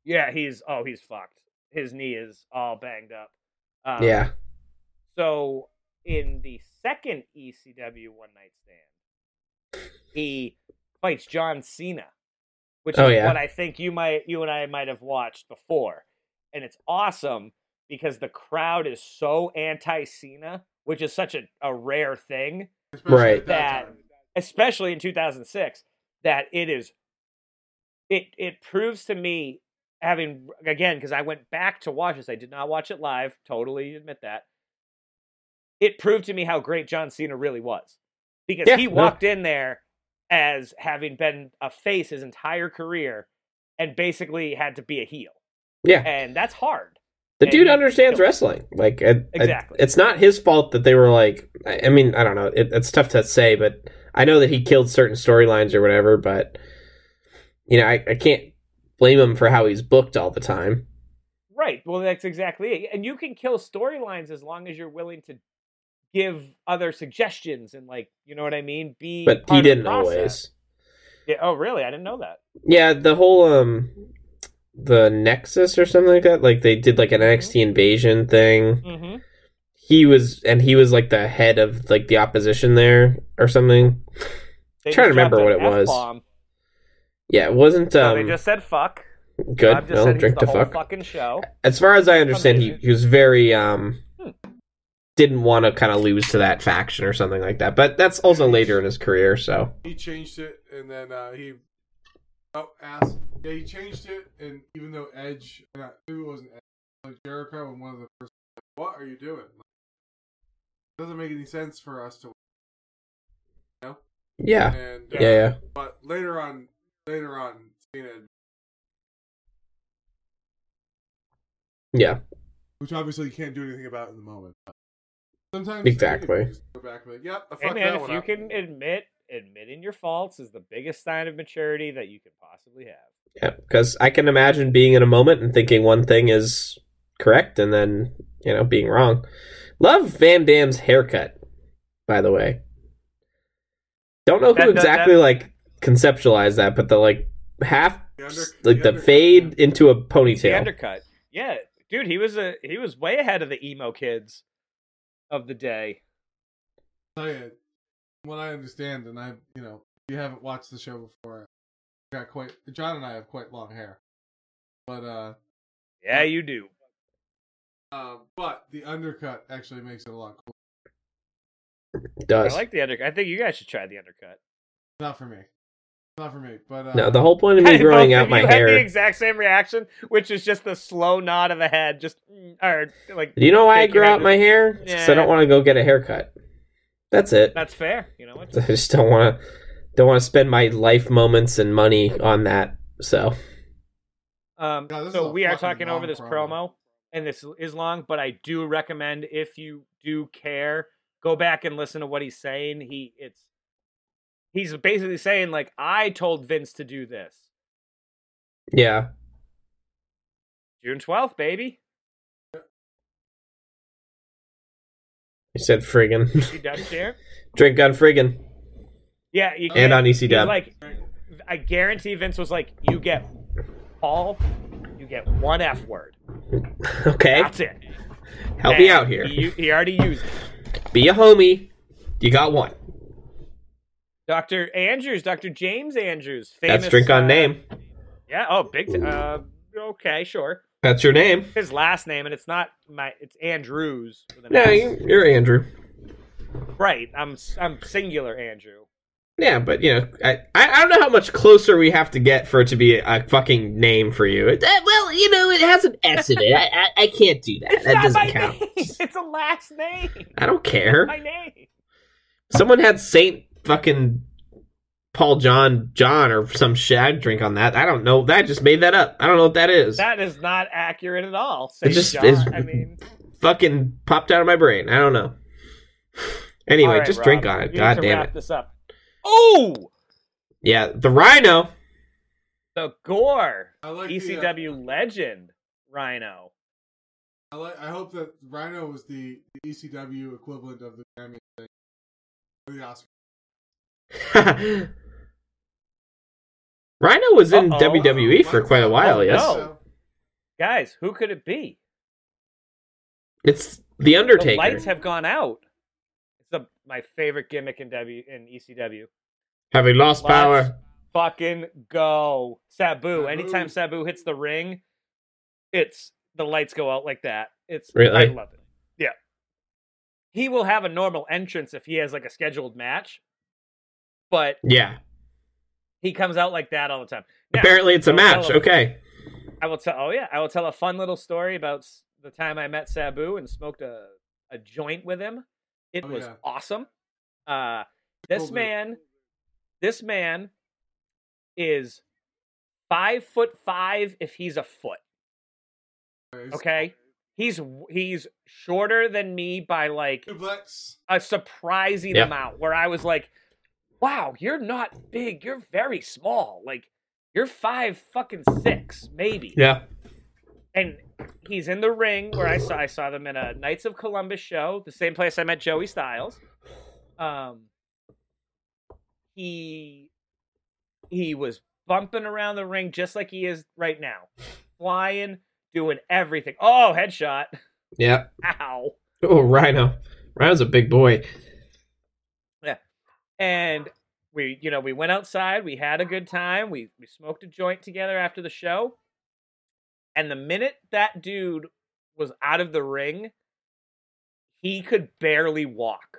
Yeah, he's oh he's fucked. His knee is all banged up. Um,
yeah.
So in the second ECW one night stand, he fights John Cena, which
Oh,
is
yeah.
what I think you might you and I might have watched before, and it's awesome because the crowd is so anti Cena, which is such a, a rare thing,
Especially
Right.
at that.
That-
time.
especially in 2006, that it is. It it proves to me having again because I went back to watch this. I did not watch it live. Totally admit that. It proved to me how great John Cena really was because
Yeah,
he
no.
walked in there as having been a face his entire career and basically had to be a heel.
Yeah.
and that's hard.
The
and
dude
he
understands
killed it.
wrestling. Like I, I-
Exactly.
it's not his fault that they were like. I, I mean, I don't know. It, it's tough to say, but I know that he killed certain storylines or whatever. But you know, I, I can't blame him for how he's booked all the time.
Right. Well, that's exactly it. And you can kill storylines as long as you're willing to give other suggestions and like you know what I mean. Be
But
part
he
of the
didn't
process.
always.
Yeah, oh, really? I didn't know that.
Yeah, the whole um, the Nexus or something like that. Like they did like an NXT invasion thing.
Mm-hmm.
He was and he was like the head of like the opposition there or something.
They
Trying to
just
remember
dropped
what
an
it was.
F-bomb.
Yeah, it wasn't
No,
um
they just said fuck.
good.
Rob just
well,
said he's
drink
the
to
whole
fuck.
fucking show.
as far as I understand, he,
Amazing.
he was very um
Hmm.
didn't want to kind of lose to that faction or something like that. But that's also later in his career, so
He changed it and then uh, he. Oh, ass. Yeah, he changed it, and even though Edge. Not, maybe it wasn't Edge. Like Jericho and one of the first. Like, what are you doing? Like, it doesn't make any sense for us to.
yeah,
And, uh,
yeah, yeah.
But later on, later on, Cena,
yeah.
which obviously you can't do anything about in the moment. but Sometimes
Exactly.
you just Go back and be like, yep, I
Hey
fucked
man,
that
if
one
you
up.
can admit admitting your faults is the biggest sign of maturity that you can possibly have.
yeah. Because I can imagine being in a moment and thinking one thing is correct and then you know being wrong. Love Van Damme's haircut, by the way. Don't know who
That- that-
exactly
that-
like conceptualized that, but the like half
The under-
like the
under-
fade into a ponytail.
The undercut. Yeah, dude, he was a he was way ahead of the emo kids of the day.
tell you, from what I understand, and I, you know, if you haven't watched the show before, I got quite John and I have quite long hair, but uh,
Yeah, you do.
uh but the undercut actually makes it a lot cooler.
I
Does
like the undercut. I think you guys should try the undercut.
Not for me, not for me, but uh,
no? The whole point of me growing
Both
out
of
my
you had the
hair.
exact same reaction, which is just the slow nod of the head, just mm, or like
Do you know why I
Shake your
grew
head
out my hair? Because I
Yeah.
don't want to go get a haircut. That's it.
that's fair. You know what?
I just don't want to don't want to spend my life moments and money on that. So
Um,
Yeah, this is
so
a
we are
fucking
talking over
long
this
promo.
promo, and this is long, but I do recommend if you do care, go back and listen to what he's saying. He it's he's basically saying like I told Vince to do this
yeah,
June twelfth, baby.
you said friggin'
You done share?
drink on friggin'
Yeah, you can.
and on E EC
he's
Dub.
like I guarantee Vince was like, you get Paul, you get one F word.
okay,
That's it.
help me
And
out here.
He, he already used it.
Be a homie. You got one.
Dr. Andrews, Dr. James Andrews, famous.
That's drink on
uh,
name.
Yeah. Oh, big. T- uh, okay, sure.
That's your name.
His last name, and it's not my. It's Andrews. With an
Yeah,
S.
you- you're Andrew.
Right. I'm. s- I'm singular Andrew.
Yeah, but you know, I I I don't know how much closer we have to get for it to be a fucking name for you. It- eh, well, you know, it has an S in it. I I, I can't do that.
It's
that
not
doesn't
my
count.
name. It's a last name.
I don't care.
My name.
Someone had Saint fucking Paul John John or some shag drink on that. I don't know. That just made that up. I don't know what that is.
That is not accurate at all. Saint
just
John.
is-
I mean,
fucking popped out of my brain. I don't know. Anyway,
all right,
just
Rob,
drink on it.
you need
God
to
damn
wrap
it.
This up. Oh,
Yeah, the Rhino.
the Gore,
I like The,
ECW legend, Rhino.
uh, I, like, I hope that Rhino was the, the ECW equivalent of the Grammy thing, or the Oscar.
Rhino was in
Uh-oh.
WWE E for quite a while.
Oh,
yes,
no. Guys, who could it be?
it's the Undertaker.
The lights have gone out. It's the, my favorite gimmick in W in ECW.
Having lost
Lights
power,
Fucking go, Sabu.
Sabu.
Anytime Sabu hits the ring, it's the lights go out like that. It's I
Really?
love it. Yeah, he will have a normal entrance if he has like a scheduled match, but
yeah.
he comes out like that all the time. Now,
Apparently, it's a
Oh,
match.
hell.
Okay,
I will tell. Oh yeah, I will tell a fun little story about s- the time I met Sabu and smoked a a joint with him. It
Oh,
was
yeah.
awesome. Uh, this
Totally.
man, this man, is five foot five if he's a foot.
Anyways,
Okay, he's w- he's shorter than me by like
Duplex.
a surprising
Yeah.
amount where I was like, wow, you're not big. You're very small. Like, you're five fucking six, maybe.
yeah.
And he's in the ring where I saw I saw them in a Knights of Columbus show, the same place I met Joey Styles. Um he he was bumping around the ring just like he is right now. Flying, doing everything. Oh, headshot.
Yeah.
Ow.
Oh, Rhino. Rhino's a big boy.
and we you know we went outside we had a good time we we smoked a joint together after the show and the minute that dude was out of the ring he could barely walk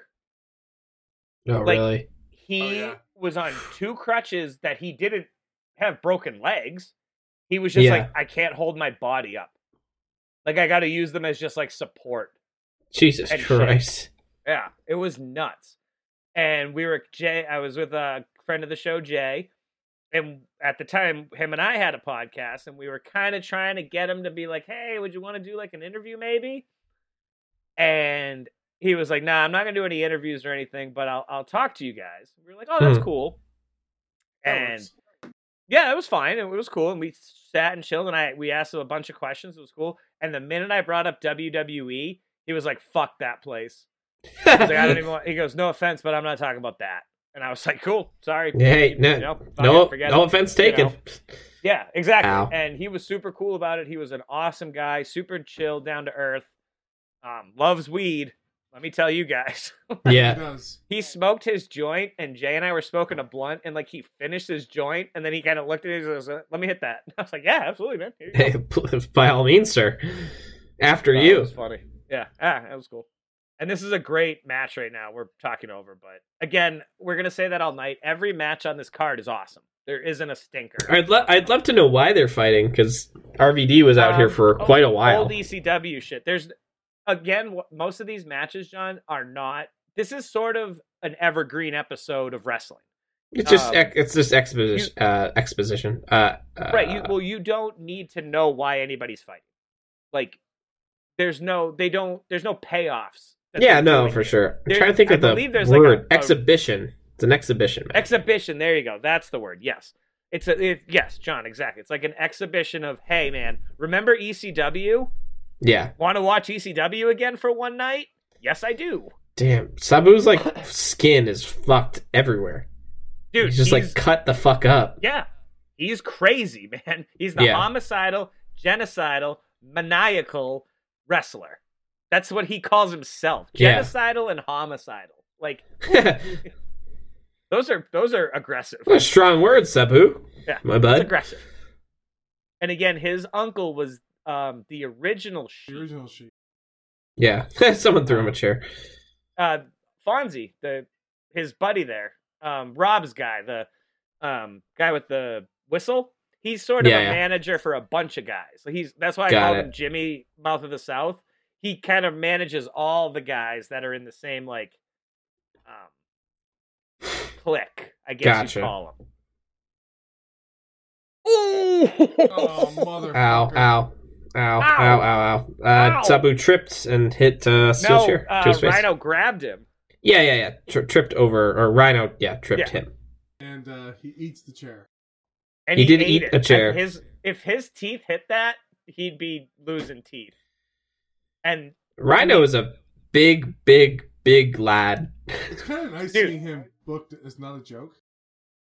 Oh,
Like-
really?
he
yeah.
was on two crutches that he didn't have broken legs he was just
Yeah.
like i can't hold my body up like i got to use them as just like support
Jesus
and shit.
Christ.
Yeah, it was nuts. And we were Jay. I was with a friend of the show, Jay, and at the time, him and I had a podcast, and we were kind of trying to get him to be like, "Hey, would you want to do like an interview, maybe?" And he was like, "Nah, I'm not gonna do any interviews or anything, but I'll I'll talk to you guys." We were like, "Oh, that's
Hmm.
cool."
That
And
works.
yeah, it was fine. It was cool, and we sat and chilled, and I we asked him a bunch of questions. It was cool. And the minute I brought up WWE, he was like, "Fuck that place." I was like, I don't even want. He goes, no offense, but I'm not talking about that. And I was like, cool, sorry.
Hey, no-
You know, fuck
no,
it, forget
no
it.
offense taken.
know. Yeah, exactly.
Ow.
And he was super cool about it. He was an awesome guy, super chill, down to earth. Um, loves weed. Let me tell you guys.
Yeah.
Because
he smoked his joint, and Jay and I were smoking a blunt, and like he finished his joint, and then he kind of looked at it and was like, "Let me hit that." I was like, "Yeah, absolutely, man." Here you go."
Hey, pl- by all means, sir. After
Oh, It
you.
was funny. Yeah. Ah, that was cool. And this is a great match right now. We're talking over, but again, we're gonna say that all night. Every match on this card is awesome. There isn't a stinker.
I'd, lo- I'd love to know why they're fighting because RVD was out here
Um,
for
old-
quite a while.
Old ECW shit. There's again, wh- most of these matches, John, are not. This is sort of an evergreen episode of wrestling,
It's just
um,
ex- it's just exposition. uh, exposition. Uh, uh,
right? You, well, you don't need to know why anybody's fighting. Like, there's no, they don't, there's no payoffs. that
yeah,
they're
no,
doing
for
here.
sure. I'm
There-
trying to think
I
of the
believe there's like a-
word.
a-
exhibition. It's an exhibition match.
Exhibition. There you go. That's the word. Yes. It's a it, yes, John. Exactly. It's like an exhibition of hey, man. Remember E ECW?
yeah.
Want to watch ECW again for one night? Yes, I do.
Damn. Sabu's like skin is fucked everywhere.
Dude,
he's just like cut the fuck up.
Yeah. He's crazy, man. He's the
Yeah.
homicidal, genocidal, maniacal wrestler. That's what he calls himself.
Yeah.
Genocidal and homicidal. Like those are those are aggressive.
what a strong word, Sabu.
Yeah.
My
It's
bud.
aggressive. And again, his uncle was um the original
the
Sheik.
original sheet.
Yeah. Someone threw him a chair.
uh Fonzie, the his buddy there, um Rob's guy, the um guy with the whistle. He's sort of
Yeah,
a
yeah.
manager for a bunch of guys. So he's that's why I
Got
call
it.
him Jimmy Mouth of the South. He kind of manages all the guys that are in the same like um clique, I guess
Gotcha.
you call them. Ooh!
Oh, mother.
Ow, ow. Ow, ow, ow, ow. Uh,
Ow.
Sabu tripped and hit uh, steel
no,
chair to
uh,
his face.
Rhino grabbed him.
Yeah, yeah, yeah. Tri- tripped over, or Rhino, yeah, tripped
Yeah.
him.
And uh, he eats the chair.
and
He
he,
did
ate
eat
it.
a chair.
If his if his teeth hit that, he'd be losing teeth. And
Rhino is a big, big, big lad.
It's kind of nice
Dude.
seeing him booked as not a joke.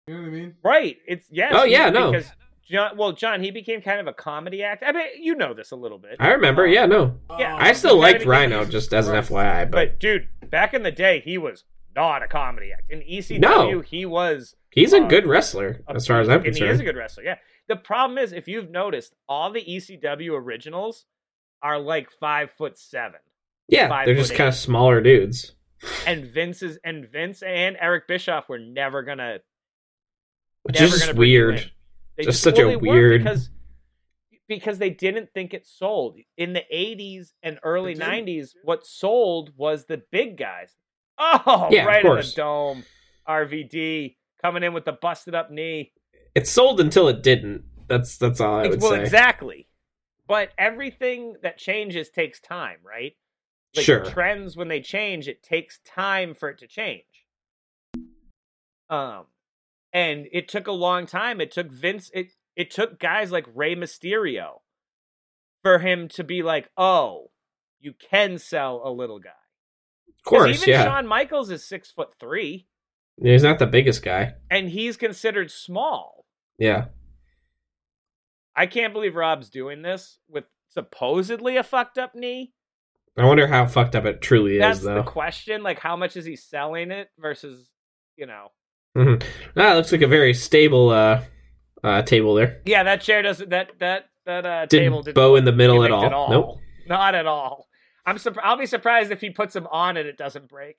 You know what I mean?
right, it's yes.
Oh,
he-
yeah, no.
Because John, well, John, he became kind of a comedy act. I mean, you know this a little bit.
I remember, yeah, no.
Yeah.
Oh,
I still
You gotta
liked
get
Rhino,
Jesus
just as an
Christ.
FYI, but
but dude, back in the day, he was not a comedy act. In ECW,
No.
he was.
he's a
uh,
good wrestler,
a-
as far as
and
I'm
he is a
concerned.
good wrestler. Yeah. The problem is, if you've noticed, all the ECW originals are like five foot seven.
Yeah,
five
they're
foot
just
eight.
kind of smaller dudes.
and Vince's and Vince and Eric Bischoff were never gonna.
Which
never
is
gonna
just
bring you in.
weird.
They
Just such a
well, they weren't
weird-
because because they didn't think it sold in the '80s and early
It didn't.
'90s. What sold was the big guys. Oh,
Yeah, of
right in the
course.
dome. RVD coming in with the busted up knee.
It sold until it didn't. That's that's all I
Ex-
would
well,
say.
exactly. But everything that changes takes time, right? Like
Sure.
trends when they change, it takes time for it to change. Um and it took a long time. It took Vince it it took guys like Rey Mysterio for him to be like, "Oh, you can sell a little guy."
Of
'Cause
course,
even
yeah.
Shawn Michaels is 6 foot 3
He's not the biggest guy.
and he's considered small.
Yeah.
I can't believe Rob's doing this with supposedly a fucked up knee.
I wonder how fucked up it truly
That's
is,
the
though.
question. Like, how much is he selling it versus, you know?
Mhm. Ah, it looks like a very stable uh, uh, table there.
Yeah, that chair doesn't. That that that uh,
Didn't
table didn't
bow in the middle at
connect
all. Nope.
Not at all. I'm surprised. I'll be surprised if he puts them on and it doesn't break.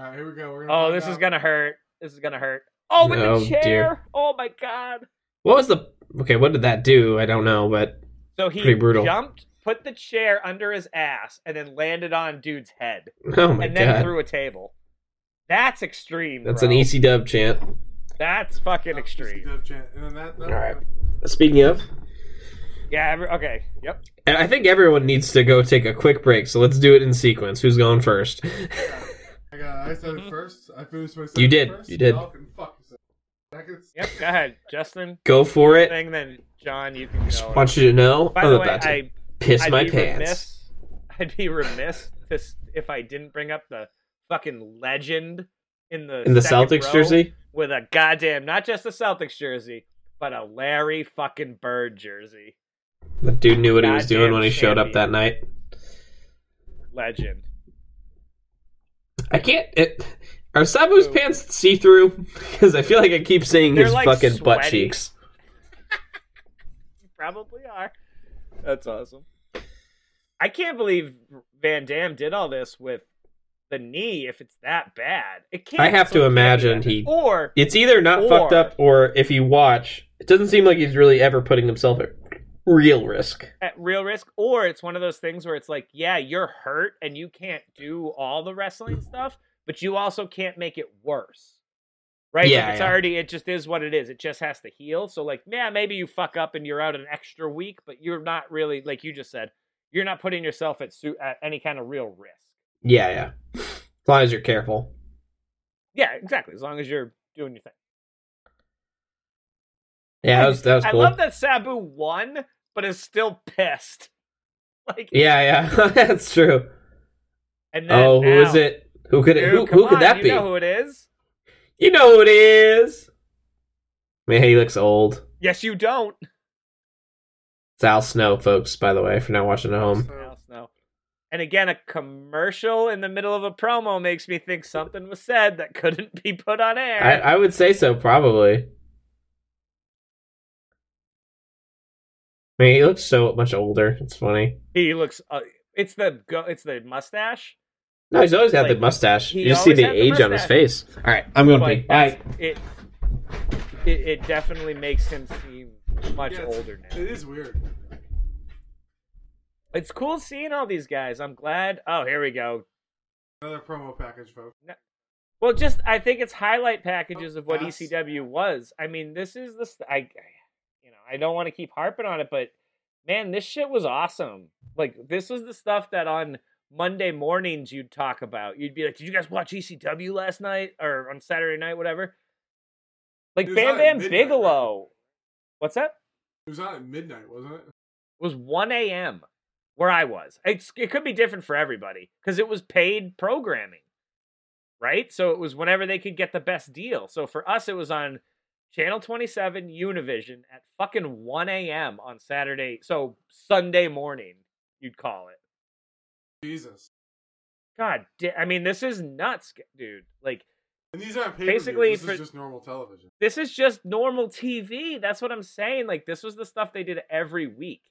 All right, here we go. We're gonna
Oh,
find
this is
out.
gonna hurt. This is gonna hurt. Oh, with
Oh,
the chair.
dear.
Oh my god.
What was the okay? What did that do? I don't know, but
So he
Pretty brutal.
jumped, put the chair under his ass, and then landed on dude's head,
oh my
and then
god,
through a table. That's extreme.
that's
bro.
an EC Dub chant.
That's
Oh,
fucking
this is
extreme.
Dev Chan. And then that, that
All right. Speaking of,
Yeah. Every, okay. Yep.
and I think everyone needs to go take a quick break, so let's do it in sequence. Who's going first?
I got. I
Mm-hmm.
said it first. I finished my.
You did,
First.
you did.
Y'all can fuck yourself. Second.
Yep. Go ahead, Justin.
go for it.
Thing then, John, you can
Just
go.
want you to know
By
I'm
the way,
about to
I,
piss
I'd
my
be
pants.
remiss. I'd be remiss to, s- if I didn't bring up the fucking legend in the
in the
second
Celtics
row
jersey.
with a goddamn not just the Celtics jersey, but a Larry fucking Bird jersey.
That dude knew what he was
Goddamn
doing when he showed up
champion.
that night.
Legend.
I can't. It, are Sabu's pants see through? Because I feel like I keep seeing
They're,
his
like,
fucking butt
sweaty.
cheeks.
You probably are. That's awesome. I can't believe Van Damme did all this with the knee if it's that bad. It can't
I have to
it's okay
imagine
that-
he-
or
It's either not
Or-
fucked up or if you watch, it doesn't seem like he's really ever putting himself at real risk.
at real risk, or it's one of those things where it's like, yeah, you're hurt and you can't do all the wrestling stuff, but you also can't make it worse. Right? Like,
Yeah,
it's
yeah.
already it just is what it is. It just has to heal. So like, yeah, maybe you fuck up and you're out an extra week, but you're not really like you just said, you're not putting yourself at su- at any kind of real risk.
Yeah, yeah. As long as you're careful.
Yeah, exactly. As long as you're doing your thing.
Yeah, that was, that was cool.
I love that Sabu won, but is still pissed. Like,
Yeah, yeah. That's true.
and then
Oh, who
now,
is it? Who could it,
Dude,
who,
come
who could
on,
that
you
be?
know who it is?
You know who it is. Man, he looks old.
Yes, you don't.
It's Al Snow, folks, by the way, if you're not watching at home.
Al Snow. And again, a commercial in the middle of a promo makes me think something was said that couldn't be put on air.
I, I would say so, probably. I mean, he looks so much older. It's funny.
he looks. Uh, it's the go, it's the mustache.
No, he's always had the
Like,
mustache.
he
You just see
always
the
had the
age on his
mustache.
face. All right, I'm going to pee.
Like,
Bye.
it, it it definitely makes him seem much
Yeah, it's-
older now.
It is weird.
It's cool seeing all these guys. I'm glad. Oh, here we go.
Another promo package, folks.
Well, just I think it's highlight packages of what
Yes.
ECW was. I mean, this is the st- I, you know, I don't want to keep harping on it, but man, this shit was awesome. Like this was the stuff that on Monday mornings you'd talk about. You'd be like, "Did you guys watch ECW last night or on Saturday night, whatever?" Like
It was
Bam
on at
Bam
midnight, right?
Bigelow. What's that?
It was on at midnight, wasn't it?
was 1 a.m. where I was. It's, it could be different for everybody because it was paid programming, right? So it was whenever they could get the best deal. So for us, it was on Channel 27 Univision at fucking 1 a.m. on Saturday. So Sunday morning, you'd call it.
Jesus.
God, da- I mean, this is nuts, dude. Like,
And these aren't pay
Basically,
Basically, this
for-
is just normal television.
this is just normal TV. That's what I'm saying. Like this was the stuff they did every week.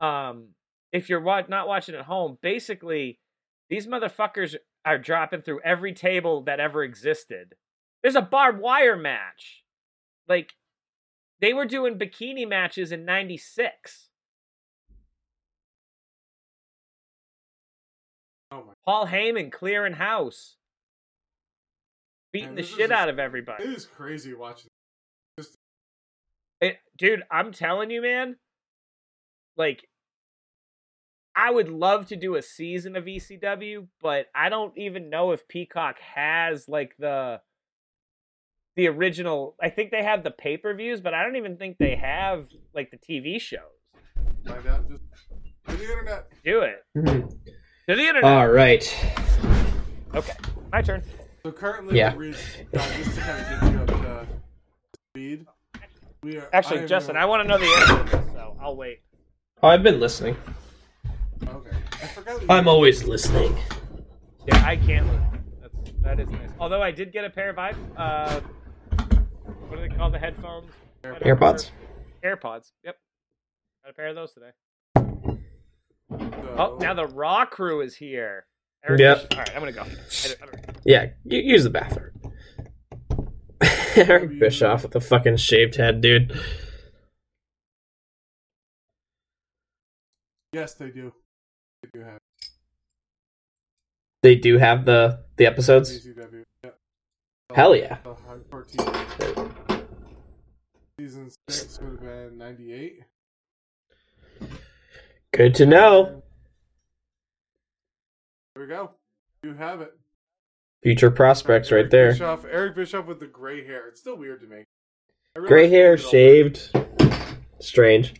Um, if you're wa- not watching at home, basically these motherfuckers are dropping through every table that ever existed. There's a barbed wire match. Like they were doing bikini matches in 96.
Oh my.
Paul Heyman clearing house. Beating
Man,
the
this is
shit
just-
out of everybody.
It is crazy watching.
It, dude, I'm telling you, man. Like, I would love to do a season of ECW, but I don't even know if Peacock has like the the original. I think they have the pay per views, but I don't even think they have like the TV shows.
Find out just on the internet.
Do it to the internet.
All right.
okay, my turn.
So currently,
Yeah.
we're, uh, just to kind of get you up to speed. We are,
Actually,
am
Justin,
gonna-
I want to know the answer, to this, so I'll wait.
Oh, I've been listening.
Okay. I forgot. that
I'm always listening.
Yeah, I can't listen. That's that is nice. Although I did get a pair of i uh, what do they call the headphones?
AirPods?
AirPods. Yep. Got a pair of those today.
you-
Oh,
so-
now the Raw crew is here.
Yep.
All right, I'm gonna go. I don't- I don't-
Yeah, you use the bathroom. Eric
you-
Bischoff with a fucking shaved head, dude.
Yes, they do. They do have
They do have the the episodes.
ECW. Yeah.
Hell yeah.
The hardcore TV. Season six would have been '98.
Good to know.
There we go. You have it.
Future prospects
Eric
right there.
Bischoff, Eric Bischoff with the gray hair. It's still weird to me. I realize
Gray hair,
it's old.
shaved. Strange.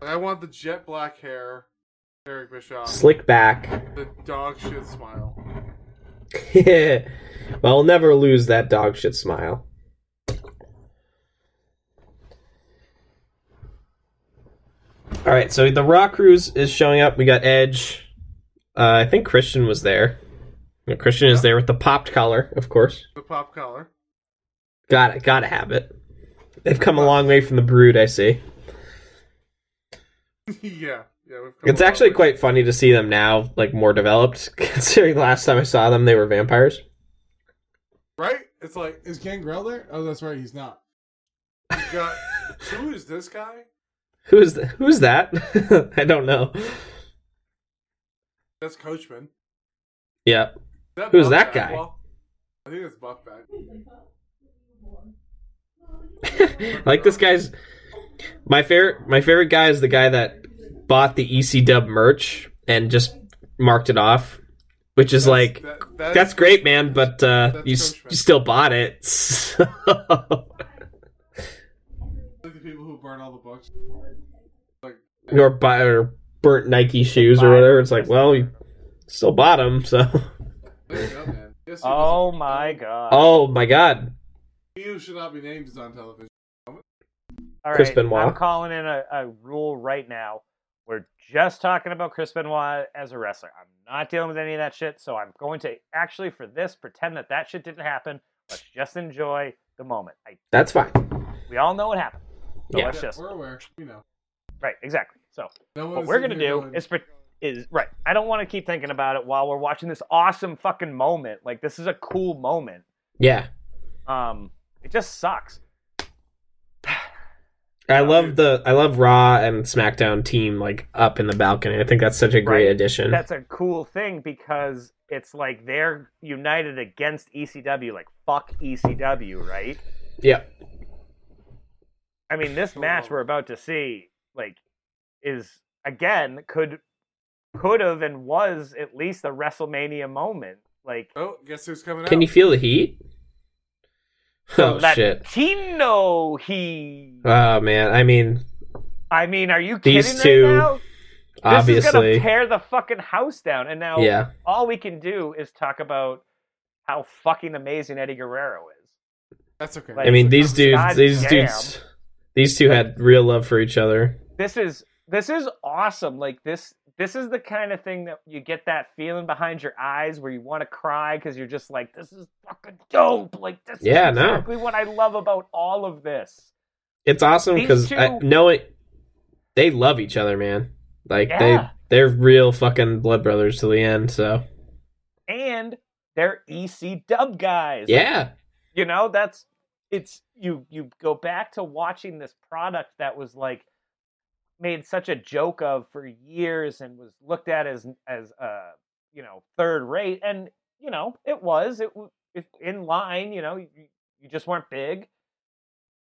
I want the jet black hair, Eric Bischoff.
Slick back.
The dog shit smile.
well, I'll never lose that dog shit smile. All right, so the Raw Cruise is showing up. We got Edge. Uh, I think Christian was there. No, Christian is there with the popped collar, of course.
The pop collar.
Got it. Gotta have it. They've come a long way from the Brood, I see.
yeah, yeah. We've come
It's
a long
actually
way.
quite funny to see them now, like more developed, considering the last time I saw them, they were vampires.
right. It's like is Gangrel there? Oh, that's right. He's not. He's got. who is this guy?
Who is th- who's that? I don't know.
That's Coachman.
Yeah,
That
Who's
Buff
that guy?
Bagwell? I think it's Buff Bag.
like this guy's my favorite. My favorite guy is the guy that bought the EC Dub merch and just marked it off, which is like
That- that
that's
is-
great, man. But uh, you, s-
Coachman.
you still bought it. so-
Like the people who burn all the books. Like
or buy or burnt Nike shoes or whatever. It's like, well, you still bought them. So,
there you go, man. Yes, he was-
Oh my god.
oh my god,
He who should not be named is on television.
All
Chris
right,
Benoit.
I'm calling in a, a rule right now. We're just talking about Chris Benoit as a wrestler. I'm not dealing with any of that shit, so I'm going to actually, for this, pretend that that shit didn't happen. Let's just enjoy the moment. I,
that's fine.
we all know what happened. So
Yeah.
let's
Yeah,
just
we're aware. We know.
right, exactly. So
No one
what
is
we're
sitting
gonna
here
do
going,
is pre- is right. I don't want to keep thinking about it while we're watching this awesome fucking moment. Like this is a cool moment.
Yeah,
Um, it just sucks.
I love the I love Raw and SmackDown team like up in the balcony. I think that's such a great
Right.
addition.
that's a cool thing because it's like they're united against ECW, like fuck ECW, right?
yeah,
I mean, this
Sure.
match we're about to see, like, is again could could have and was at least a WrestleMania moment. Like
Oh, guess who's coming
can
out?
you feel the heat? Oh shit!
Latino he.
Oh man, I mean,
I mean, are you kidding
These two,
right now? this is gonna
obviously,
tear the fucking house down. And now,
yeah.
all we can do is talk about how fucking amazing Eddie Guerrero is.
That's okay.
Like,
I mean, these dudes,
God
these
damn.
dudes, these two had real love for each other.
this is this is awesome like this this is the kind of thing that you get that feeling behind your eyes where you want to cry because you're just like this is fucking dope like this
Yeah,
is
no.
exactly what i love about all of this
It's awesome
These
because
two-
knowing they love each other, man. Like
Yeah.
they, they're real fucking blood brothers to the end. So
and they're ec dub guys
yeah,
you know that's it's you you go back to watching this product that was like made such a joke of for years and was looked at as as uh you know third rate and you know it was it w- it in line you know you, you just weren't big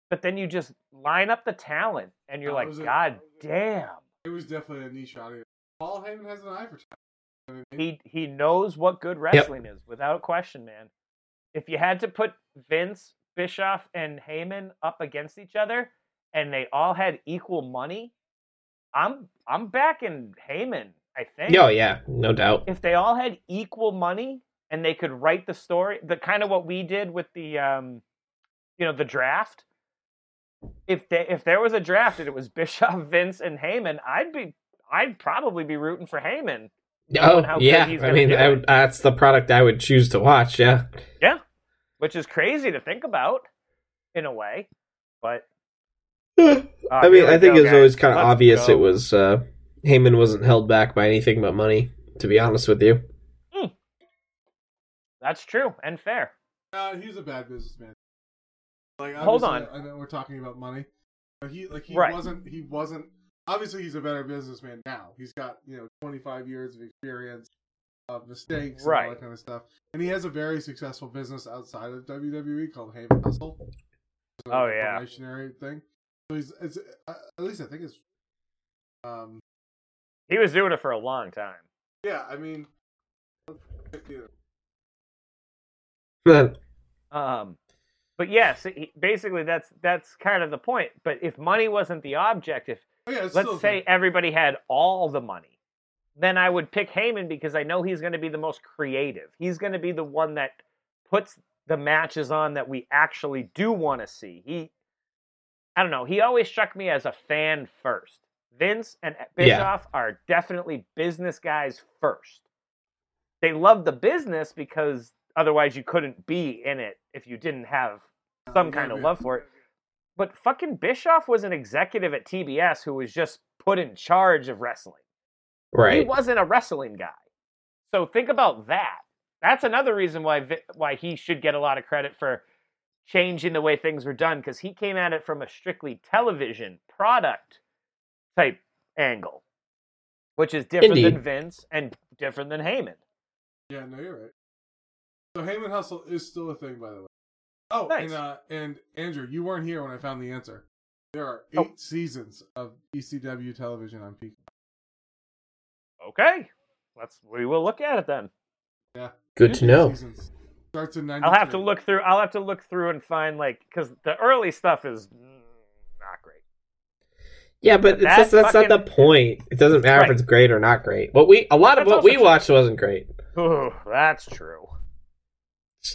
but then you just line up the talent and you're
That
like
was a-
god damn
It was definitely a niche audience. Paul Heyman has an eye for talent.
he he knows what good wrestling is without question, man. If you had to put Vince, Bischoff, and Heyman up against each other, and they all had equal money, I'm I'm backing Heyman. I think.
oh yeah, no doubt.
If they all had equal money and they could write the story, the kind of what we did with the um, you know, the draft. If they if there was a draft and it was Bischoff, Vince, and Heyman, I'd be I'd probably be rooting for Heyman. knowing
Oh
how good
yeah,
he's
I
gonna
mean
do
I
it.
would, that's the product I would choose to watch. Yeah,
which is crazy to think about in a way. But Ah,
I mean I think it was always kind of obvious it was uh, Heyman wasn't held back by anything but money. To be honest with you,
That's true and fair.
Uh, he's a bad businessman. Like,
Hold
obviously, I know we're talking about money, but he like he
Right.
wasn't. He wasn't. Obviously, he's a better businessman now. He's got you know 25 years of experience of mistakes and
Right.
all that kind of stuff, and he has a very successful business outside of WWE called Heyman Hustle. It's a
Oh, yeah.
probationary thing. So he's it's uh, at least I think it's um
He was doing it for a long time.
yeah I mean. you know,
Um, but yes, he- basically that's that's kind of the point. But if money wasn't the object, if
oh, yeah, it's still a
let's say
thing.
everybody had all the money, then I would pick Heyman because I know he's going to be the most creative. He's going to be the one that puts the matches on that we actually do want to see. He, I don't know. He always struck me as a fan first. Vince and E,
Yeah.
Bischoff are definitely business guys first. They love the business because otherwise you couldn't be in it if you didn't have some kind of love for it. But fucking Bischoff was an executive at TBS who was just put in charge of wrestling. He
Right.
wasn't a wrestling guy. So think about that. That's another reason why Vi- why he should get a lot of credit for changing the way things were done because he came at it from a strictly television product type angle, which is different than
Indeed.
Vince and different than Heyman.
Yeah, no, you're right. So Heyman Hustle is still a thing, by the way. Oh,
Nice.
and uh, and Andrew, you weren't here when I found the answer. There are eight
Oh.
seasons of ECW television on Peacock.
Okay, let's we will look at it then.
Good to know.
Seasons. Starts in ninety.
I'll have to look through. I'll have to look through and find like because the early stuff is mm, not great.
Yeah, but
But
it's just,
that
that's not
fucking-
the point. It doesn't matter
Right.
if it's great or not great. What we a lot of
That's
what
also
we
true.
watched wasn't great.
Ooh, that's true.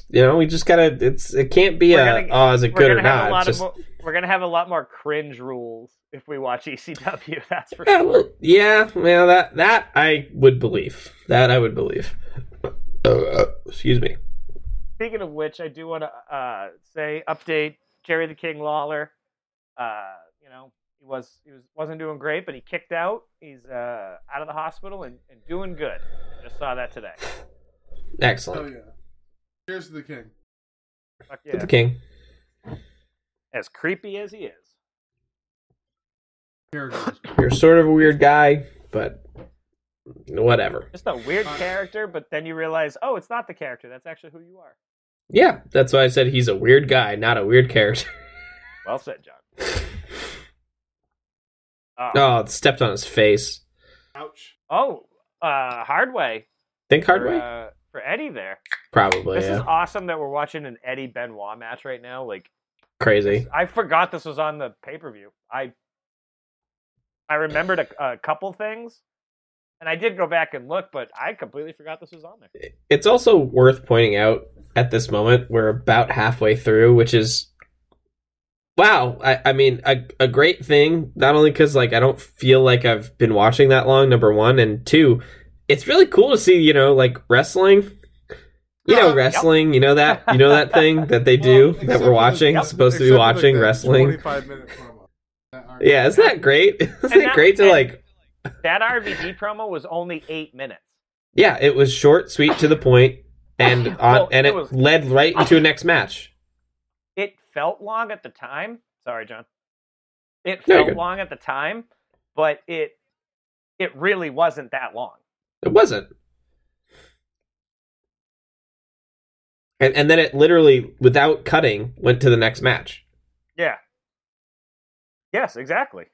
You know, we just gotta. It's it can't be
We're
a
gonna-
oh, is it good or
have A
not?
lot
It's just
of more, we're gonna have a lot more cringe rules if we watch ECW. That's for
yeah,
sure.
well, yeah, well, that that I would believe. That I would believe. Uh, excuse me.
Speaking of which, I do want to uh, say update Jerry the King Lawler. Uh, you know, he was he was wasn't doing great, but he kicked out. He's uh, out of the hospital and, and doing good. Just saw that today.
Oh
Excellent.
yeah. Here's the king.
Fuck
With
Oh, yeah.
The king.
As creepy as he is.
Here it goes.
You're sort of a weird guy, but whatever.
Just a weird
Uh,
character, but then you realize, oh, it's not the character. That's actually who you are.
Yeah, that's why I said he's a weird guy, not a weird character.
Well said, John. Oh,
Oh, it stepped on his face.
Ouch.
oh uh, hard way.
Think hard way?
for, uh, for Eddie there.
Probably.
this
Oh, Yeah.
is awesome that we're watching an Eddie Benoit match right now. Like
Crazy.
I forgot this was on the pay per view. I I remembered a, a couple things, and I did go back and look, but I completely forgot this was on there.
It's also worth pointing out at this moment we're about halfway through, which is wow. I, I mean, a, a great thing. Not only because like I don't feel like I've been watching that long. Number one and two, it's really cool to see. You know, like wrestling. You
Uh,
know
yep.
wrestling. You know that. You know that thing that they do
Well,
that
except
we're
for
watching.
the-
supposed to be
except for, like,
watching
that
wrestling.
25 minute promo. That aren't-
Yeah, isn't that great? Isn't
And
it
that-
great to
and-
like?
That RVD promo was only eight minutes.
Yeah, it was short, sweet, to the point, and on,
Well,
and
it
it,
was-
led right into a next match.
It felt long at the time. Sorry, John. It
No, you're
felt
good.
long at the time, but it it really wasn't that long.
It wasn't. And and then it literally, without cutting, went to the next match.
Yeah. Yes, exactly.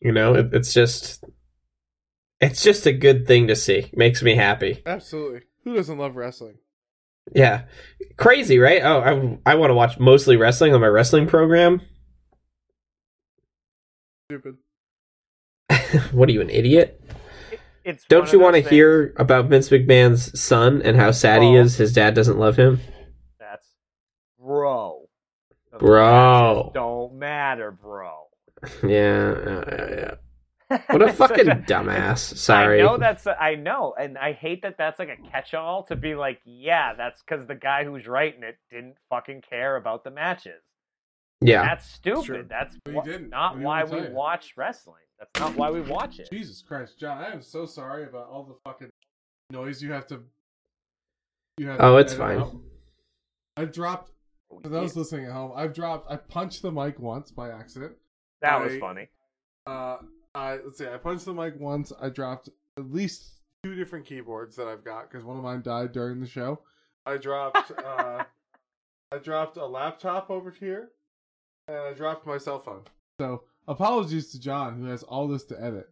You know, it, it's just, it's just a good thing to see. Makes me happy.
Absolutely. Who doesn't love wrestling?
Yeah, crazy, right? Oh, I I want to watch mostly wrestling on my wrestling program.
Stupid.
what are you, an idiot?
It's one
Don't
of
you
those
want to
things-
hear about Vince McMahon's son and how sad he
Oh.
is? His dad doesn't love him.
That's bro. The matches
Bro.
Don't matter, bro.
Yeah, yeah, yeah, yeah. What a fucking dumbass. Sorry.
I know that's I know, and I hate that that's like a catch-all to be like, yeah, that's because the guy who's writing it didn't fucking care about the matches.
yeah.
That's stupid.
Sure.
That's
But he
wha-
didn't.
not
What do you
why
want me to
we
tell you?
watch wrestling. That's not why we watch it.
Jesus Christ, John! I am so sorry about all the fucking noise you have to. You have
Oh,
to
it's
edit
fine.
out. I've dropped for those
Yeah,
listening at home. I've dropped. I punched the mic once by accident.
that was
I-
funny.
Uh, I let's see. I punched the mic once. I dropped at least two different keyboards that I've got because one of mine died during the show. I dropped. uh, I dropped a laptop over here, and I dropped my cell phone. So apologies to John who has all this to edit.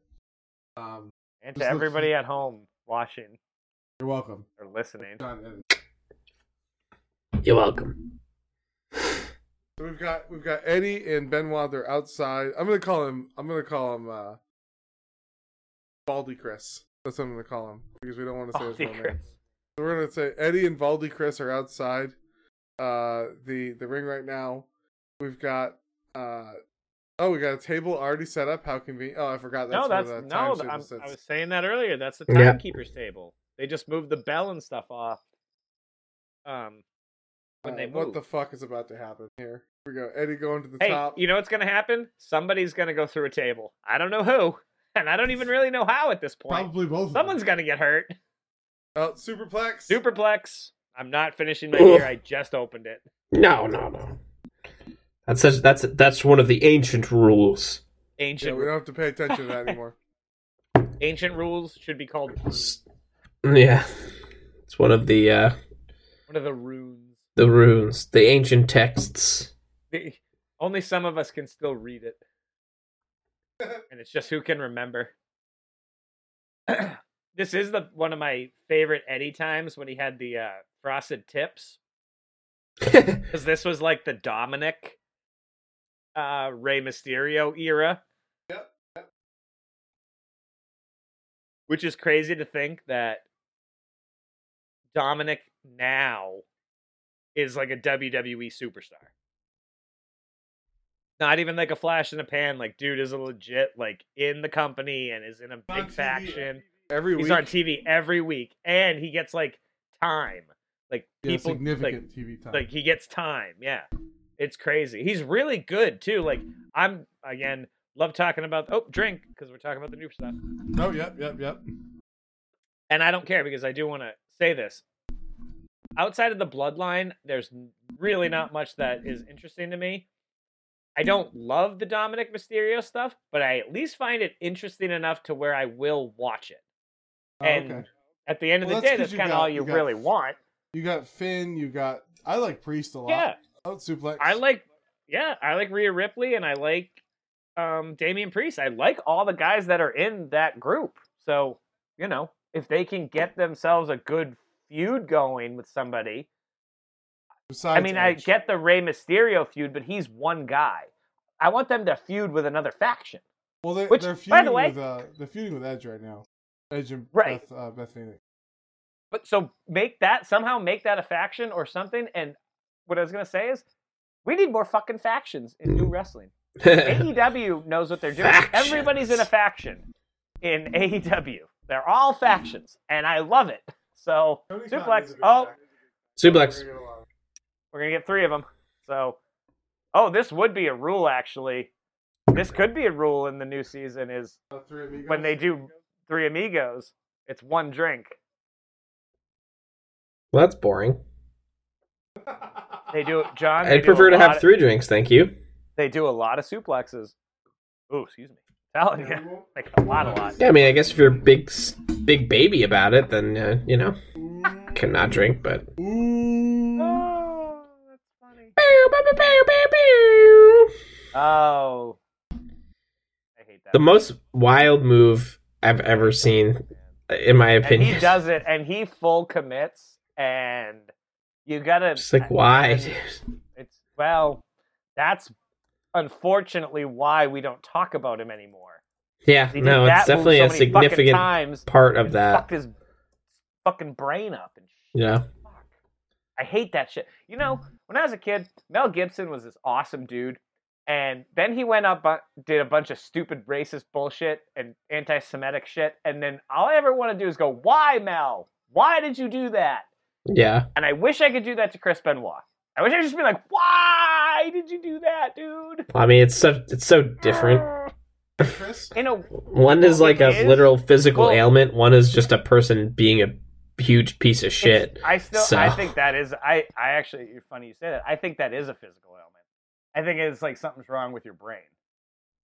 Um,
And to
just look-
everybody at home watching
you're welcome,
or listening.
John. Edit.
You're welcome.
So we've got we've got Eddie and Benoit. They're outside. I'm gonna call him. I'm gonna call him uh, Baldy Chris. That's what I'm gonna call him because we don't want to say
Oh,
his real name.
secrets.
So we're gonna say Eddie and Baldy Chris are outside uh, the the ring right now. We've got uh, Oh, we got a table already set up. How convenient! Oh, I forgot. That's
no,
where
that's
that
no.
time
th-
table
I'm, I
sits.
was saying that earlier. That's the
Yeah.
timekeeper's table. They just moved the bell and stuff off. Um, when
Uh,
they
what the
move.
fuck is about to happen here? Here we go. Eddie going to the
hey,
top.
you know what's gonna happen? Somebody's gonna go through a table. I don't know who, and I don't even really know how at this point.
Probably both. of them.
Someone's gonna get hurt.
Oh, superplex.
Superplex. I'm not finishing my beer. I just opened it.
No, no, no. That's such, that's that's one of the ancient rules.
Yeah,
Ancient
we don't have to pay attention to that anymore.
ancient rules should be called
S- Yeah, it's one of the uh,
one of the runes.
the runes, the ancient texts.
The- only some of us can still read it, and it's just who can remember. this is the one of my favorite Eddie times when he had the uh, frosted tips because this was like the Dominic, uh, Rey Mysterio era.
Yep, yep.
Which is crazy to think that Dominic now is like a WWE superstar. Not even like a flash in the pan. Like, dude is a legit like in the company and is in a
on
big
TV.
faction.
Every
He's
week.
on TV every week, and he gets like time. Like
Yeah,
people, like
significant TV time.
like he gets time yeah it's crazy he's really good too like i'm again love talking about oh drink because we're talking about the new stuff
oh, yep, yep, yep.
and i don't care because i do want to say this outside of the bloodline there's n- really not much that is interesting to me i don't love the dominic mysterio stuff but i at least find it interesting enough to where i will watch it
Oh,
and
okay.
at the end of the
Well, that's
day
'cause
that's
you
kind of
got-
all you,
you got-
really want
You got Finn. You got. I like Priest a lot.
yeah
Oh, suplex.
I like, yeah, I like Rhea Ripley and I like um, Damian Priest. I like all the guys that are in that group. So, you know, if they can get themselves a good feud going with somebody,
Besides
I mean, I
Edge.
get the Rey Mysterio feud, but he's one guy. I want them to feud with another faction.
Well, they,
which,
they're feuding
by the way-
with uh, they're feuding with Edge right now. Edge and
Right.
Beth, uh, Beth Phoenix.
But so make that somehow make that a faction or something. And what I was gonna say is, we need more fucking factions in new wrestling. AEW E knows what they're doing. Everybody's in a
Factions.
faction in AEW. They're all factions, and I love it. So suplex. Oh,
Suplex.
we're gonna get three of them. So, oh, this would be a rule actually. This could be a rule in the new season. Is
Uh,
when they do three amigos, it's one drink.
Well, that's boring.
They do it, John. they
I'd
do a
prefer to
lot
have
of-
three drinks, thank you.
They do a lot of suplexes. Ooh, excuse me. Telling you, like a lot, a lot.
Yeah, I mean, I guess if you're a big s- big baby about it, then uh, you know, cannot drink. But
Ooh.
Oh, that's funny.
Pew, pew, pew, pew, pew, pew.
Oh, I hate that.
the most wild move I've ever seen, uh, in my
and he
opinion.
does it and he full commits and you gotta
Just like why?
and it's well that's unfortunately why we don't talk about him anymore
yeah,
He did
no, it's
that move
definitely
so
a
many fucking
significant
times
part of
and
that.
fucked his fucking brain up and shit.
Yeah,
Fuck. I hate that shit. You know, when I was a kid, Mel Gibson was this awesome dude, and then he went up, bu- did a bunch of stupid racist bullshit and anti-Semitic shit, and then all I ever want to do is go, "Why, Mel? Why did you do that?"
yeah.
And I wish I could do that to Chris Benoit. I wish I could just be like, "Why did you do that, dude?"
I mean, it's so it's so different.
Chris,
You know,
One is like a
It is?
literal physical
Well-
ailment. One is just a person being a huge piece of shit.
I still,
So-
I think that is. I, I actually, you're funny you say that. I think that is a physical ailment. I think it's like something's wrong with your brain.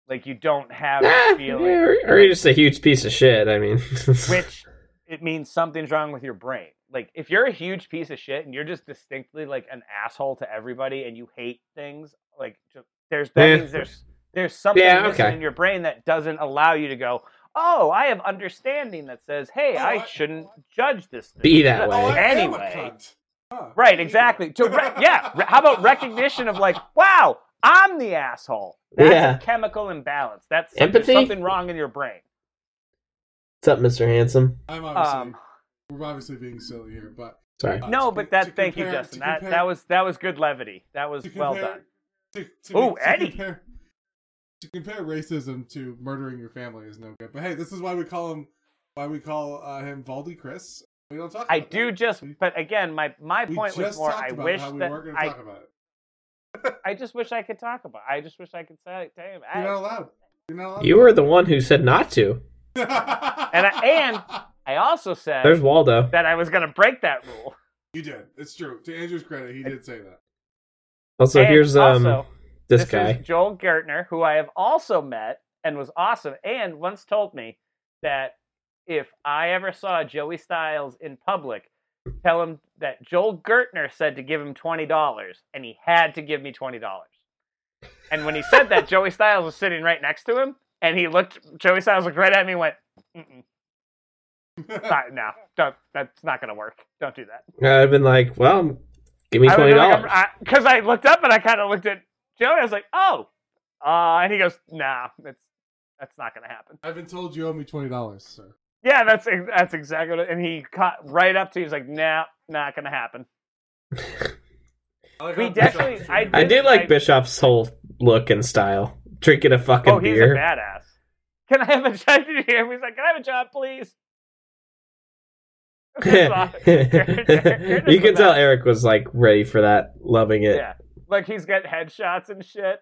Like you don't have
Ah,
a
yeah,
feeling.
or, or you're just a huge piece of shit. I mean,
which it means something's wrong with your brain. Like if you're a huge piece of shit and you're just distinctly like an asshole to everybody and you hate things, like ju- there's that
Yeah.
means there's there's something
Yeah,
missing
okay.
in your brain that doesn't allow you to go. Oh, I have understanding that says, "Hey,
Oh,
I
I-
shouldn't judge this thing."
Be that
But-
way. Oh, I
Anyway, right? Exactly. To re- yeah. re- how about recognition of like, wow, I'm the asshole. That's
Yeah.
a chemical imbalance. That's there's
Empathy?
Something wrong in your brain.
what's up, Mister Handsome?
I'm obviously
Um,
we're obviously being silly here, but
Sorry.
uh,
No,
to-
but
to
that. Thank you,
compare-
Justin.
to
That
compare-
that was that was good levity. That was
to
well
compare-
done.
to- to-
Ooh,
to
Eddie.
compare- to compare racism to murdering your family is no good. But hey, this is why we call him why we call uh, him Valdi Chris. We don't talk.
I
about
do
that.
just,
We-
but again, my my
we
point was
just
more.
talked
I
about
wish
how we
that
weren't going to
I,
talk about it.
I just wish I could talk about. I just wish I could say to him.
You're
"Hey,
not allowed. You're not allowed.
You were the one who said not to.
And I- and- I also said
There's Waldo.
that I was going to break that rule.
you did. It's true. To Andrew's credit, he did say that.
Also,
And
here's um
also,
this,
this
guy.
is Joel Gertner, who I have also met and was awesome, and once told me that if I ever saw Joey Styles in public, tell him that Joel Gertner said to give him twenty dollars, and he had to give me twenty dollars. And when he said that, Joey Styles was sitting right next to him, and he looked. Joey Styles looked right at me and went, Mm-mm, not, "No, don't. That's not gonna work. Don't do that."
I've been like, well, give me
I
twenty
was like,
dollars.
I'm- I Because I looked up and I kind of looked at Joey. I was like, oh. Uh, and he goes, nah, that's that's not gonna happen.
I've been told you owe me twenty dollars, sir.
Yeah, that's ex- that's exactly. What it, and he caught right up to. He's like, nah, not gonna happen.
I like
We
how
definitely-
Bishop-
I
I did like
I-
Bishop's whole look and style, drinking a fucking
oh, he's
beer.
a badass. Can I have a job? Did you hear him? He's like, can I have a job, please? That's awesome.
you can tell Eric was like ready for that, loving it.
Yeah. Like he's got headshots and shit.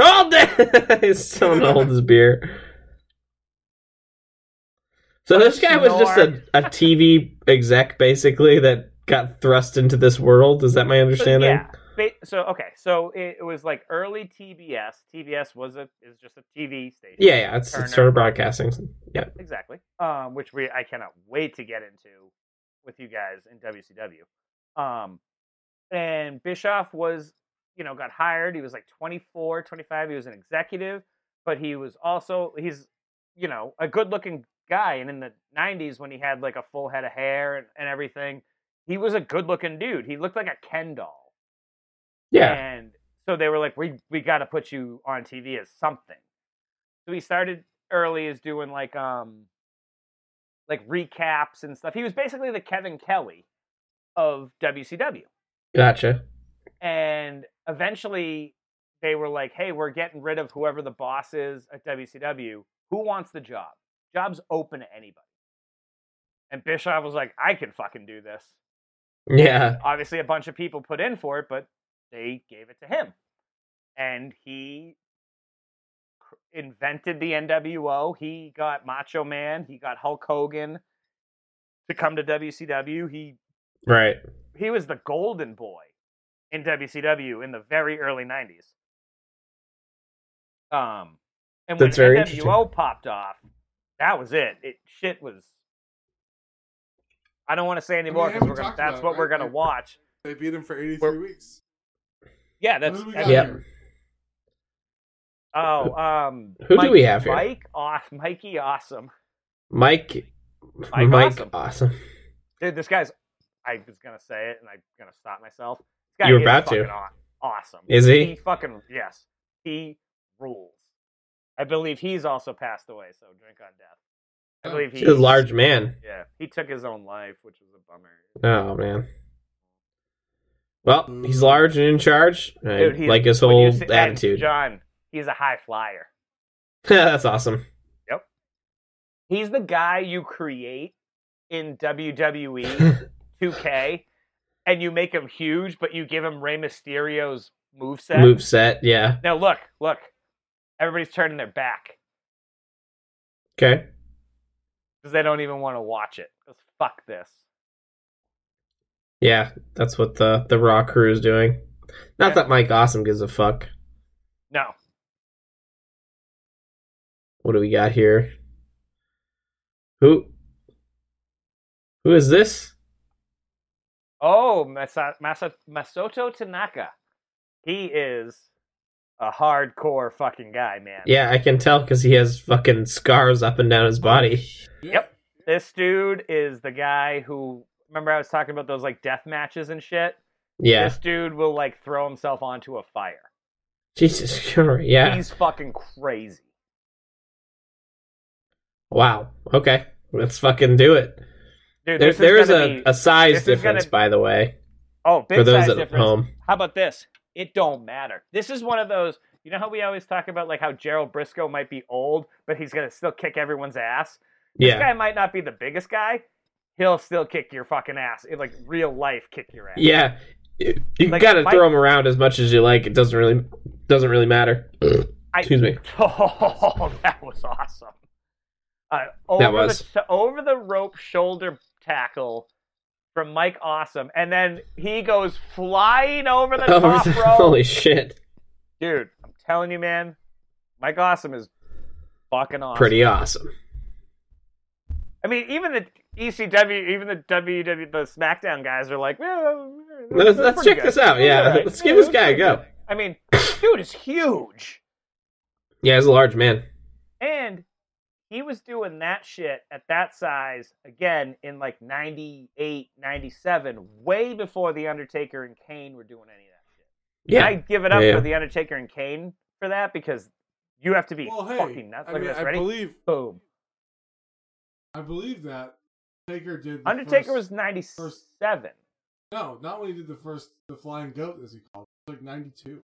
All day! He's still gonna hold his beer. So this guy was just a, a TV exec, basically, that got thrust into this world. Is that my
So,
understanding?
yeah. Ba- So okay, so it, it was like early TBS. TBS was a is just a TV station.
yeah, yeah, It's,
Turner
it's sort of broadcasting. Yeah.
exactly. Um, which we I cannot wait to get into with you guys in WCW. Um, and Bischoff was, you know, got hired. He was like 24, 25. He was an executive, but he was also he's, you know, a good-looking guy. And in the 90s, when he had like a full head of hair and, and everything, he was a good-looking dude. He looked like a Ken doll.
Yeah.
And so they were like, we we got to put you on TV as something. So he started early as doing like um like recaps and stuff. He was basically the Kevin Kelly of WCW.
Gotcha.
And eventually they were like, hey, we're getting rid of whoever the boss is at WCW. Who wants the job? Job's open to anybody. And Bischoff was like, I can fucking do this
Yeah.
obviously a bunch of people put in for it, but they gave it to him, and he cr- invented the NWO. He got Macho Man, he got Hulk Hogan to come to WCW. He
Right.
he was the golden boy in WCW in the very early '90s. Um, and when
That's very
NWO popped off, that was it. It shit was. I don't want to say anymore
we
because
haven't
we're gonna.
talked about
That's
it,
what we're
right?
gonna
Like,
watch.
They beat him for eighty
We're-
three weeks.
Yeah,
What
that's.
do we
that's
got
Yep.
here?
Oh, um,
Who do we have here?
Mike, Aw- Mikey, awesome,
Mike.
Mike
Mike.
Awesome.
awesome.
dude. This guy's. I was gonna say it, and I'm gonna stop myself. This guy
You were
is
about to.
fucking aw- Awesome.
Is he?
fucking yes. He rules. I believe he's also passed away, so drink on death. I
Oh,
believe
He's a
he-
large man.
Yeah, he took his own life, which was a bummer.
Oh man. Well, he's large and in charge. I
Mm. Dude, he's-
like his
when you
whole
see- and
attitude.
John, he's a high flyer.
That's awesome.
He's the guy you create in WWE 2K, and you make him huge, but you give him Rey Mysterio's moveset.
Move set. Yeah.
Now look, look, everybody's turning their back
Okay.
because they don't even want to watch it. 'Cause fuck this.
Yeah, that's what the the Raw crew is doing. Not
Yeah.
that Mike Awesome gives a fuck.
No,
What do we got here? Who? Who is this?
Oh, Masa- Masa- Masato Tanaka. He is a hardcore fucking guy, man.
Yeah, I can tell because he has fucking scars up and down his body.
Yep. This dude is the guy who remember I was talking about those like death matches and shit.
Yeah.
This dude will like throw himself onto a fire.
Jesus. sure, Yeah.
He's fucking crazy.
Wow. Okay. Let's fucking do it.
Dude,
There,
this
there
is
is
gonna
a,
be-
a size
this is gonna-
difference, by the way.
Oh, big
for those
size
at
difference.
home.
How about this? It don't matter. This is one of those. You know how we always talk about like how Gerald Briscoe might be old, but he's gonna still kick everyone's ass. This
Yeah.
guy might not be the biggest guy. He'll still kick your fucking ass. In like real life, kick your ass.
Yeah, you you
Like,
gotta
my-
throw them around as much as you like. It doesn't really doesn't really matter.
I-
Excuse me.
Oh, that was awesome. Uh, over
That was.
the, over the rope shoulder tackle from Mike Awesome, and then he goes flying over the
Over
top
the-
rope.
Oh, holy shit!
Dude, I'm telling you, man, Mike Awesome is fucking awesome.
Pretty awesome.
I mean, even the ECW, even the WW, the SmackDown guys are like, well,
Let's, let's check this out. Yeah,
Alright.
let's
Yeah,
give this
it was
guy a
pretty
go.
I mean, dude is huge.
Yeah, he's a large man.
And he was doing that shit at that size again in like 98, 97, way before The Undertaker and Kane were doing any of that shit.
Yeah,
I give it up
Yeah, yeah.
for The Undertaker and Kane for that because you have to be
Well, hey,
fucking nuts.
I
Look
mean,
at this.
I
Ready?
believe
Boom.
I believe that Undertaker did. the
Undertaker
first-
was 97.
no, not when he did the first, the flying goat as he called it. It's like ninety-two.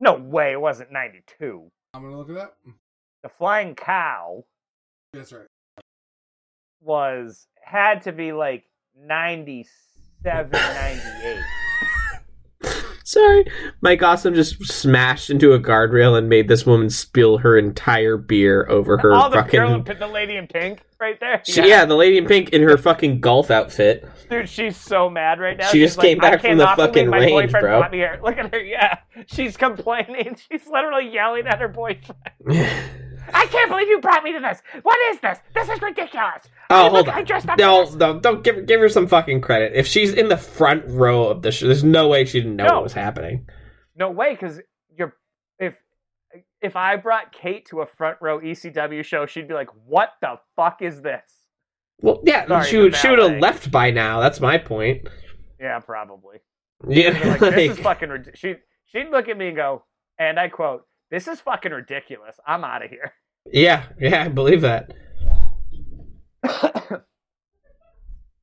No way, it wasn't 92.
I'm gonna look it up. Mm,
The Flying Cow
That's right.
was, had to be like 97, 98.
sorry. Mike Awesome just smashed into a guardrail and made this woman spill her entire beer over her
All the girl, in
fucking.
pi- the lady in pink right there.
She- yeah. the lady in pink in her fucking golf outfit.
Dude, she's so mad right now.
She
She's
just
like,
came
"I
back from the
cannot believe
fucking
my
range,
boyfriend
bro."
brought me here. Look at her, yeah. She's complaining. She's literally yelling at her boyfriend.
Oh,
I can't believe you brought me to this. What is this? This is ridiculous. I look-
Oh, hold
I
on.
dressed up
No,
for this.
no, don't give give her some fucking credit. If she's in the front row of the show, there's no way she didn't know
No.
what was happening.
No way, because you're if if I brought Kate to a front row ECW show, she'd be like, "What the fuck is this?"
Well, yeah,
Sorry,
she would
the
she would
ballet.
have left by now. That's my point.
Yeah, probably.
Yeah,
They're like, this is
like,
fucking. Rid-. She she'd look at me and go, and I quote, "This is fucking ridiculous. I'm out of here."
yeah, yeah, I believe that.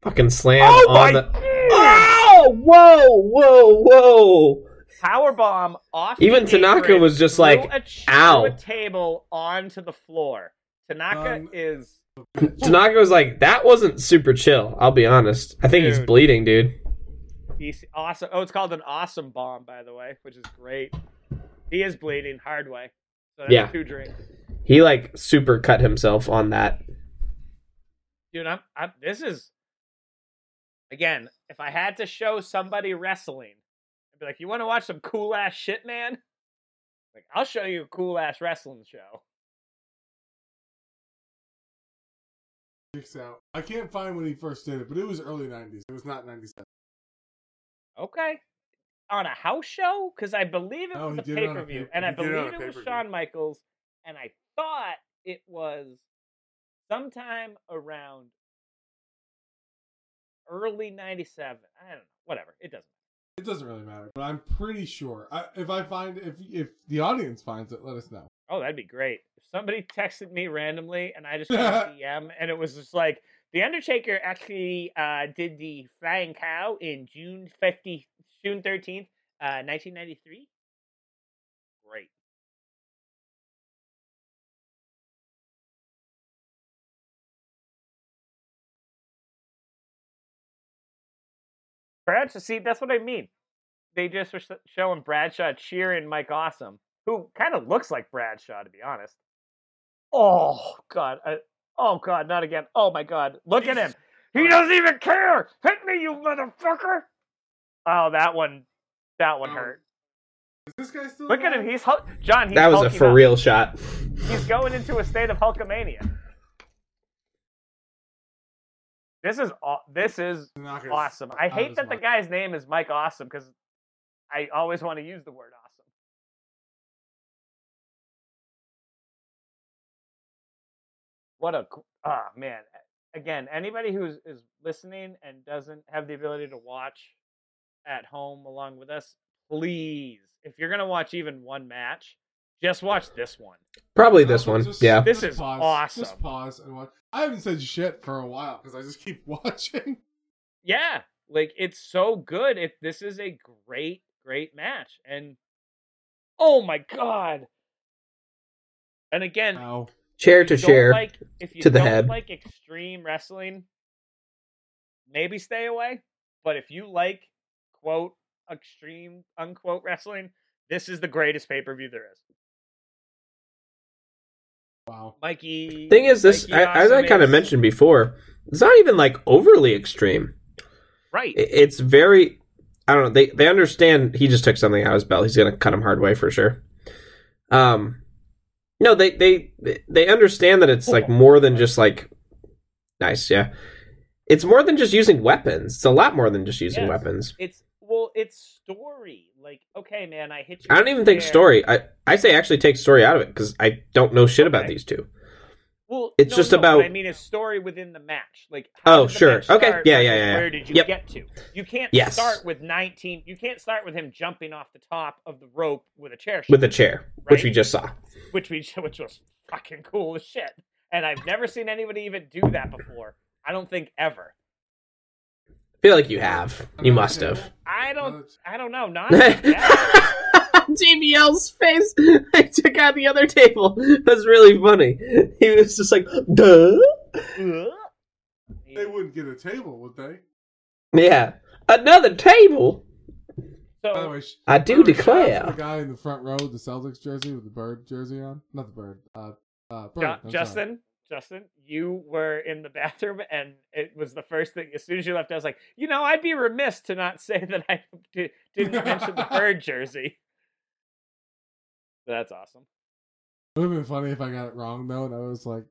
Fucking slam
Oh
on the. Oh, whoa, whoa, whoa!
Powerbomb off. the
Even Tanaka
apron,
was just
through
like,
a ch-
"Ow."
through a table onto the floor. Tanaka
Um,
is
Tanaka was like, that wasn't super chill. I'll be honest. I think he's
Dude.
bleeding, dude.
he's awesome. Oh, it's called an awesome bomb, by the way, which is great. He is bleeding hard way. So that's
Yeah.
two drinks.
He like super cut himself on that.
dude I'm, I'm this is again if i had to show somebody wrestling i'd be like you want to watch some cool ass shit man like i'll show you a cool ass wrestling show
Sticks out. I can't find when he first did it, but it was early '90s. It was not '97.
okay on a house show because i believe it
No,
was
he
a
did it on a
pay-per-view
pay-
and i
he did it on
believe
a
it was
pay-per-view.
Shawn michaels and i thought it was sometime around early 97 i don't know whatever it doesn't
It doesn't really matter, but I'm pretty sure. I, if I find, if if the audience finds it, let us know.
Oh, that'd be great. If somebody texted me randomly and I just got a DM and it was just like, The Undertaker actually uh, did the Flying Cow in June 50, June 13th, uh, 1993. Great. Bradshaw, see, that's what I mean. They just were sh- showing Bradshaw cheering Mike Awesome who kind of looks like Bradshaw, to be honest. Oh God! I, oh God! Not again! Oh my God! Look at him! He doesn't even care! Hit me, you motherfucker! Oh, that one, that one
Oh,
hurt.
Is this guy still?
Look at
alive?
him! He's Hulk. John. He's
That was a
hulking
for
up.
real shot.
He's going into a state of Hulkamania. This is aw- this is
Tanaka's
awesome. I
out of
hate
his
that the
mind.
guy's name is Mike Awesome because I always want to use the word awesome. What a co- ah man! Again, anybody who is listening and doesn't have the ability to watch at home along with us, please, if you're gonna watch even one match, just watch this one.
Probably this one.
Just-
yeah.
This is
pause,
awesome.
Just pause and watch. I haven't said shit for a while because I just keep watching.
Yeah, Like it's so good. It this is a great, great match. And oh my god. And again,
Ow.
Chair
if
Uh, to
you don't
chair.
Like, if you
to the
don't
head.
like extreme wrestling, maybe stay away. But if you like quote extreme unquote wrestling, this is the greatest pay per view there is.
Wow.
Mikey.
Thing is, this
Mikey
I, as I
Awesome
kind of
is-
mentioned before, it's not even like overly extreme.
right?
I- It's very, I don't know. They they understand he just took something out of his belt. He's gonna cut him hard way for sure. Um, no, they they they understand that it's like more than just like nice. Yeah, it's more than just using weapons. It's a lot more than just using
Yes.
weapons.
It's well, it's story. Like, okay, man, I hit you.
I don't
with a
even think
chair.
story. I I say actually take story out of it because I don't know shit about
Okay.
these two.
Well,
It's
no,
just
no, what
about-
I mean, it's story within the match. Like, how
Oh,
did the
sure.
match
Okay.
start
Yeah, yeah,
versus
yeah, yeah.
Where did you
Yep.
get to? You can't
Yes.
start with nineteen. You can't start with him jumping off the top of the rope with a chair shot,
With a chair, which
Right.
we just saw.
which we which was fucking cool as shit. And I've never seen anybody even do that before. I don't think ever.
feel like you have. You must have.
I don't.
Another-
I don't know. Not. like that.
JBL's face I took out the other table was really funny. He was just like, duh.
Ugh.
They wouldn't get a table, would they?
Yeah. Another table?
By the
So
way, sh-
I
Oh,
by the
do
way, shout out to The
declare.
guy in the front row with the Celtics jersey with the bird jersey on. Not the bird. Uh, uh, bird.
Ju-
I'm sorry.
Justin, Justin, you were in the bathroom, and it was the first thing. As soon as you left, I was like, you know, I'd be remiss to not say that I d- didn't mention the bird jersey. That's awesome.
It would have been funny if I got it wrong though, and I was like,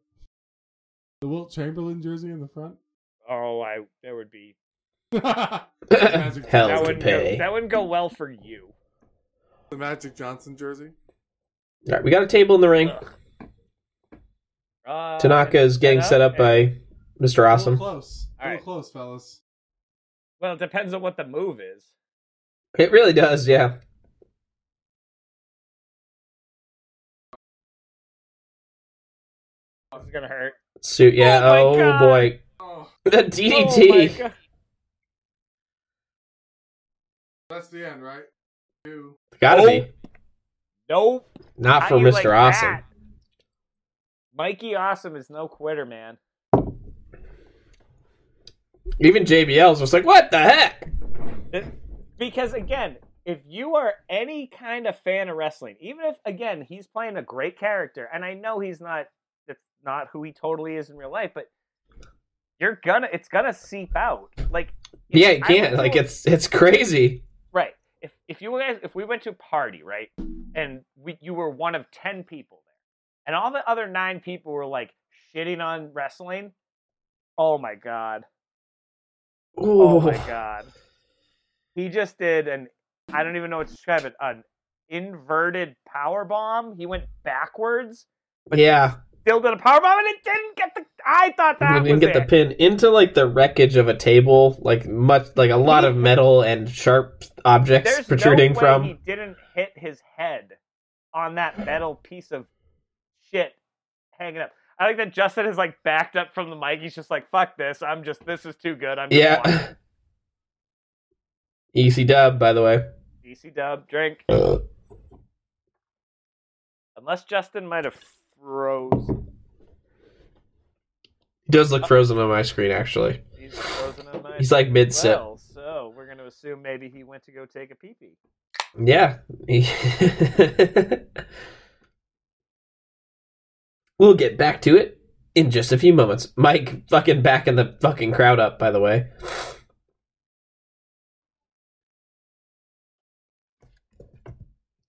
the Wilt Chamberlain jersey in the front.
Oh, I that would be
Magic-
Hell
that
to
wouldn't
pay.
go, that wouldn't go well for you.
the Magic Johnson jersey.
All right, we got a table in the ring.
Ugh. Uh,
Tanaka is getting set up
and-
by Mr.
A
Awesome.
little close. A
All
little
right.
close, fellas.
Well, it depends on what the move is.
It really does, yeah.
Oh, This is gonna hurt.
Suit, yeah.
Oh
Oh,
my God.
boy.
Oh,
The
Oh my
DDT.
God.
that's the end, right? Two.
Gotta
Oh.
be.
Nope.
Not for
How you
Mr.
like
Awesome.
that? Mikey Awesome is no quitter, man.
Even JBL's was like, what the heck?
It- because again, if you are any kind of fan of wrestling, even if again he's playing a great character, and I know he's not it's not who he totally is in real life, but you're gonna it's gonna seep out. Like if
Yeah, you
I
can't.
went
Like,
to a-
it's it's crazy.
right. If if you guys if we went to a party, right, and we you were one of ten people there, and all the other nine people were like shitting on wrestling, oh my god. Oh my god. He just did an I don't even know what to describe it, an inverted power bomb. He went backwards,
yeah.
still did a power bomb, and it didn't get the I thought that
and then
was
get the
it.
pin into like the wreckage of a table, like much like a lot of metal and sharp objects
There's
protruding
no way
from.
he didn't hit his head on that metal piece of shit hanging up. I like that Justin is like backed up from the mic. He's just like, fuck this. I'm just this is too good. I'm just watching."
yeah. Easy dub, by the way.
DC dub, drink. Unless Justin might have froze.
He does look frozen on my screen, actually.
He's frozen in my
He's like mid sip.
Well, so we're going to assume maybe he went to go take a pee pee.
Yeah. He- we'll get back to it in just a few moments. Mike fucking backing the fucking crowd up, by the way.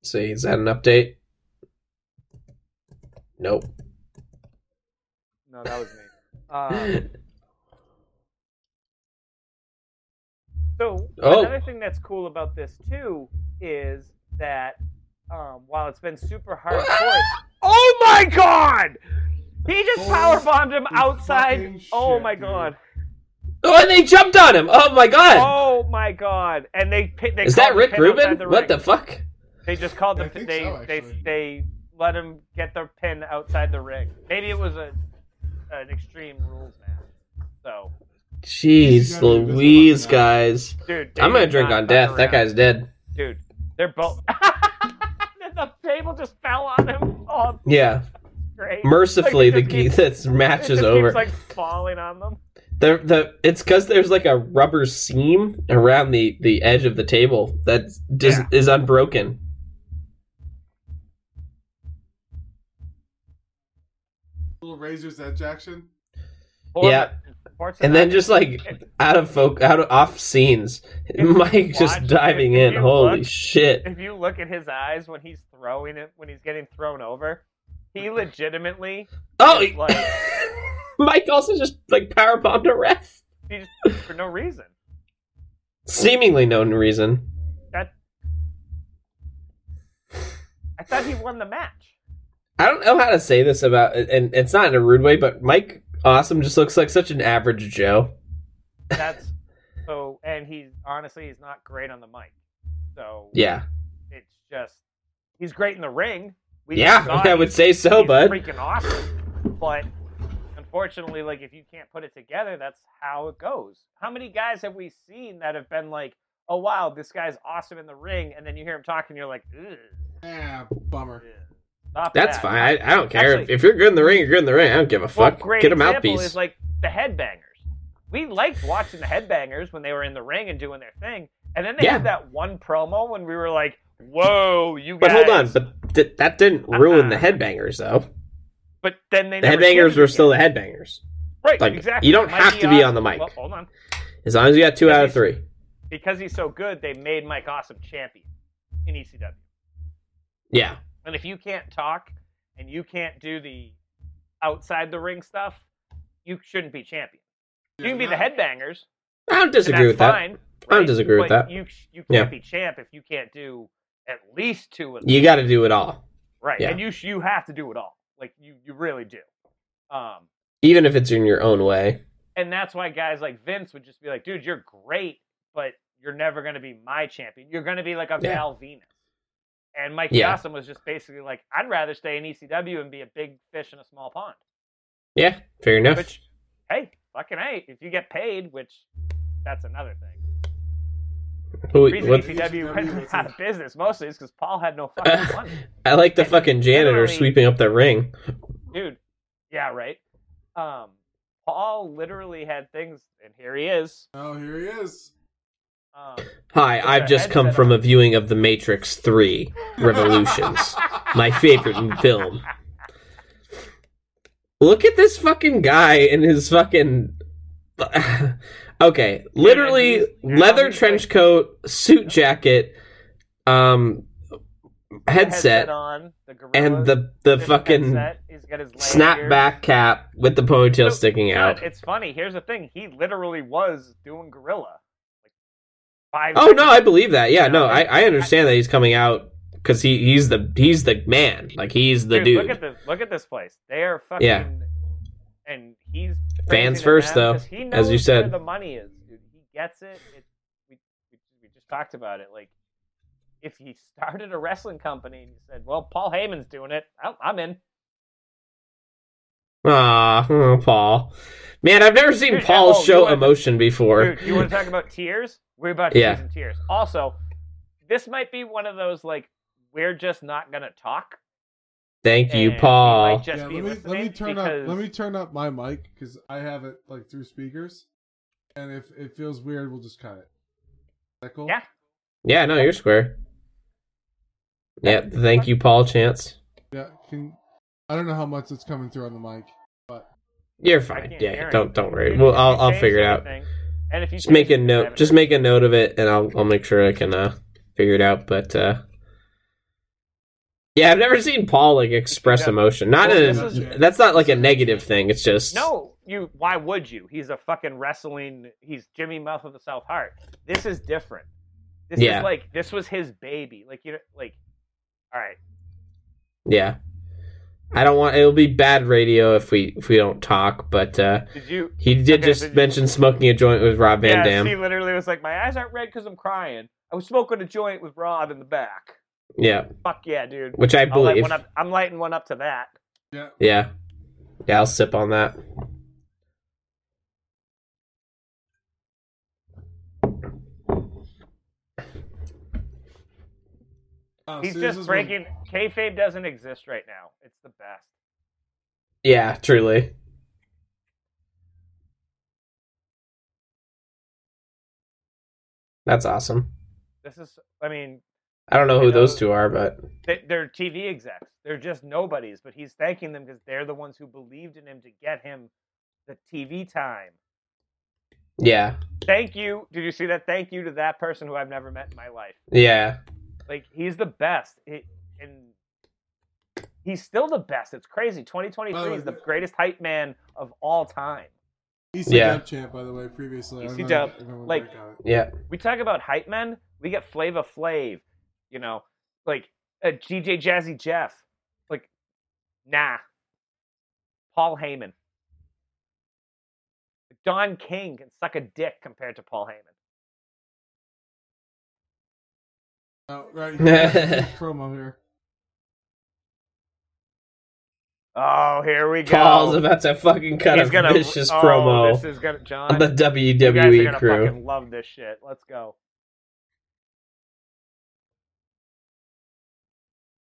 See, is that an update? Nope.
No, that was me. Um, so
Oh.
another thing that's cool about this too is that um, while it's been super
Ah!
hardcore, oh my god, he just power bombed him
Holy
outside.
fucking
Oh
shit,
my
dude.
god,
Oh, and they jumped on him! Oh my god!
oh my god, and they pi- they
is that
called the
Rick
pin
Rubin?
outside The
what
ring.
the fuck?
They just called
I
the
think
they
so,
they
actually.
they let him get their pin outside the ring. Maybe it was a an extreme rules match. So
He's gotta
Jeez,
be
Louise,
visible now.
guys.
Dude, they
I'm gonna
did
drink
not
on
fuck
death. That
around.
guy's dead.
Dude, they're both. the table just fell on him. Oh,
Yeah.
great.
Mercifully,
Like, it just
the key
keeps-
this
it
match
just
is over.
Keeps, like falling on them.
the the it's because there's like a rubber seam around the the edge of the table that dis-
Yeah.
is unbroken.
Little razor's edge action.
Yeah.
Fortnite-
And then just like out of folk out of off scenes,
If you
Mike just
watch-
diving
if
in.
you
Holy
look-
shit!
if you look at his eyes when he's throwing it, when he's getting thrown over, he legitimately
Oh,
it's like-
Mike also just like power bombed a ref,
he just, for no reason.
seemingly no reason.
I thought he won the match.
I don't know how to say this about, and it's not in a rude way, but Mike Awesome just looks like such an average Joe.
That's so, and he's honestly he's not great on the mic. So
Yeah,
it's just he's great in the ring. We just
yeah,
saw
I
he's-
would say so,
he's
bud.
freaking awesome. But unfortunately, like if you can't put it together, that's how it goes. How many guys have we seen that have been like, "Oh wow, this guy's awesome in the ring," and then you hear him talking, you're like, "Ugh,
Ah,
ugh,
bummer.
stop
That's
that."
fine. I, I don't care
Actually-
if you're good in the ring. You're good in the ring. I don't give a
Well,
fuck.
great
Get a
example
mouthpiece.
Is like the headbangers. We liked watching the headbangers when they were in the ring and doing their thing, and then they
Yeah.
had that one promo when we were like, "Whoa, you
but
guys!"
hold on, but th- that didn't ruin the
Uh-uh.
headbangers though.
But then they
The
never did it
headbangers were still the
again.
headbangers.
right.
like,
exactly.
you don't
Mikey
have to be
Austin-
on the mic.
Well, hold on.
As long as you got two
Yeah,
out
he's-
of three.
because he's so good, they made Mike Awesome champion in ECW.
Yeah,
And if you can't talk and you can't do the outside the ring stuff, you shouldn't be champion. You can be the headbangers.
I don't
and
disagree
that's
with that.
fine,
I don't
right?
disagree with
But
that.
You sh- you can't
Yeah.
be champ if you can't do at least two of them.
You got to do it all,
right,
yeah.
and you sh- you have to do it all. Like you you really do. Um,
even if it's in your own way.
and that's why guys like Vince would just be like, dude, you're great, but you're never going to be my champion. You're going to be like a
Yeah.
Val Venus. And Mike
Yeah.
Awesome was just basically like, I'd rather stay in ECW and be a big fish in a small pond.
Yeah, fair enough.
Which, hey, fucking hey, if you get paid, which that's another thing.
Who-
The reason
what-
ECW went out of business mostly is because Paul had no
Uh,
fucking money.
I like the
And
fucking janitor
literally-
sweeping up the ring.
dude. Yeah, right. Um, Paul literally had things, and here he is.
Oh, here he is.
Um,
Hi,
With
I've
their
just come
headset
from
on.
a viewing of The Matrix 3 Revolutions, my favorite film. Look at this fucking guy and his fucking. okay, literally
he's- now
leather
he's
trench
like-
coat, suit jacket, um, headset,
on the gorilla
and the the fucking
He's got his
snapback cap with the ponytail sticking out.
It's funny. Here's the thing. He literally was doing gorilla. Like five.
Oh no, I believe that. Yeah,
No,
no, I, I understand that he's coming out because he, he's the he's the man. Like he's the
dude, Look at
dude.
this. Look at this place. They are fucking.
Yeah.
And he's
Fans
praising
first,
them
though,
'cause he
as you
knows where
said.
the money is. Dude. He gets it. it we, we, we just talked about it. Like, if he started a wrestling company and he said, "Well, Paul Heyman's doing it. I'm, I'm in."
Ah, oh, Paul. Man, I've never seen
Dude,
Paul
oh, you
show
wanna-
emotion before.
Dude, you want to talk about tears? We're about
Yeah.
tears and tears. Also, this might be one of those like we're just not gonna talk.
Thank you,
and we
Paul.
might just
yeah,
be
let me let me
listening
turn
because
up let me turn up my mic because I have it like through speakers, and if it feels weird, we'll just cut it. Is that cool?
Yeah.
Yeah, no, you're square. Yeah, thank you, Paul. Chance,
Yeah. Can I don't know how much it's coming through on the mic.
you're
I
fine.
can't hear
Yeah,
it.
don't don't worry.
Dude,
Well,
if you
I'll I'll
change
figure it out.
everything- And if you
Just make a
change it,
note.
have it-
Just make a note of it, and I'll I'll make sure I can uh, figure it out. But uh, yeah, I've never seen Paul like express
Yeah.
emotion. Not
Well,
in
this
a,
is-
that's not like a negative thing. It's just
No, you. Why would you? He's a fucking wrestling. He's Jimmy Muff of the South Heart. This is different. This
Yeah.
is like this was his baby. Like you know, like. All right.
Yeah, I don't want. It'll be bad radio if we if we don't talk. But uh,
Did you?
he did
Okay,
just
so you-
mention smoking a joint with Rob Van
yeah.
Dam.
She literally was like, "My eyes aren't red because I'm crying. I was smoking a joint with Rob in the back."
yeah,
Fuck yeah, dude.
which I
I'll light
believe.
one up, I'm lighting one up to that.
Yeah.
Yeah, yeah, I'll sip on that.
Oh,
He's
see, this
just
is when-
breaking. Kayfabe doesn't exist right now. It's the best.
Yeah, truly.
That's awesome.
This is. I mean,
I don't know
You
who
know-
those two are, but
they, they're TV execs. They're just nobodies. But he's thanking them because they're the ones who believed in him to get him the TV time.
yeah,
Thank you. Did you see that? Thank you to that person who I've never met in my life.
yeah,
Like he's the best. It, and he's still the best. It's crazy. 2023 is the greatest hype man of all time.
EC
Yeah.
Dub E champ, by the way, previously. I don't
EC
know
Dub,
if everyone
E like-
back on it.
yeah.
We talk about hype men, we get Flava Flav, you know, like uh, DJ Jazzy Jeff. Like, nah. Paul Heyman. Don King can suck a dick compared to Paul Heyman.
Oh, right. here's his promo here.
Oh, here we go.
Paul's about to fucking cut
He's
a
gonna,
vicious
oh,
promo
This is gonna John.
on the
you guys are
WWE
gonna
crew.
fucking love this shit. Let's go.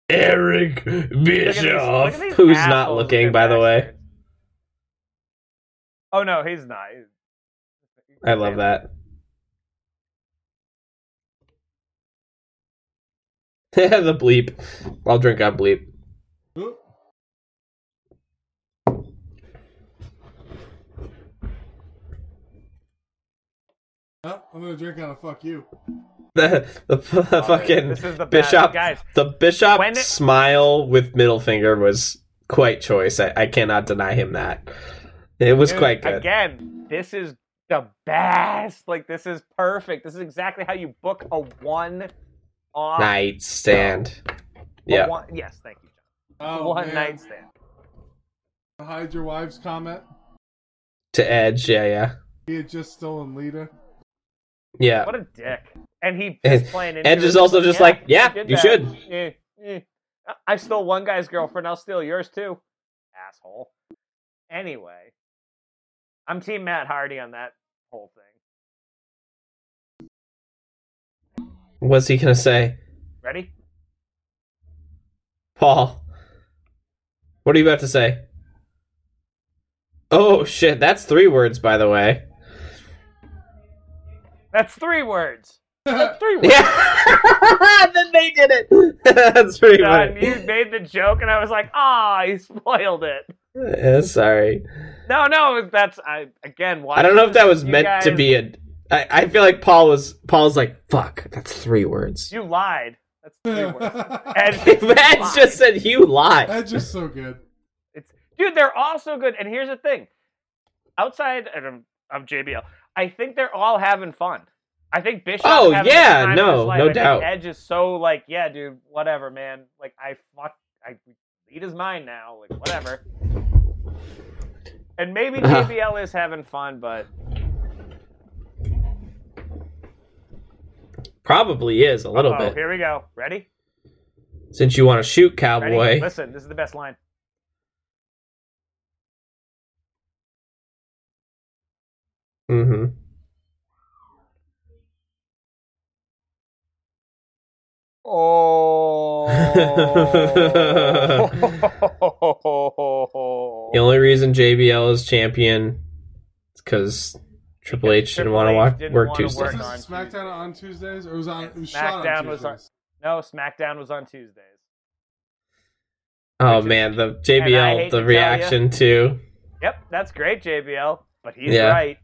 Eric
Look at these- look
Bischoff,
at these
who's not
assholes
looking,
in
by the way.
backstage. Oh no, he's not. He's-
I love that. the bleep. I'll drink on bleep.
Oop. Oh, I'm gonna drink out of fuck you.
The the f- fucking
Oh, This is the best.
bishop.
guys.
the bishop
when it-
smile with middle finger was quite choice. I, I cannot deny him that. It was
dude,
quite good.
Again, this is the best. Like this is perfect. This is exactly how you book a one off.
Night stand. Yeah.
One, yes, thank you, John. A
Oh,
One
man.
night stand.
Hide your wife's comment.
To Edge. Yeah. Yeah.
He had just stolen Lita.
Yeah.
What a dick. And he
And
is playing into
Edge is
it.
also just like, yeah,
did
you
that.
should.
Eh, eh. I stole one guy's girlfriend. I'll steal yours too, asshole. Anyway, I'm Team Matt Hardy on that whole thing.
What's he gonna say,
Ready?
Paul? What are you about to say? Oh shit! That's three words, by the way.
That's three words. That's three words.
Yeah. then they did it. That's pretty
John,
funny.
you made the joke, and I was like, "Ah, you spoiled it."
Yeah, sorry.
No, no, that's I again. Why?
I don't know if that was
you
meant to
guys-
be a. I, I feel like Paul was. Paul's like, fuck. That's three words.
You lied. That's three words.
That's
And
Matt just said you lie.
just so good.
It's dude, they're all so good. And here's the thing, outside of, of JBL, I think they're all having fun. I think Bishop.
Oh, yeah, no, no doubt.
Edge is so like, yeah, dude, whatever, man. Like I fuck, I lead is mine now, like whatever. And maybe
Uh-huh.
JBL is having fun, but
Probably is a little
oh,
bit.
here we go. Ready?
Since you want to shoot
Ready?
cowboy.
Listen, this is the best line.
Mm-hmm.
Oh.
The only reason JBL is champion is because Triple H didn't
Triple
want to
H
walk,
didn't
work
wanna
Tuesday.
work
Was
on
this SmackDown on Tuesdays or was on it was shot
SmackDown
on
was
Tuesdays?
on- No, SmackDown was on Tuesdays.
Oh
Which is-
man, the
and I hate
JBL,
to
the
tell
reaction to
Yep, that's great, JBL. But he's
Yeah.
right.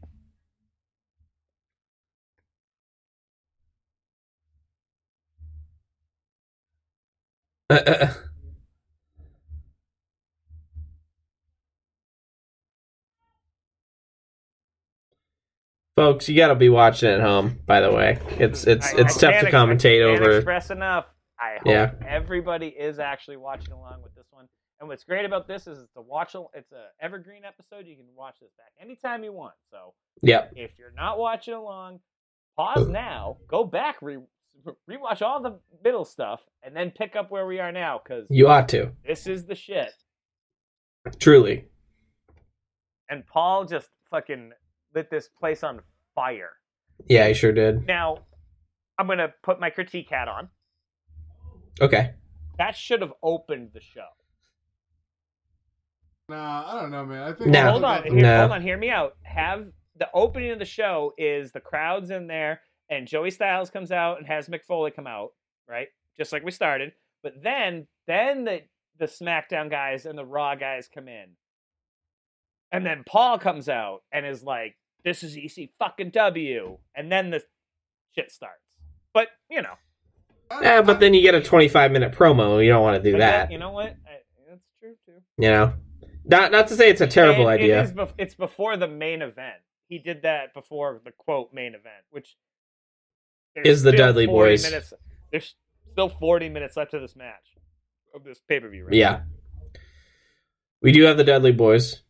Folks, you gotta be watching at home. By the way, it's it's
I-
it's
I can't
tough to
ex- I
commentate
can't
over.
Express enough. I hope
Yeah.
everybody is actually watching along with this one. And what's great about this is it's a watch. It's a evergreen episode. You can watch this back anytime you want. So
Yep,
if you're not watching along, pause now. Go back, re- rewatch all the middle stuff, and then pick up where we are now because
you ought to.
this is the shit.
Truly,
And Paul just fucking lit this place on fire.
yeah, I sure did.
Now, I'm gonna put my critique hat on.
Okay.
That should have opened the show.
Nah, I don't know, man. I think
No.
Hold on,
That,
here,
No.
hold on, hear me out. Have the opening of the show is the crowd's in there, and Joey Styles comes out and has McFoley come out, right? Just like we started. But then, then the the SmackDown guys and the Raw guys come in, and then Paul comes out and is like, "This is EC fucking W," and then the shit starts. But you know,
Eh,
Yeah, but then you get a 25 minute promo. You don't want to do
but
that.
you know what? I, that's true too.
You know, not not to say it's a terrible
And it
idea.
is bef- it's before the main event. He did that before the quote main event, which there's
Is the
still
Dudley
40
Boys.
Minutes, there's still 40 minutes left to this match of this pay per view. Right?
Yeah, we do have the Dudley Boys,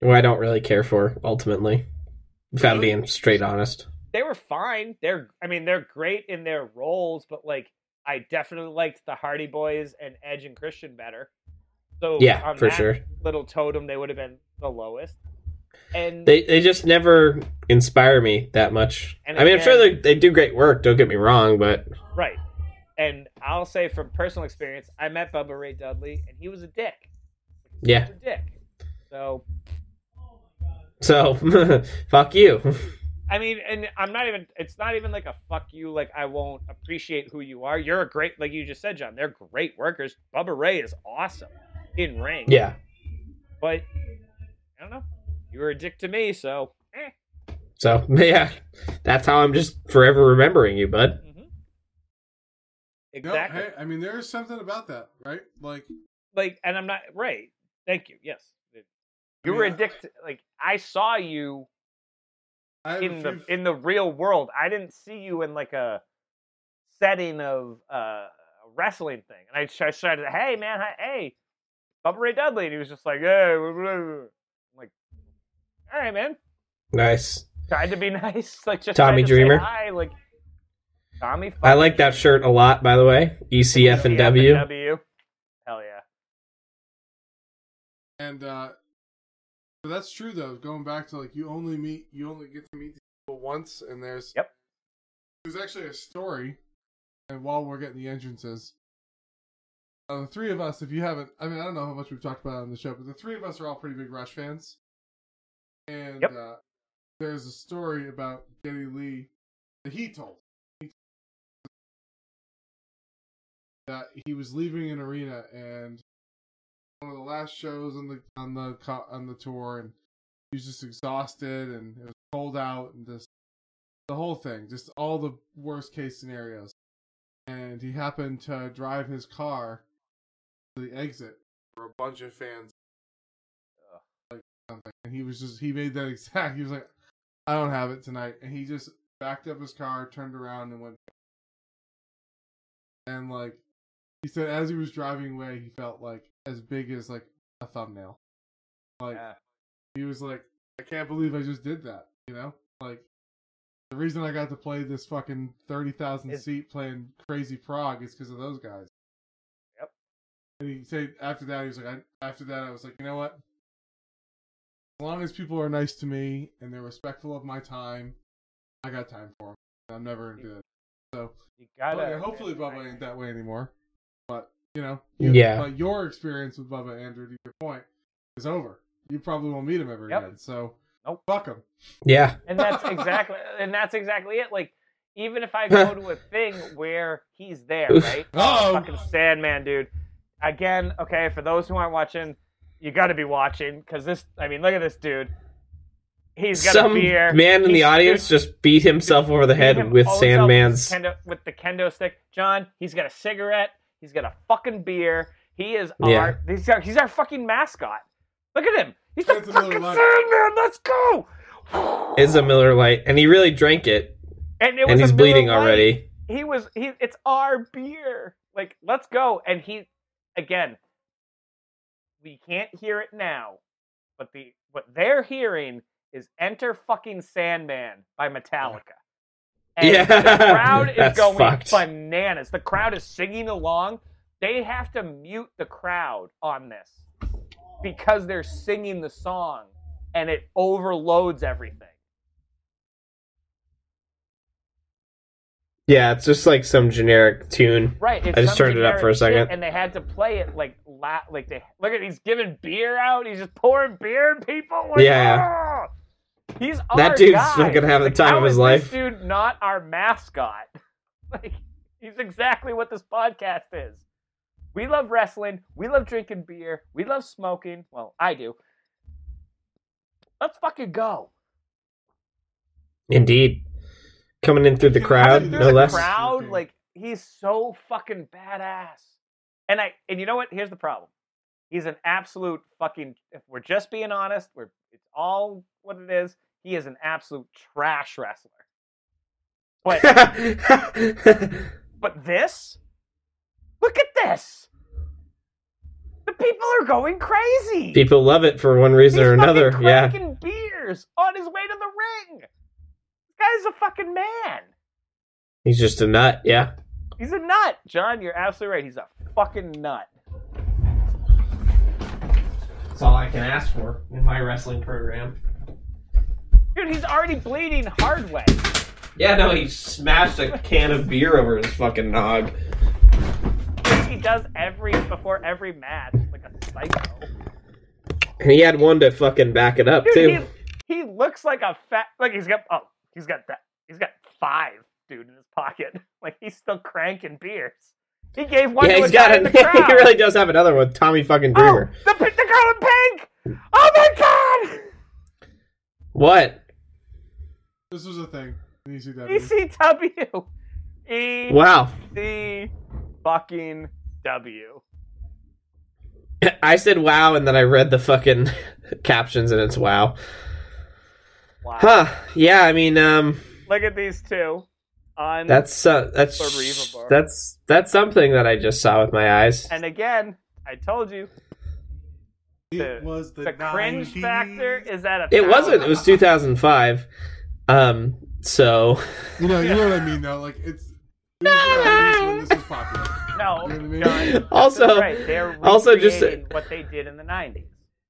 who I don't really care for ultimately. If I'm being straight honest,
they were fine. They're I mean they're great in their roles, but like I definitely liked the Hardy Boys and Edge and Christian better. So
yeah,
on
for
that
sure.
little totem, they would have been the lowest. And
They they just never inspire me that much.
And
I mean, I'm sure they
again-
they do great work. Don't get me wrong, but
Right. And I'll say from personal experience, I met Bubba Ray Dudley, and he was a dick. He
Yeah.
was a dick. So
so fuck you.
I mean, and I'm not even. It's not even like a fuck you. Like I won't appreciate who you are. You're a great, like you just said, John. They're great workers. Bubba Ray is awesome in ring.
yeah,
But I don't know. You were a dick to me, so. Eh.
so yeah, that's how I'm just forever remembering you, bud.
Mhm.
no,
Exactly.
hey, I mean, there is something about that, right? Like,
like and i'm not right thank you yes you
mean,
were
I-
addicted like i saw you
I have a
in the
few-
in the real world i didn't see you in like a setting of uh a wrestling thing and i sh- I shouted hey man hi, hey Bubba Ray Dudley and he was just like hey blah, blah, blah." I'm like all right man
Nice.
tried to be nice like just
Tommy
tried to say
Dreamer.
hi, like Tommy
I
fucking
like that shirt a lot, by the way. ECF
E
and W.
W hell yeah
and uh, but that's true though. Going back to like, you only meet, you only get to meet these people once, and there's
Yep.
There's actually a story, and while we're getting the entrances, uh, the three of us, if you haven't, I mean, I don't know how much we've talked about it on the show, but the three of us are all pretty big Rush fans, and
Yep.
uh, there's a story about Geddy Lee that he told. He told That he was leaving an arena and one of the last shows on the on the co- on the tour, and he was just exhausted, and it was cold out, and just the whole thing, just all the worst case scenarios. And he happened to drive his car to the exit for a bunch of fans, like something. And he was just he made that exact. He was like, "I don't have it tonight," and he just backed up his car, turned around, and went. And like he said, as he was driving away, he felt like as big as like a thumbnail. Like
Yeah.
he was like, I can't believe I just did that. You know, like the reason I got to play this fucking thirty thousand
Is-
seat playing crazy Prague is because of those guys.
Yep.
And he said after that, he was like, I, after that, I was like, you know what? As long as people are nice to me and they're respectful of my time, I got time for them. I'm never gonna do that. So
Oh,
you gotta
well, yeah, hopefully Bubba ain't that way anymore. But you know,
Yeah.
But your experience with Bubba Andrew, to your point, is over. You probably won't meet him ever
Yep.
again. So
Nope.
fuck him.
Yeah.
and that's exactly and that's exactly it like even if i go to a thing where he's there
Oof.
right
Oh.
fucking sandman dude again okay for those who aren't watching you got to be watching because this i mean look at this dude he's got
Some
a beer
man in
He's-
the audience
dude,
just beat himself over the
beat
head
him
with
all himself
Sandman's.
with the kendo, with the kendo stick john he's got a cigarette he's got a fucking beer he is
Yeah.
our he's our, he's our fucking mascot look at him he's the
That's a little
fucking
light.
sandman let's go
Is a Miller Light, and he really drank it,
and, it
and
was
he's
a Miller
bleeding
Lite.
already.
He was he. It's our beer. Like let's go. And he again. We can't hear it now, but the what they're hearing is "Enter Fucking Sandman" by Metallica. And
Yeah,
the crowd is
that's
going
fucked.
bananas. The crowd is singing along. They have to mute the crowd on this because they're singing the song, and it overloads everything.
Yeah, it's just like some generic tune.
Right. it's
I just
some
turned it up for a
generic shit,
second.
and they had to play it like la- like they look at he's giving beer out. He's just pouring beer in people. Like,
Yeah.
"Ah!" He's
That
our
dude's
guy.
not gonna have the
Like,
time
how
of his
is
life.
This dude, not our mascot. Like he's exactly what this podcast is. We love wrestling. We love drinking beer. We love smoking. Well, I do. Let's fucking go.
Indeed. Coming in through the
Dude,
crowd,
there's
no
a
less.
crowd
Mhm.
like he's so fucking badass and i and you know what here's the problem he's an absolute fucking if we're just being honest we're it's all what it is he is an absolute trash wrestler but but this look at this the people are going crazy
People love it for one reason or
He's
another.
fucking
Yeah.
cracking beers on his way to the ring this guy's a fucking man
He's just a nut. Yeah.
He's a nut, John. You're absolutely right. He's a fucking nut.
That's all I can ask for in my wrestling program.
Dude, he's already bleeding hard way.
Yeah, no, he smashed a can of beer over his fucking nog.
Like he does every before every match, like a psycho.
And he had one to fucking back it up too.
Dude, he, he looks like a fat. Like he's got oh, he's got that. He's got five, dude, in his pocket. Like he's still cranking beers. He gave one
Yeah,
to a
he's
guy
got
in the
it.
crowd.
he really does have another one. Tommy fucking
oh,
Dreamer.
the, the girl in pink. Oh my god.
What?
This was a thing. in ECW.
ECW. E
Wow.
C fucking W.
I said wow, and then I read the fucking captions, and it's wow.
Wow.
Huh? Yeah. I mean, um,
Look at these two. On
that's uh, that's
Unbelievable.
that's that's something that I just saw with my eyes.
and again, I told you the-
It was the,
the cringe
90s.
factor is at a.
It
thousand.
wasn't. It was 2005. Um. So
You know, you know what I mean though. Like it's. it was the 90s when this was popular.
No,
You know what I mean?
John,
Also-
that's right. They're
also just-
recreating what they did in the '90s.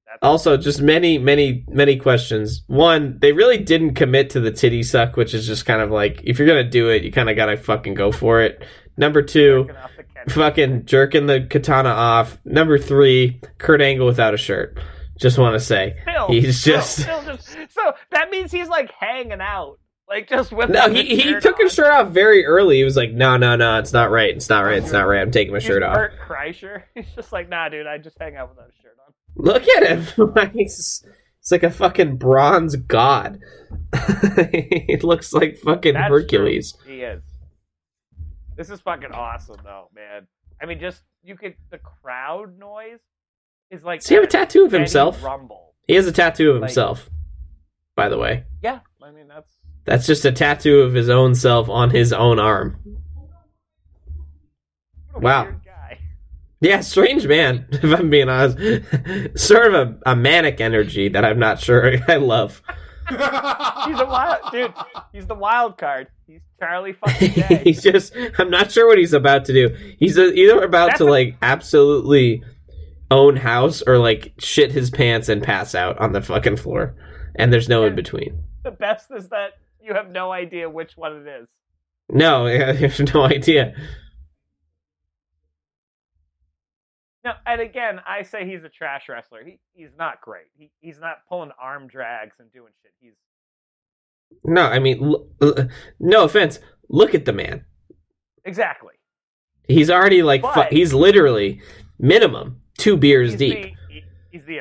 That's
also just many many many questions. One, they really didn't commit to the titty suck, which is just kind of like if you're gonna do it, you kind of gotta fucking go for it. Number two,
fucking off the Ken-
fucking jerking the katana off. Number three, Kurt Angle without a shirt. Just want to say
Still,
he's
still,
just-
still just so that means he's like hanging out, like just with
no.
the
He he
shirt
took
on.
his shirt off very early. He was like, no no no, it's not right, it's not right, it's not right. I'm taking my
He's
shirt off.
Bert Kreischer. He's just like, nah, dude, I just hang out without a shirt on.
Look at him. Like, he's, he's like a fucking bronze god. he looks like fucking
That's
Hercules.
true. He is. This is fucking awesome, though, man. I mean, just you could the crowd noise is like.
Does he have a
at
tattoo of
steady
himself?
Rumble.
He has a tattoo of
Like-
himself, by the way.
Yeah, I mean that's
That's just a tattoo of his own self on his own arm.
what a
Wow.
weird guy.
Yeah, strange man, if I'm being honest. sort of a, a manic energy that I'm not sure I love.
He's a wild dude. He's the wild card. He's Charlie fucking Day.
he's just I'm not sure what he's about to do. He's uh, either about
That's
to
a-
like absolutely own house or like shit his pants and pass out on the fucking floor. And there's no in between.
the best is that you have no idea which one it is.
No, I have no idea.
No, and again, I say he's a trash wrestler. He he's not great. He he's not pulling arm drags and doing shit. He's
No, I mean, l- l- no offense. Look at the man.
exactly.
He's already like fu-
But-
he's literally minimum two beers
he's
deep.
The, he- he's the,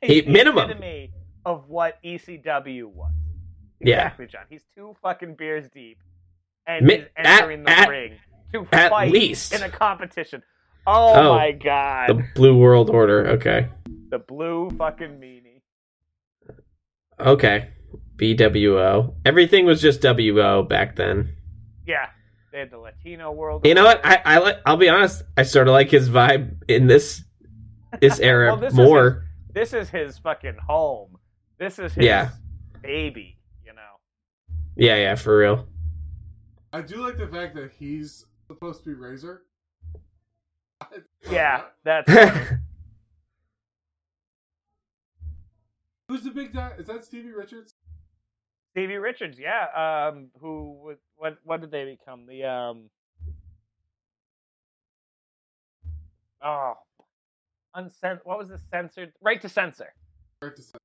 He-
he's the
minimum.
epitome of what ECW was.
Yeah.
Exactly, John. He's two fucking beers deep, and
Mi-
he's
at-
entering the
at-
ring to
at
fight
least.
in a competition. Oh,
Oh.
my god,
The Blue World Order. Okay,
the, blue fucking meanie.
okay. BWO. Everything was just WO back then.
Yeah, they had the Latino world.
You know what? I, I like. I'll be honest. I sort of like his vibe in this this era
Well, this is
more.
this is his fucking home. This is his
Yeah.
baby. You know.
Yeah, yeah, for real.
I do like the fact that he's supposed to be Razor.
Yeah, that's
Who's the big guy? Is that Stevie Richards?
Stevie Richards, yeah. Um, who was what? What did they become? The um. Oh, uncen- What was the censored? Right to censor.
Right to say.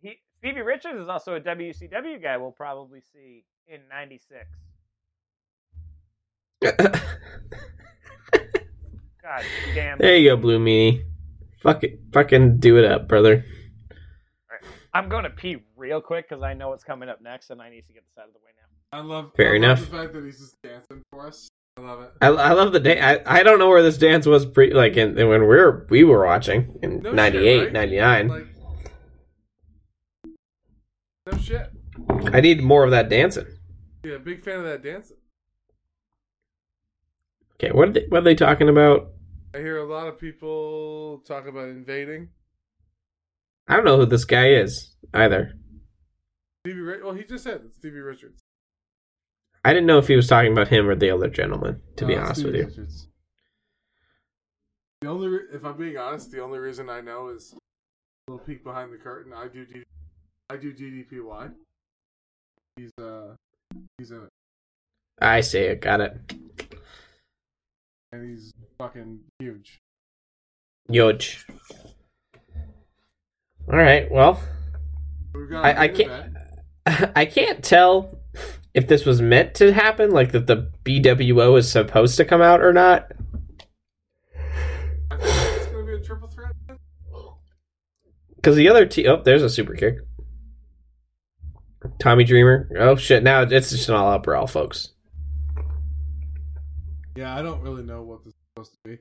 He Stevie Richards is also a WCW guy. We'll probably see in '96. God damn.
there you go, Blue Meanie. Fuck it. Fucking do it up, brother.
I'm going to pee real quick because I know what's coming up next, and I need to get this out of the way now.
I love. I
Fair
love
enough.
The fact that he's just dancing for us. I love it.
I, I love the day. I, I don't know where this dance was pre like in, when we were we were watching in
No shit,
ninety eight,
right?
ninety nine. 98, 99.
Like, no shit.
I need more of that dancing.
Yeah, big fan of that dancing.
Okay, what are they, what are they talking about?
I hear a lot of people talk about invading.
I don't know who this guy is either.
Stevie, Ri- well, he just said it's Stevie Richards.
I didn't know if he was talking about him or the other gentleman. To be
Uh,
honest
Stevie
with you,
Richards. The only, re- if I'm being honest, the only reason I know is a little peek behind the curtain. I do, D- I do DDPY. He's uh, he's in it,
I see it. Got it.
and he's fucking huge.
Yoj. All right. Well,
We've got
I- I
an
can't-
internet.
I can't tell if this was meant to happen, like that the BWO is supposed to come out or not.
I think it's gonna be a triple threat.
Because the other T, oh, there's a super kick. Tommy Dreamer. Oh shit! Now it's just an all out brawl, folks.
Yeah, I don't really know what this is supposed to be. I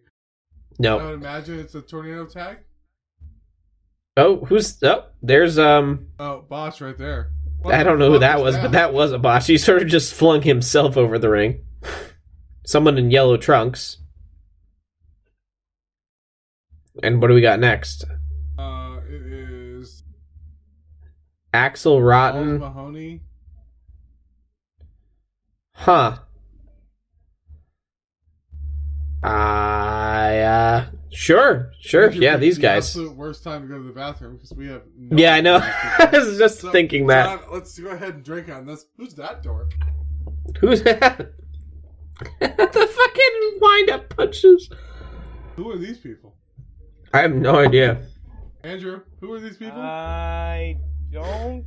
No.
would imagine it's a tornado tag.
Oh, who's? Oh, there's um.
Oh, botch right there. What
I
the
don't know who
fuck
that
is
was, but that was a botch. He sort of just flung himself over the ring. Someone in yellow trunks. And what do we got next?
Uh, it is
Axel
Paul
Rotten.
Mahoney.
Huh. I, uh, sure, sure.
Andrew
Yeah,
picked
these
the
guys.
Absolute worst time to go to the bathroom because we have. No
Yeah, I know. I
So,
was just thinking that.
John, let's go ahead and drink on this. Who's that dork?
Who's that? the fucking wind up punches.
Who are these people?
I have no idea.
Andrew, who are these people?
Uh, I don't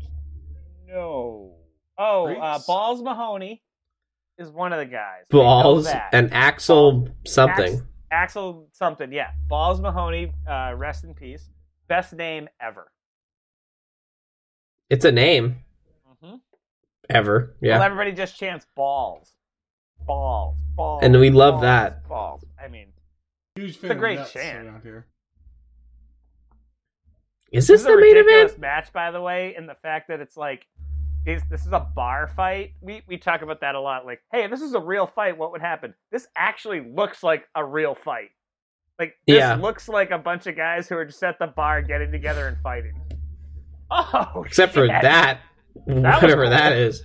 know. Oh, uh,
Freaks?
Balls Mahoney is one of the guys. We know
Balls
that.
and Axel something.
Ax- Axel something, yeah. Balls Mahoney, uh, rest in peace. Best name ever.
It's a name
Mm-hmm.
ever.
Well,
Yeah.
everybody just chants balls, balls, balls,
And we love
balls,
that.
Balls. I mean,
Huge fan
a great
of nuts
chant.
around here.
Is
this
this
is a
the main event?
ridiculous match, by the way, and the fact that it's like. This, this is a bar fight. We we talk about that a lot. Like, hey, if this is a real fight. What would happen? This actually looks like a real fight. Like, this
Yeah.
looks like a bunch of guys who are just at the bar getting together and fighting. Oh,
Except for
shit.
that,
was
whatever
cool.
that is.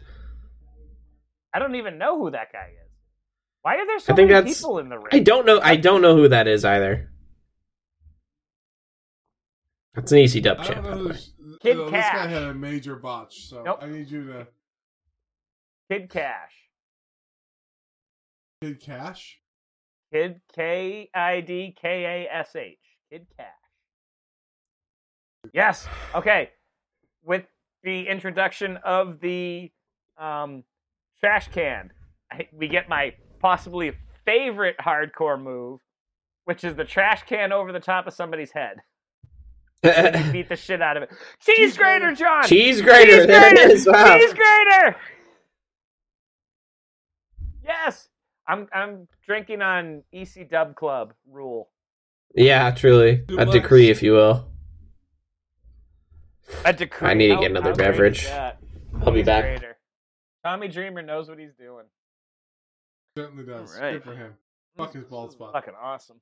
I don't even know who that guy is. Why are there so
I think
many
that's-
people in the ring?
I don't know. I don't know who that is either. That's an easy dub
I don't
champ, by
know
the way.
who's.
Kid
no, This guy
Cash.
had a major botch, so
Nope.
I need you to.
Kid Cash.
Kid Cash?
Kid K I D K A S H. Kid Cash. Yes. Okay. With the introduction of the um, trash can, I, we get my possibly favorite hardcore move, which is the trash can over the top of somebody's head. And you beat the shit out of it. Cheese grater, John.
Cheese grater.
Cheese
there
grater!
it is. Wow.
Cheese grater. Yes, I'm. I'm drinking on EC Dub Club rule.
Yeah, truly.
Too
A
much.
decree, if you will.
A decree.
I need to
How-
get another
how great is
beverage.
that?
I'll be
Cheese
back.
grater. Tommy Dreamer knows what he's doing.
Certainly does.
Alright.
Good for him. Fuck his bald
This is
spot.
Fucking awesome.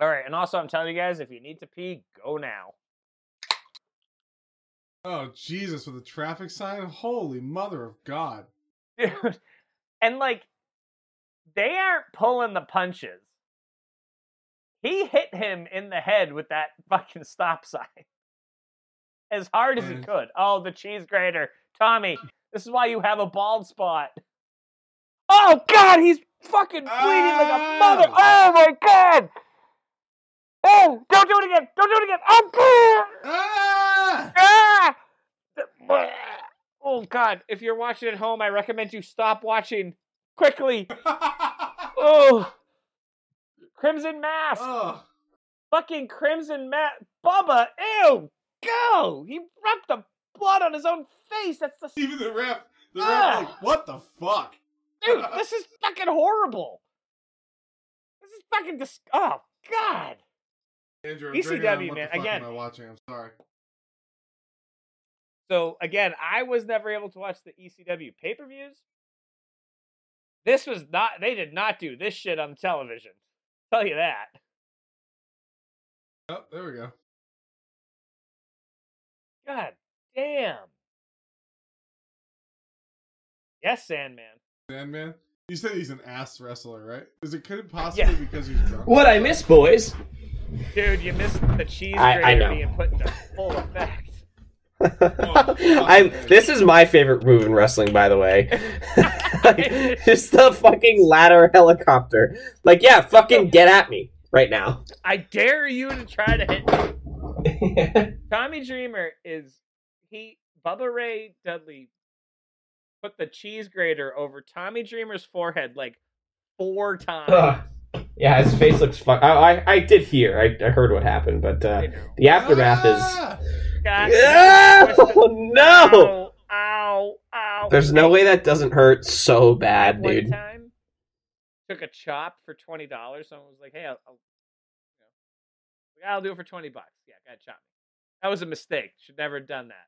All right, and also I'm telling you guys, if you need to pee, go now.
Oh, Jesus, with a traffic sign? Holy mother of God.
dude. And like, they aren't pulling the punches. He hit him in the head with that fucking stop sign. as hard as he
Mm.
could. Oh, the cheese grater. Tommy, this is why you have a bald spot. Oh, God, he's fucking bleeding like a mother. Oh, my God. Oh, don't do it again. Don't do it again. Oh, God.
Ah!
Ah! Oh God! If you're watching at home, I recommend you stop watching quickly. Oh, Crimson Mask,
oh,
fucking Crimson Mask, Bubba! Ew, go! He rubbed the blood on his own face. That's the
even the ref, the
Ah!
ref, like, what the fuck?
dude. This is fucking horrible. This is fucking dis. Oh God!
Andrew, I'm
ECW,
drinking on what
man,
The fuck
again.
Am I watching? I'm sorry.
So again, I was never able to watch the E ECW pay per views. This was not they did not do this shit on television. Tell you that.
Oh, there we go.
God damn. Yes, Sandman.
Sandman. You said he's an ass wrestler, right? Is it could it possibly
Yeah.
because he's drunk?
What I miss, boys?
Dude, you missed the cheese
I- I
grater
know.
being put into full effect. Oh,
I this is my favorite move in wrestling, by the way. like, just the fucking ladder helicopter. Like, yeah, fucking get at me right now.
I dare you to try to hit me. Tommy Dreamer is he Bubba Ray Dudley put the cheese grater over Tommy Dreamer's forehead like four times.
Ugh. Uh, yeah, his face looks fun. I, I I did hear. I, I heard what happened, but uh,
You know.
the aftermath is.
Ah!
God, Ah!
Oh no!
Ow, ow, ow.
There's no way that doesn't hurt so bad,
one
dude.
time took a chop for twenty dollars. Someone was like, "Hey, I'll, I'll, you know, I'll do it for twenty bucks." Yeah, got chopped. That was a mistake. Should never have done that.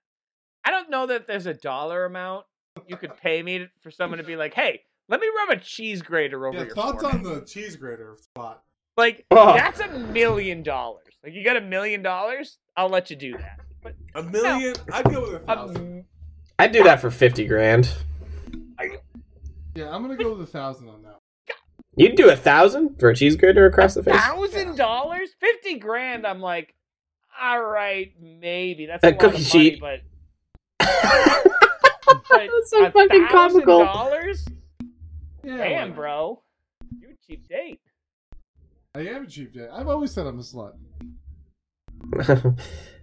I don't know that there's a dollar amount you could pay me to- for someone to be like, "Hey, let me rub a cheese grater over
Yeah,
your
thoughts
forehead."
on the cheese grater spot?
Like
Ugh.
that's a million dollars. Like you got a million dollars, I'll let you do that. But
A million? I'd go with a
a
thousand.
m-
I'd do that for fifty grand.
yeah, I'm gonna go with a thousand on that.
You'd do a thousand for a cheese grater across the face.
thousand dollars, fifty grand, I'm like, all right, maybe that's a
That
lot of
cookie
money,
sheet.
but but
That's so
a
fucking
thousand
comical.
Dollars?
Yeah, why
Damn,
not?
bro, you a cheap date.
I am a cheap date. I've always said I'm a slut.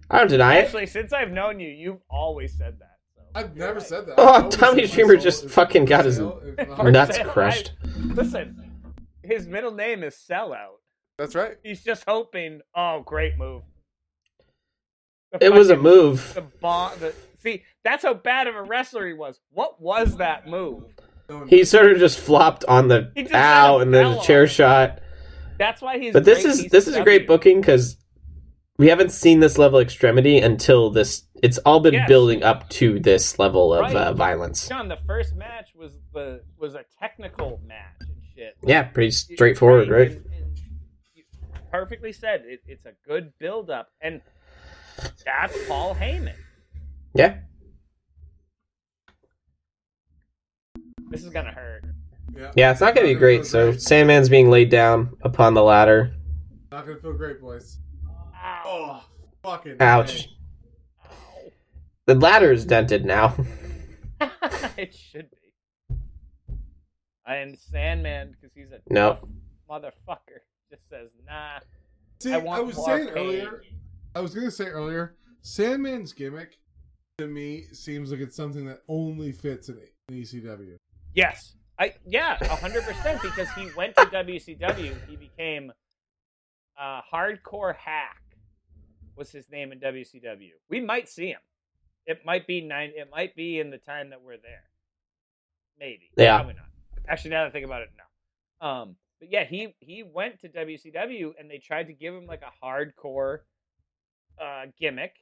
I don't deny it.
Actually, since I've known you, you've always said that. So
I've
you're
never
right.
said that.
Oh,
I've always
Tommy
said my
Dreamer
soul
just
is
fucking
for
got his
sale if the
For
heart-
nuts
sale.
crushed.
Listen, his middle name is Sellout.
That's right.
He's just hoping. Oh, great move. The
It was a
fucking-
move.
The bomb. The, see, that's how bad of a wrestler he was. What was that move?
No,
He sort of just flopped on the
He just
ow,
kinda
and then
fell
a chair
on it.
shot.
That's why he's.
But this
great
is this is a great
ECW.
booking because we haven't seen this level of extremity until this. It's all been
Yes.
building up to this level of
Right.
uh, violence.
John, the first match was the was a technical match and shit.
Yeah, pretty straightforward,
Right,
right?
and- and you perfectly said. It, it's a good build up, and that's Paul Heyman.
Yeah.
This is gonna hurt.
Yeah.
Yeah, it's not gonna be
Not
great.
feel
So Sandman's being laid down upon the ladder.
not gonna feel great, boys.
Ow.
Oh, fucking.
Ouch. The ladder is dented now.
it should be. And Sandman, because he's a
No.
tough motherfucker, just says nah.
See,
I
I,
want
was
more
saying
pain.
earlier, I was gonna say earlier, Sandman's gimmick to me seems like it's something that only fits in E ECW.
Yes. I yeah, hundred percent because he went to WCW, he became uh hardcore hack was his name in WCW. We might see him. It might be nine it might be in the time that we're there. Maybe.
Yeah.
Probably not. Actually now that I think about it, no. Um but yeah, he he went to WCW and they tried to give him like a hardcore uh gimmick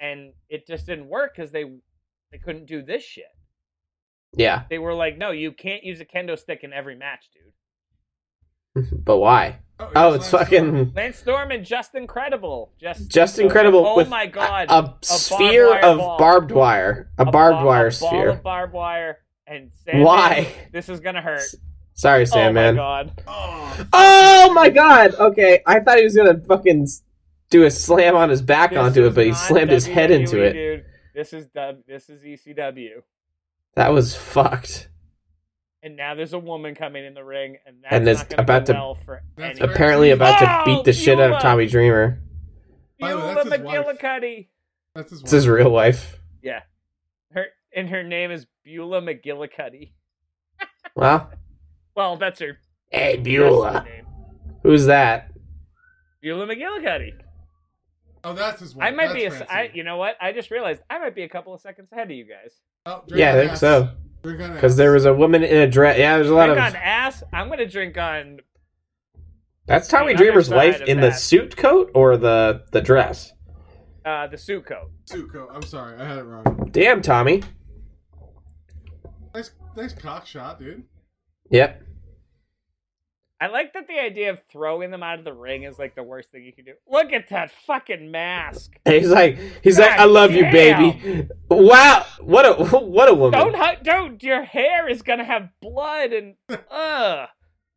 and it just didn't work because they they couldn't do this shit
Yeah,
they were like, no, you can't use a kendo stick in every match, dude.
but why? Oh, it's fucking
Lance Storm and Just Incredible. Just,
just incredible.
Oh
with
my god.
a, sphere
wire
of
ball.
barbed wire, a, barbed
ba-
wire
a
sphere.
Ball of barbed wire and Sandman.
Why?
This is gonna hurt. Oh
Sorry,
my
Sandman.
god.
Oh,
Oh my god. Okay, I thought he was gonna fucking s- do a slam on his back
This
onto
is
it, but he
not E,
slammed his head
WWE,
into it.
Dude. This is dub- this is E ECW,
That was fucked.
and now there's a woman coming in the ring, and that's
And
not
is
gonna
about
go
to-
well for
That's
anyone.
fair.
Apparently about
Oh,
to beat the shit out
Beulah!
of Tommy Dreamer.
By the way,
Beulah
that's his wife.
McGillicuddy.
That's his
It's his
wife.
real wife.
Her and her name is Beulah McGillicuddy.
Well,
Well, that's her
hey
wrestling
Beulah,
name.
who's that?
Beulah McGillicuddy.
Oh, that's his wife.
I might be a,
That's fancy.
I, you know what? I just realized I might be a couple of seconds ahead of you guys.
Oh, drink
Yeah, I
on
think
ass.
so.
Drink on
Because
ass.
there was a woman in a dress. Yeah, there's a lot
drink
of.
on ass. I'm gonna drink on.
That's Tommy
the other
Dreamer's
side
wife
of
in the
that.
suit coat or the the dress.
Uh, the suit coat.
Zuko. I'm sorry, I had it wrong.
Damn, Tommy.
Nice, nice cock shot, dude.
Yep.
I like that the idea of throwing them out of the ring is like the worst thing you can do. Look at that fucking mask.
He's like, he's like,
God
I love you,
damn.
baby. Wow, what a what a woman.
Don't hu- don't. Your hair is gonna have blood and ugh.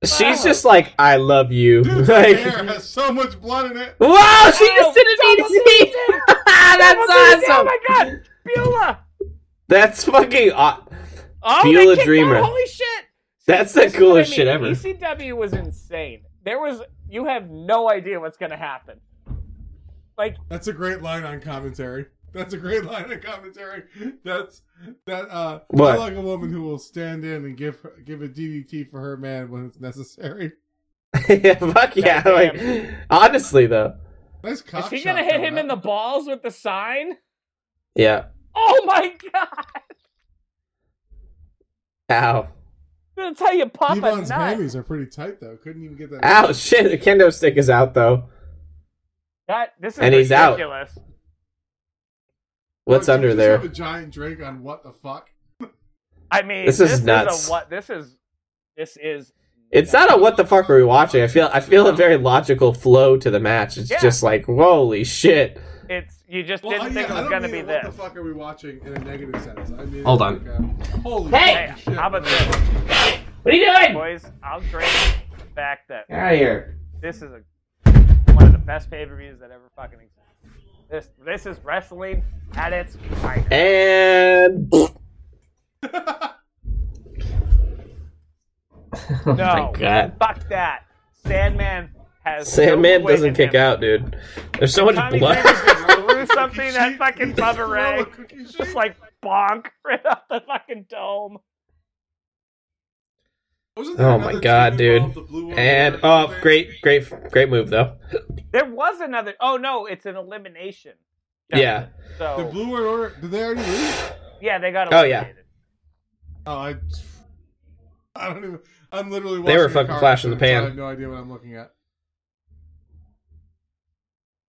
She's
Wow.
just like, I love you.
Dude,
like,
the hair has so much blood in it.
wow, she
Oh,
just did it.
double
easy.
Double
That's
digits.
awesome.
Oh my god, Beulah.
That's fucking. aw-
Oh, they
Beulah
kicked out.
Dreamer.
Holy shit. This
That's the
is what
coolest
I
shit
mean.
ever.
ECW was insane. There was you have no idea what's gonna happen. Like
That's a great line on commentary. That's a great line on commentary. That's that. uh
What?
I like a woman who will stand in and give give a DDT for her man when it's necessary.
yeah, fuck yeah.
God
Like, honestly though.
Nice cock
is he
shot
gonna hit
coming
him
up.
in the balls with the sign?
Yeah.
Oh my god!
Ow.
That's how you pop
Devon's
a nut.
hammies are pretty tight though. Couldn't even get that.
Ow. Shit. The kendo stick is out though.
That- this is
And he's out.
ridiculous.
What's
Look,
under
just
there?
Have a giant drink on what the fuck?
I mean,
This is nuts.
a what? This is this is.
It's not a what the fuck are we watching. I feel I feel a very logical flow to the match. It's
Yeah.
just like holy shit.
It's you just
Well,
didn't
I-
think
yeah,
it
I
was
don't
gonna
mean
be
what
this.
the fuck are we watching in a negative sense? I mean,
Hold
like, uh, holy
Hey!
fucking
Hey,
shit!
how about this,
What are you doing?
boys? I'll drink the fact that
Get out of here.
this is a, one of the best pay per views that ever fucking exists. This this is wrestling at its finest.
And oh
No,
Oh my god.
fuck that. Sandman has. no
Sandman
way in
doesn't kick
him.
out, dude. There's so much
Tommy
blood.
Dreamer just threw something at fucking Bubba Ray.
It's
Just like bonk right off the fucking dome.
Oh my god, dude. And oh, great, great, great move though.
There was another. Oh no, it's an elimination.
Yeah.
The
So
Blue World Order. Did they already leave?
yeah, they got.
Oh, yeah.
Eliminated.
Oh, I. I don't even. I'm literally.
They were
watching a
fucking
car
flash in the
accident, so
pan.
I have no idea what I'm looking at.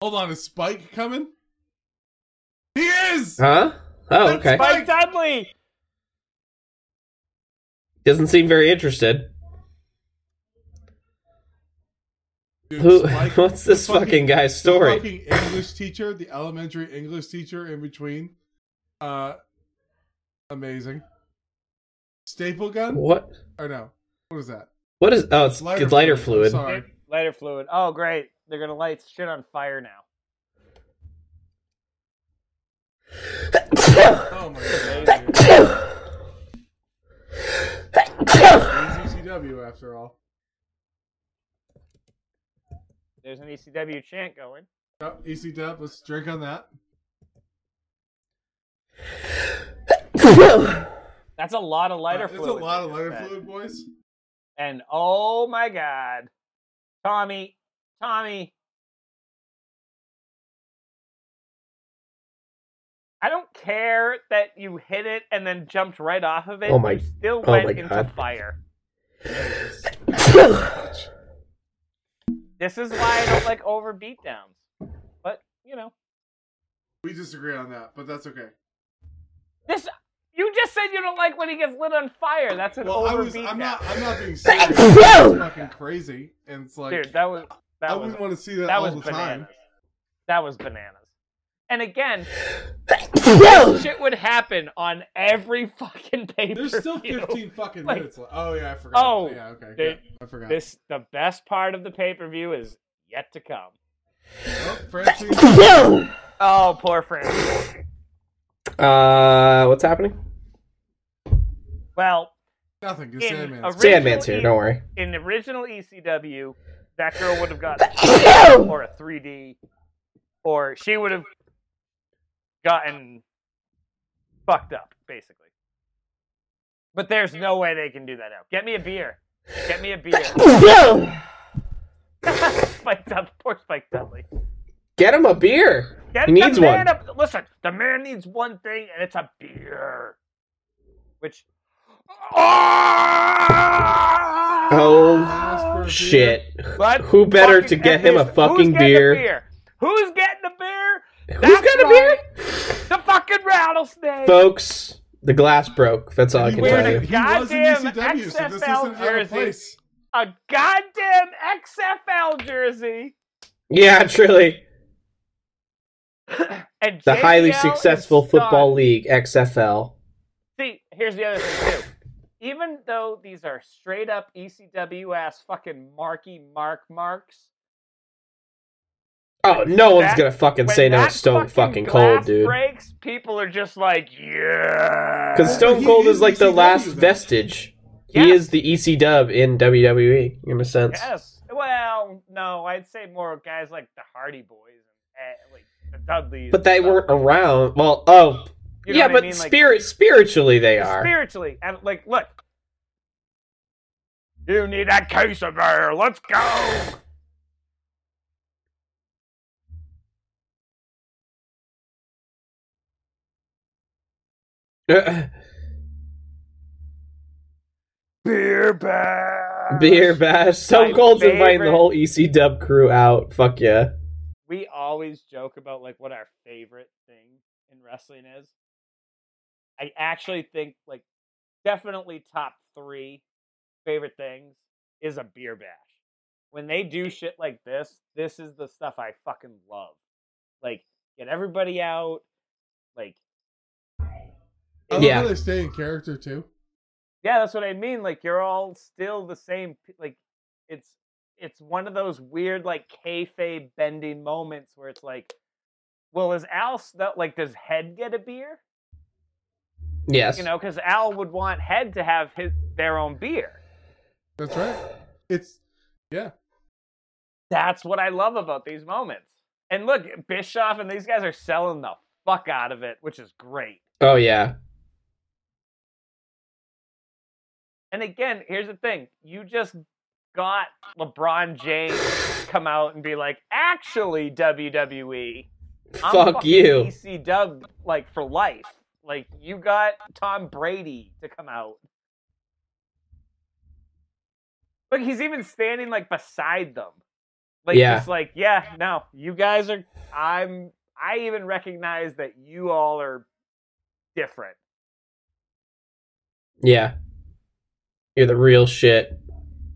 Hold on, is Spike coming? He is.
Huh? Oh, okay.
Mike Dudley.
Doesn't seem very interested.
Dude,
Who?
Spike-
What's this fucking guy's
the
story?
fucking English teacher, the elementary English teacher in between. Uh, amazing. Staple gun
What?
or no? What is that?
What is? Oh, it's lighter, fluid.
I'm sorry.
Lighter fluid. Oh great, they're gonna light shit on fire now.
Oh my god.
Amazing.
It's ECW after all.
There's an ECW chant going.
Yep, ECW. E Let's drink on that.
That's a lot of lighter
Uh,
fluid.
It's a lot of
they
lighter
just said.
fluid, boys.
And oh my god, Tommy, Tommy. I don't care that you hit it and then jumped right off of it.
Oh my-
You still
oh
went
my
into
God.
fire.
Ouch.
This is why I don't like over beatdowns. But you know,
we disagree on that, but that's okay.
this. You just said you don't like when he gets lit on fire. That's an
Well, I
over
was.
beatdown.
I'm not. I'm not being serious. It's fucking crazy, and it's like
Dude, that was that
I
was
wouldn't want to see that,
that
all
was
the
bananas.
time.
That was bananas. And again, shit would happen on every fucking paper.
There's still 15 fucking
Like-
minutes left. Oh yeah, I forgot.
Oh,
yeah, okay,
they-
yeah, I forgot.
This the best part of the pay per view is yet to come.
Oh, Francine,
Oh, poor Francis.
Uh, what's happening?
Well,
nothing. Just
in
Sandman.
original
Sandman's here.
E-
Don't worry.
In the original ECW, that girl would have gotten a or a 3D, or she would have gotten fucked up, basically. But there's no way they can do that now. Get me a beer. Get me a beer. Spike Dudley. Poor Spike Dudley.
Get him a beer.
Get
He needs
the man
one.
A, listen, the man needs one thing, and it's a beer. Which.
Oh shit!
But
Who better to
fucking-
get him a
who's getting
fucking
the
beer?
Who's getting the beer?
Who's got a beer?
The fucking rattlesnake.
Folks, the glass broke. That's all I can
We're
tell
in
you.
a- goddamn
E so this isn't
XFL
out of
jersey.
place.
A goddamn XFL jersey.
Yeah, truly.
And
The highly
JBL is
successful football
stunned.
league, XFL.
See, here's the other thing too. Even though these are straight up ECW ass fucking Marky Mark marks,
Oh, no one's
That-
gonna fucking
when
say no.
that
It's Stone fucking
glass
cold, dude.
Breaks, people are just like, yeah.
Because
He
Stone Cold
is
is like the
ECW
last
then.
vestige. He
Yeah.
is the EC dub in WWE, in a sense.
Yes. Well, no, I'd say more guys like the Hardy Boys and eh, like the Dudleys.
But they
and stuff.
weren't around. Well, oh,
You know
yeah,
what I
but
mean? Like,
spirit spiritually they are.
spiritually and like, look, you need that case of air. Let's go. Beer back.
Beer bash. Stone
My
Cold's inviting
favorite-
the whole EC dub crew out. Fuck yeah.
We always joke about like what our favorite thing in wrestling is. I actually think like definitely top three favorite things is a beer bash. When they do shit like this, this is the stuff I fucking love. Like get everybody out, like
I love
Yeah.
how they stay in character too.
yeah that's what i mean like you're all still the same p- like it's it's one of those weird like kayfabe bending moments where it's like well is al Snow- like does head get a beer
Yes.
you know because al would want head to have his their own beer
That's right. It's yeah.
that's what i love about these moments and look bischoff and these guys are selling the fuck out of it which is great
oh yeah.
And again, here's the thing: you just got LeBron James come out and be like, "Actually, E, WWE, I'm
Fuck
fucking E
you.
EC Dub like for life." Like you got Tom Brady to come out. Look, he's even standing like beside them. Like
Yeah.
just like, yeah, no, you guys are I'm I even recognize that you all are different.
Yeah. You're the real shit.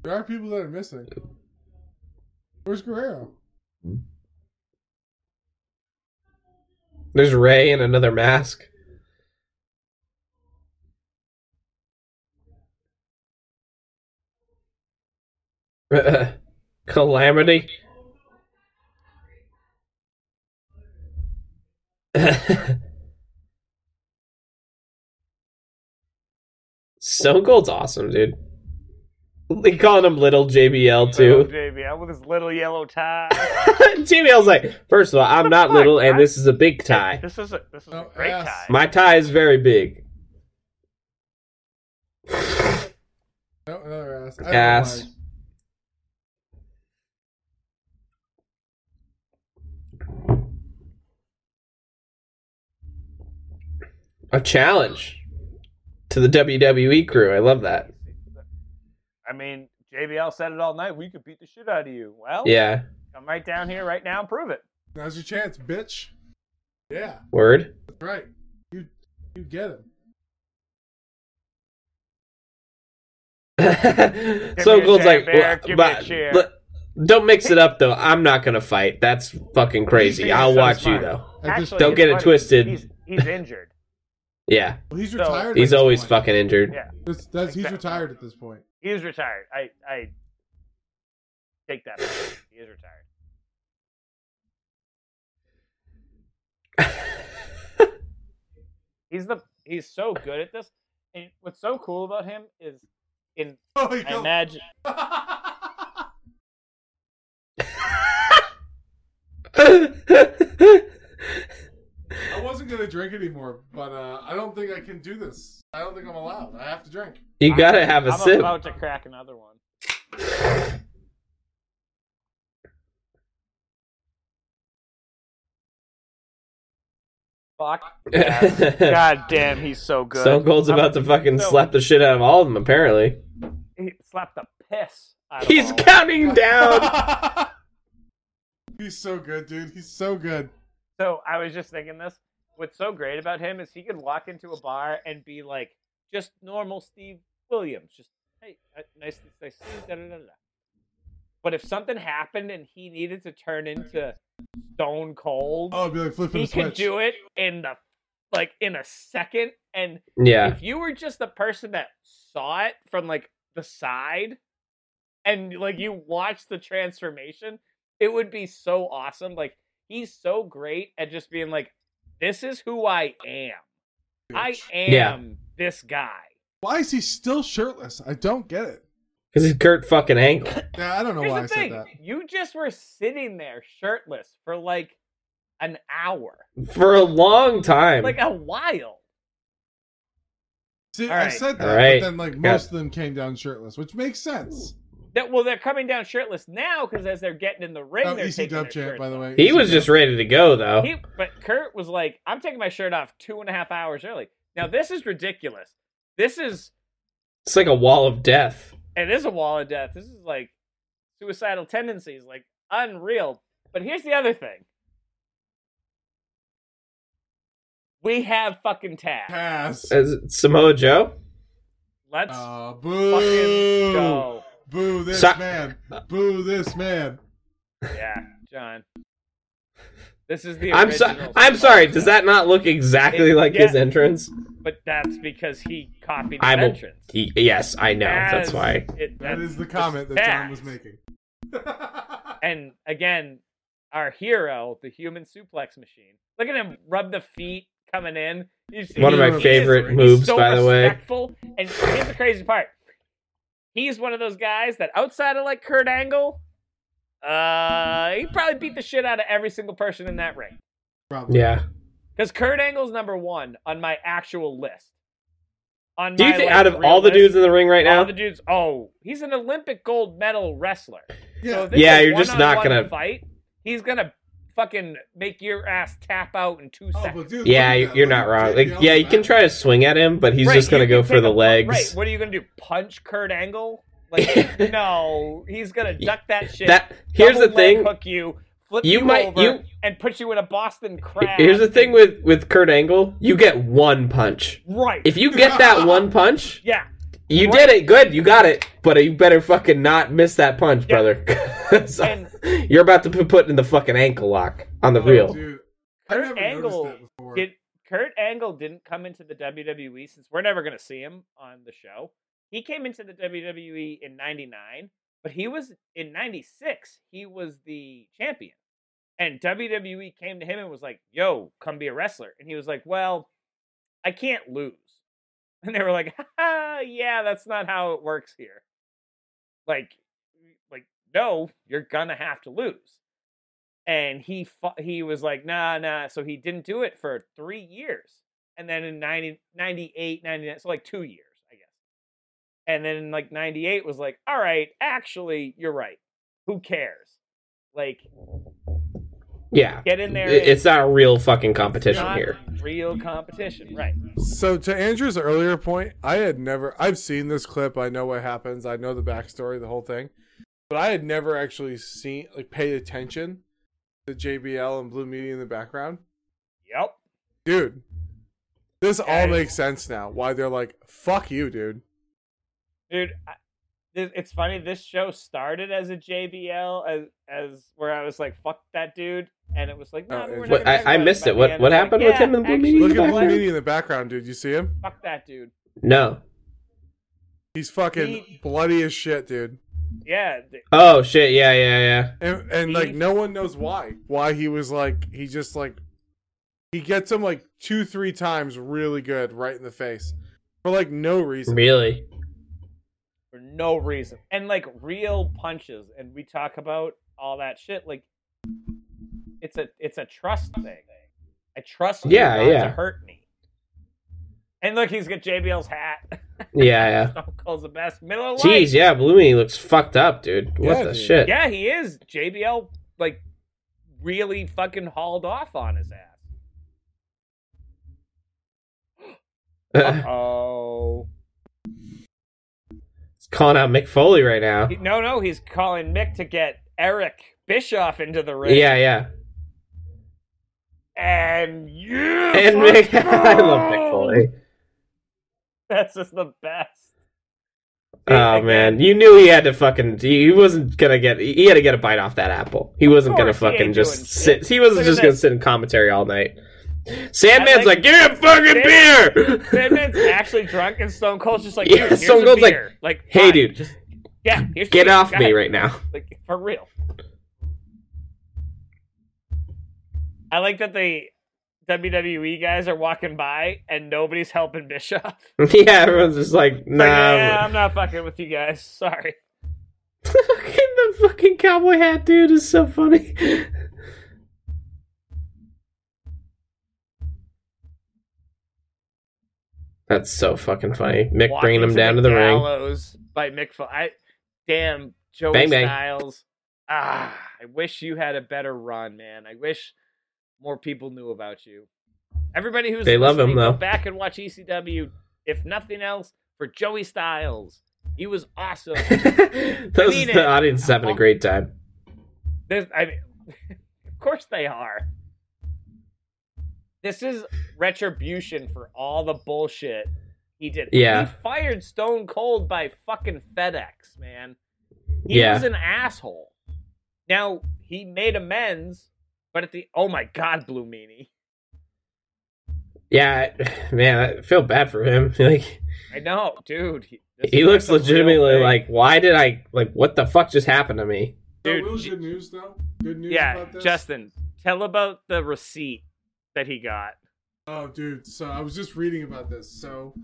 There are people that are missing. Where's Guerrero?
There's Ray in another mask. Calamity. Stone Cold's awesome, dude. They calling him Little JBL
Little
too.
JBL with his little yellow tie.
JBL's like, first of all, I'm not
fuck,
little, and
man?
this is a big tie.
This is a this is
Oh,
a great
ass.
tie.
My tie is very big.
No, another ass. I don't
Ass.
mind.
A challenge to the WWE crew. I love that.
I mean, JBL said it all night. We could beat the shit out of you. Well,
Yeah.
come right down here right now and prove it.
Now's your chance, bitch. Yeah,
Word.
that's right. You you get him.
so
a
Gold's
chair,
like,
Bear.
"Well,
Give me a
but-
chair."
but don't mix it up though. I'm not gonna fight. That's fucking crazy.
being
I'll
so
watch
smart.
you though.
At this
Actually,
Don't
it's
get it
funny.
twisted.
He's, he's injured.
Yeah.
Well, he's
So-
retired. at
He's
this
always
point.
fucking injured.
Yeah.
That's, that's he's
Exactly.
retired at this point.
He's retired. I I take that. back. He is retired. he's the he's so good at this. And what's so cool about him is in
Oh, he
I
killed-
imagine
I wasn't gonna drink anymore, but uh, I don't think I can do this. I don't think I'm allowed. I have to drink.
you gotta have a
I'm
sip.
about to crack another one. Fuck. yes. God damn, he's so good.
Stone Cold's
I'm-
about to fucking
so-
slap the shit out of all of them. Apparently,
He slapped the piss. Out of
he's
all of them.
counting down.
He's so good, dude. He's so good.
So I was just thinking this. What's so great about him is he could walk into a bar and be like just normal Steve Williams, just hey, uh, nice, nice, nice da, da, da, da. But if something happened and he needed to turn into Stone Cold,
Oh, it'd be like flipping
he
a switch.
could do it in the like in a second. And
yeah,
if you were just the person that saw it from like the side, and like you watched the transformation, it would be so awesome. Like he's so great at just being like, "This is who I am. I am
Yeah.
this guy."
Why is he still shirtless? I don't get it.
because he's Kurt fucking Angle.
Yeah, I don't know
Here's
why I
the thing:
said that.
you just were sitting there shirtless for like an hour,
for a long time.
like a while.
See,
All
I
right.
said
All
that,
right.
but then like
Yeah.
most of them came down shirtless, which makes sense.
That well, they're coming down shirtless now because as they're getting in the ring,
Oh,
they're
EC
taking
Dub
their
chant,
shirts
by the
off.
way. E
he
EC
was
Dub.
just ready to go though.
He, but Kurt was like, "I'm taking my shirt off two and a half hours early." Now this is ridiculous. This is
It's like a wall of death.
it is a wall of death. This is like suicidal tendencies, like unreal. But here's the other thing: we have fucking tab.
pass.
Is it Samoa Joe?
Let's
Uh,
fucking
boo!
go.
Boo this
So-
man! Boo this man!
Yeah, John. This is the.
I'm sorry.
original
I'm sorry.
Samoa
Does
Joe.
that not look exactly
It-
like his
yeah.
entrance?
But that's because he copied his
I'm a-
entrance.
He, yes, I know. That's
As
why.
it-
That
that's
is the
just
comment that John
facts.
was making.
and again, our hero, the human suplex machine. Look at him rub the feet coming in. You see-
One of
he
my
is-
favorite
he's
moves,
so
by the way.
respectful. And here's the crazy part: he's one of those guys that, outside of like Kurt Angle, uh, he probably beat the shit out of every single person in that ring.
Probably.
Yeah.
Because Kurt Angle's number one on my actual list. On
Do you
my,
think
like,
out of
real
all the
list,
dudes in the ring right
all
now,
the dudes, oh, he's an Olympic gold medal wrestler. So
Yeah.
if this
Yeah,
is a
you're just not
one-on-one
gonna-
fight. He's gonna fucking make your ass tap out in two
Oh,
seconds.
but dude,
yeah,
look at
you-
that.
you're
Look
not
at
wrong.
JBL
Like,
on
yeah,
the
you can
back.
try to swing at him, but he's
Right,
just gonna
you
go
can
for
take
the
a pu- Right,
legs.
what are you gonna do? Punch Kurt Angle? Like, no, he's gonna duck that shit.
That here's the
double leg
thing.
Hook you, flip
You
you,
might-
over,
you-
and put you in a Boston crab.
Here's the thing with with Kurt Angle. You get one punch.
Right.
If you get that one punch,
yeah.
You did it, good. You got it, but you better fucking not miss that punch,
Yeah.
brother. 'Cause
And-
you're about to be put in the fucking ankle lock on the
Oh,
reel.
Dude, I
Kurt
never
Angle
noticed that before.
Did Kurt Angle didn't come into the WWE since we're never gonna see him on the show. He came into the WWE in '99, but he was in '96. He was the champion, and WWE came to him and was like, "Yo, come be a wrestler," and he was like, "Well, I can't lose," and they were like, "Ah, "Yeah, that's not how it works here. Like, like no, you're gonna have to lose." and he fu- he was like nah nah so he didn't do it for three years and then in 90, 98 99 so like two years i guess and then in like 98 was like all right actually you're right who cares like
Yeah,
get in there
It-
and-
it's not a real fucking competition
not
here.
real competition right
So to Andrew's earlier point, I had never I've seen this clip, I know what happens, I know the backstory, the whole thing. But I had never actually seen like paid attention to JBL and Blue Media in the background.
yep
Dude. This all
Guys.
makes sense now. Why they're like, fuck you, dude.
dude I, th- it's funny this show started as a jbl as as where i was like fuck that dude and it was like no
Oh,
we're
it's-
not
What-
gonna
I-
talk
I
about
missed
by
it.
the
What-
end,
what
it's like,
happened with
yeah,
him and Blue
actually,
Meanie?
Look at
fuck
Blue
that-
Media in the background, dude. You see him?
fuck that dude
No.
He's fucking
He-
bloody as shit, dude.
yeah th-
Oh shit! Yeah, yeah, yeah.
And and like no one knows why. Why he was like he just like He gets him like two, three times really good right in the face for like no reason.
Really?
for no reason. And like real punches, and we talk about all that shit. Like it's a it's a trust thing. I trust
Yeah,
you not
yeah.
to hurt me. And look, he's got JBL's hat.
Yeah, yeah.
Stone Cold's the best middle of life.
Jeez, yeah, Bloomy looks fucked up, dude. What
Yeah,
the
dude.
shit?
Yeah, he is. JBL like really fucking hauled off on his ass. Oh
It's calling out Mick Foley right now.
no, no, he's calling Mick to get Eric Bischoff into the ring.
Yeah, yeah.
and you
And Mick, I love Mick Foley.
That's just the best.
Oh
Again,
man, you knew he had to fucking. He wasn't gonna get. He had to get a bite off that apple. He wasn't gonna
course, he ain't doing
fucking just
shit.
sit. He wasn't
Look at
just gonna
this.
sit in commentary all night. Sandman's
like-
like, give me a fucking beer.
Sandman's actually drunk, and Stone Cold's just like,
Yeah,
"Dude, here's
Stone
a
Cold's like,
beer." like,
"Hey,
fine,
dude,
just yeah, here's
Get
the beer,
off
go
me
ahead."
right now.
like for real." I like that the WWE E guys are walking by and nobody's helping Bischoff. It's
yeah, everyone's just like, nah.
Like, yeah, I'm not fucking with you guys. Sorry.
Fucking the fucking cowboy hat, dude, is so funny. That's so fucking funny. Mick
Walking
bringing him
to
down to the ring.
gallows by Mick. Fo- I, damn, Joey
Bang, bang.
Styles. Ah, I wish you had a better run, man. I wish more people knew about you. Everybody who's
They love him,
listening, go
though.
back and watch ECW. If nothing else, for Joey Styles, he was awesome.
Those,
mean it.
the audience is having a great time.
This, I mean, of course they are. This is retribution for all the bullshit he did.
Yeah.
He fired Stone Cold by fucking FedEx, man. He
Yeah.
was an asshole. Now, he made amends, but at the. Oh my God, Blue Meanie.
Yeah, I- man, I feel bad for him. Like
I know, dude. He, this
he
is
looks
a real
legitimately
thing.
like, why did I like what the fuck just happened to me?
So,
Dude,
what was
J-
good news though. Good news
Yeah,
about this.
Justin, tell about the receipt that he got.
Oh, dude. So I was just reading about this. So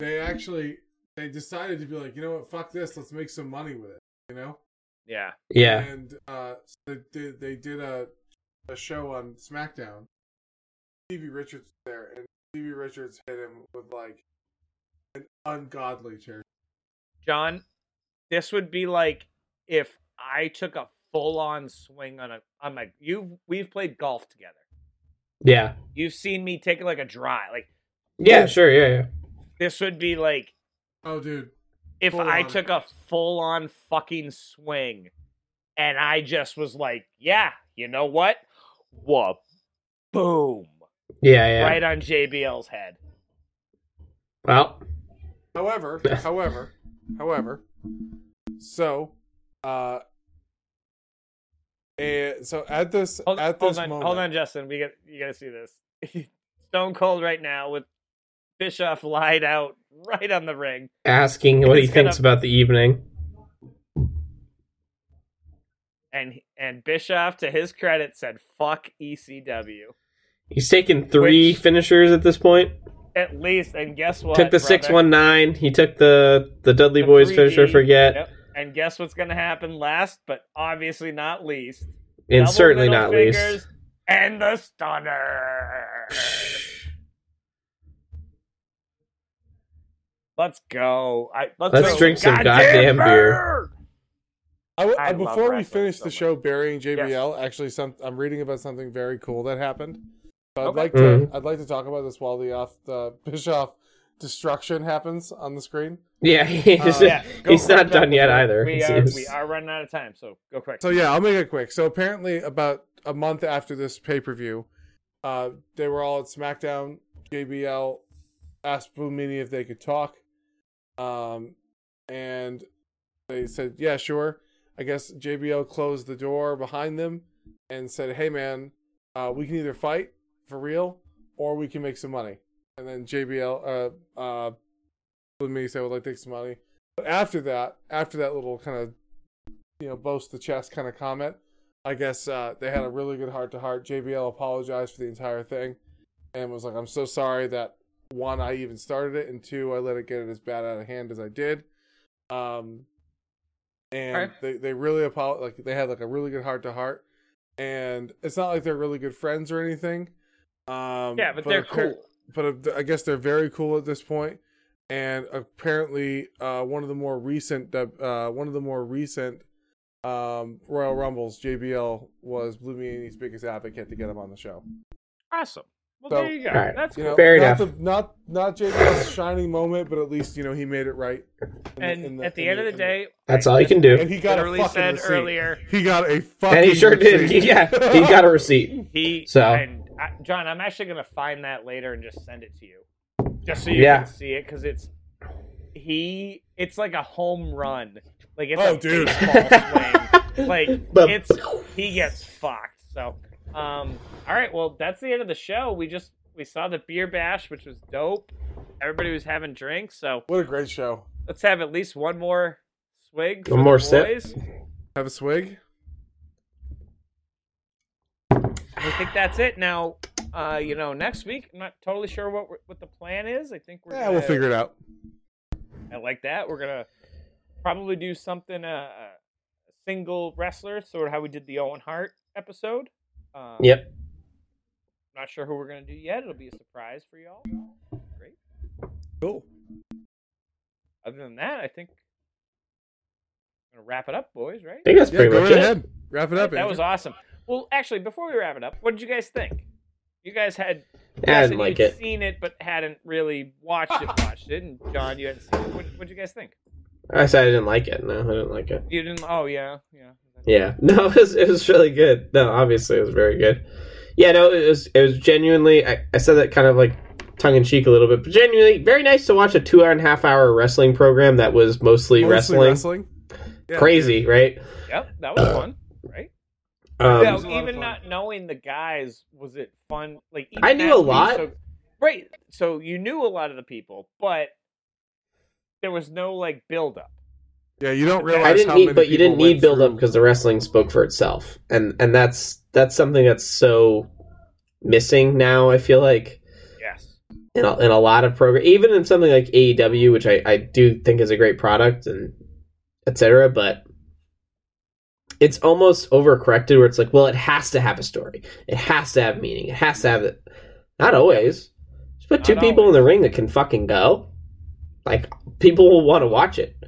they actually they decided to be like, you know what, fuck this. Let's make some money with it. You know.
Yeah.
Yeah.
And uh, so they did, they did a a show on SmackDown. Stevie Richards was there, and Stevie Richards hit him with like an ungodly chair.
John, this would be like if I took a full on swing on a on my you we've played golf together.
Yeah.
You've seen me take like a drive. Like
Yeah, sure, yeah, yeah.
this would be like
Oh, dude.
if
Full
I
on.
took a full on fucking swing and I just was like, yeah, you know what? Whoa. Boom.
Yeah, yeah.
Right on JBL's head.
Well,
However, however, however. So, uh, eh, so at this
Hold,
at
hold
this
on,
moment,
hold on, Justin. We got you gotta see this. Stone Cold right now with Bischoff lied out right on the ring.
asking what he
He's gonna-
thinks about the evening.
and and Bischoff, to his credit, said "fuck E ECW"
He's taken three
Which-
finishers at this point.
at least. And guess what?
took the
brother?
six one nine. He took the the Dudley
The
Boys
3D.
finisher. Forget.
Yep. And guess what's going to happen last, but obviously not least,
And
Double
certainly
middle
not
fingers and the stunner.
least.
Let's go. I, let's
Let's
go.
drink some goddamn beer.
I w-
I love
uh, before we
wrestling
finish
so
the
much.
show, burying JBL, actually, some I'm readning about something very cool that happened. So I'd
Okay.
like to
Mhm.
I'd like to talk about this while the off the Bischoff destruction happens on the screen.
Yeah,
Oh,
he's,
Uh, yeah,
go
he's
quick,
not done
Justin.
yet either.
We
it
are,
seems.
we are running out of time, so go quick.
So yeah, I'll make it quick. So apparently, about a month after this pay per view, uh, they were all at SmackDown. JBL asked Blue Meanie if they could talk, um, and they said, "Yeah, sure." I guess JBL closed the door behind them and said, "Hey, man, uh, we can either fight for real or we can make some money." And then JBL, uh, uh, Blue Meanie said, "Would like to make some money." But after that, after that little kind of you know, boast the chest kind of comment. I guess uh, they had a really good heart to heart. JBL apologized for the entire thing. and was like, I'm so sorry that one, I even started it, and two, I let it get as bad out of hand as I did. Um, and
Alright.
they, they really apolog like they had like a really good heart to heart, and it's not like they're really good friends or anything. Um,
yeah, but they're
appar-
cool.
But uh, I guess they're very cool at this point. And apparently, uh, one of the more recent, uh, one of the more recent um, Royal Rumbles, JBL was Blue Meanie's biggest advocate to get him on the show.
Awesome. Well,
So-
there you go.
Alright.
That's
You
cool.
know,
Fair
not
enough.
The, not not JBL's shining moment, but at least you know he made it right. in the-
and
in
at the end of the
in
day,
That's
I
all you can do.
and he got
literally
a fucking
said
receipt.
earlier.
He got a fucking.
And he sure did.
receipt.
yeah, he got a receipt.
He
So-
and I, John, I'm actually gonna find that later and just send it to you, just so you
Yeah.
can see it because it's he. It's like a home run. Like it's
Oh,
a
dude.
baseball swing. Like
But-
it's he gets fucked. So, um, all right. Well, that's the end of the show. We just we saw the beer bash, which was dope. Everybody was having drinks. So
What a great show.
let's have at least one more swig.
One more sip.
boys.
Have a swig.
I think that's it. Now, uh, you know, next week, I'm not totally sure what we're- what the plan is. I think we're
Yeah, we'll
gonna-
figure it out.
I like that. We're gonna probably do something uh, a single wrestler, sort of how we did the Owen Hart episode. Um,
Yep.
Not sure who we're gonna do yet. It'll be a surprise for y'all. Great.
Cool.
Other than that, I think I'm gonna wrap it up, boys. Right?
I think that's
Yeah,
pretty
go
much
right
it.
ahead. Wrap it up.
That
Andrew.
was awesome. Well, actually, before we wrap it up, what did you guys think? You guys had
I
Justin,
didn't like
you'd
it.
Seen it, but hadn't really watched it. Watched it, and John, you hadn't seen it. What, what'd you guys think?
I said I didn't like it. No, I didn't like it.
You didn't? Oh yeah, yeah.
Yeah, no, it was it was really good. No, obviously it was very good. Yeah, no, it was it was genuinely. I, I said that kind of like tongue in cheek a little bit, but genuinely very nice to watch a two hour and a half hour wrestling program that was mostly,
Mostly
wrestling.
Yeah.
Crazy, right?
Yep, that was fun, right?
Um,
Yeah, it was a lot
now,
of
even
fun.
not knowing the guys, was it fun? Like even
I knew
that
a
to me,
lot.
So, right, so you knew a lot of the people, but there was no like build up.
Yeah, you don't realize
I didn't
how
need,
many
but you
people
didn't need
went
build up
through-
because the wrestling spoke for itself, and and that's that's something that's so missing now. I feel like
Yes.
in a, in a lot of program, even in something like AEW, which I I do think is a great product and etc. But it's almost overcorrected where it's like, well, it has to have a story, it has to have meaning, it has to have it. Not always. Just put
Not
two people in the ring that can fucking go. Like people will want to watch it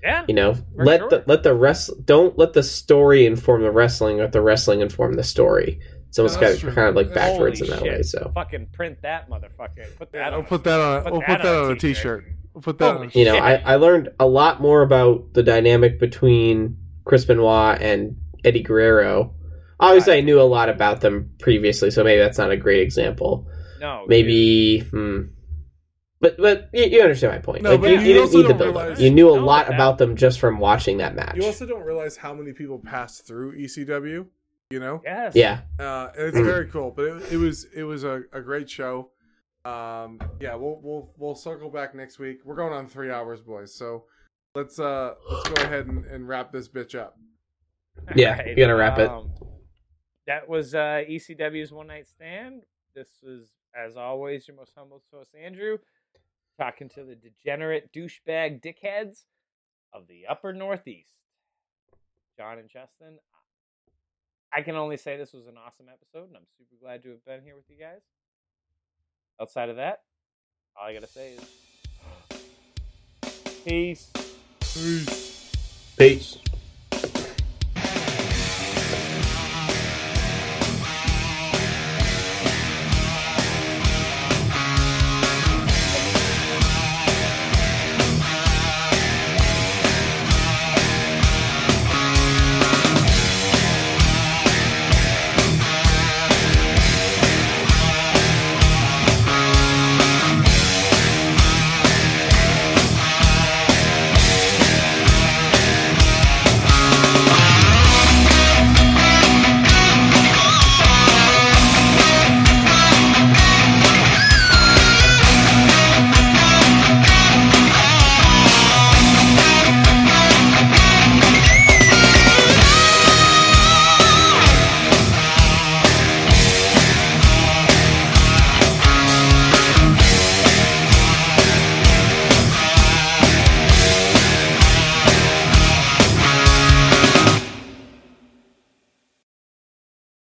Yeah.
you know
For
let
sure.
the let the rest don't let the story inform the wrestling let the wrestling inform the story it's almost
That's
kind,
true.
of, kind of like backwards
Holy
in that
shit.
way so
Fucking print that motherfucker. Put
Yeah,
that.
I'll
on.
put that on.
Put
we'll
that
put that
on a
on a
t-shirt.
t-shirt. We'll put that.
Holy
on
you know
shit.
I, I learned a lot more about the dynamic between chris benoit and eddie guerrero obviously i knew a lot about them previously so maybe that's not a great example
No. dude.
maybe hmm but but you, you understand my point
No,
like
but
you,
you
you didn't
also
need the
don't
build up
realize-
you knew a
No,
lot
that-
about them just from watching that match
You also don't realize how many people passed through ECW. You know.
Yes.
yeah
Uh, and it's very cool, but it, it was it was a, a great show. Um, yeah, we'll we'll we'll circle back next week. We're going on three hours, boys. So let's uh let's go ahead and, and wrap this bitch up.
Yeah, you gotta wrap it.
Um, that was uh, ECW's One Night Stand. This was, as always, your most humble host, Andrew, talking to the degenerate douchebag dickheads of the upper Northeast. John and Justin, I can only say this was an awesome episode, and I'm super glad to have been here with you guys. Outside of that, all I gotta say is peace.
peace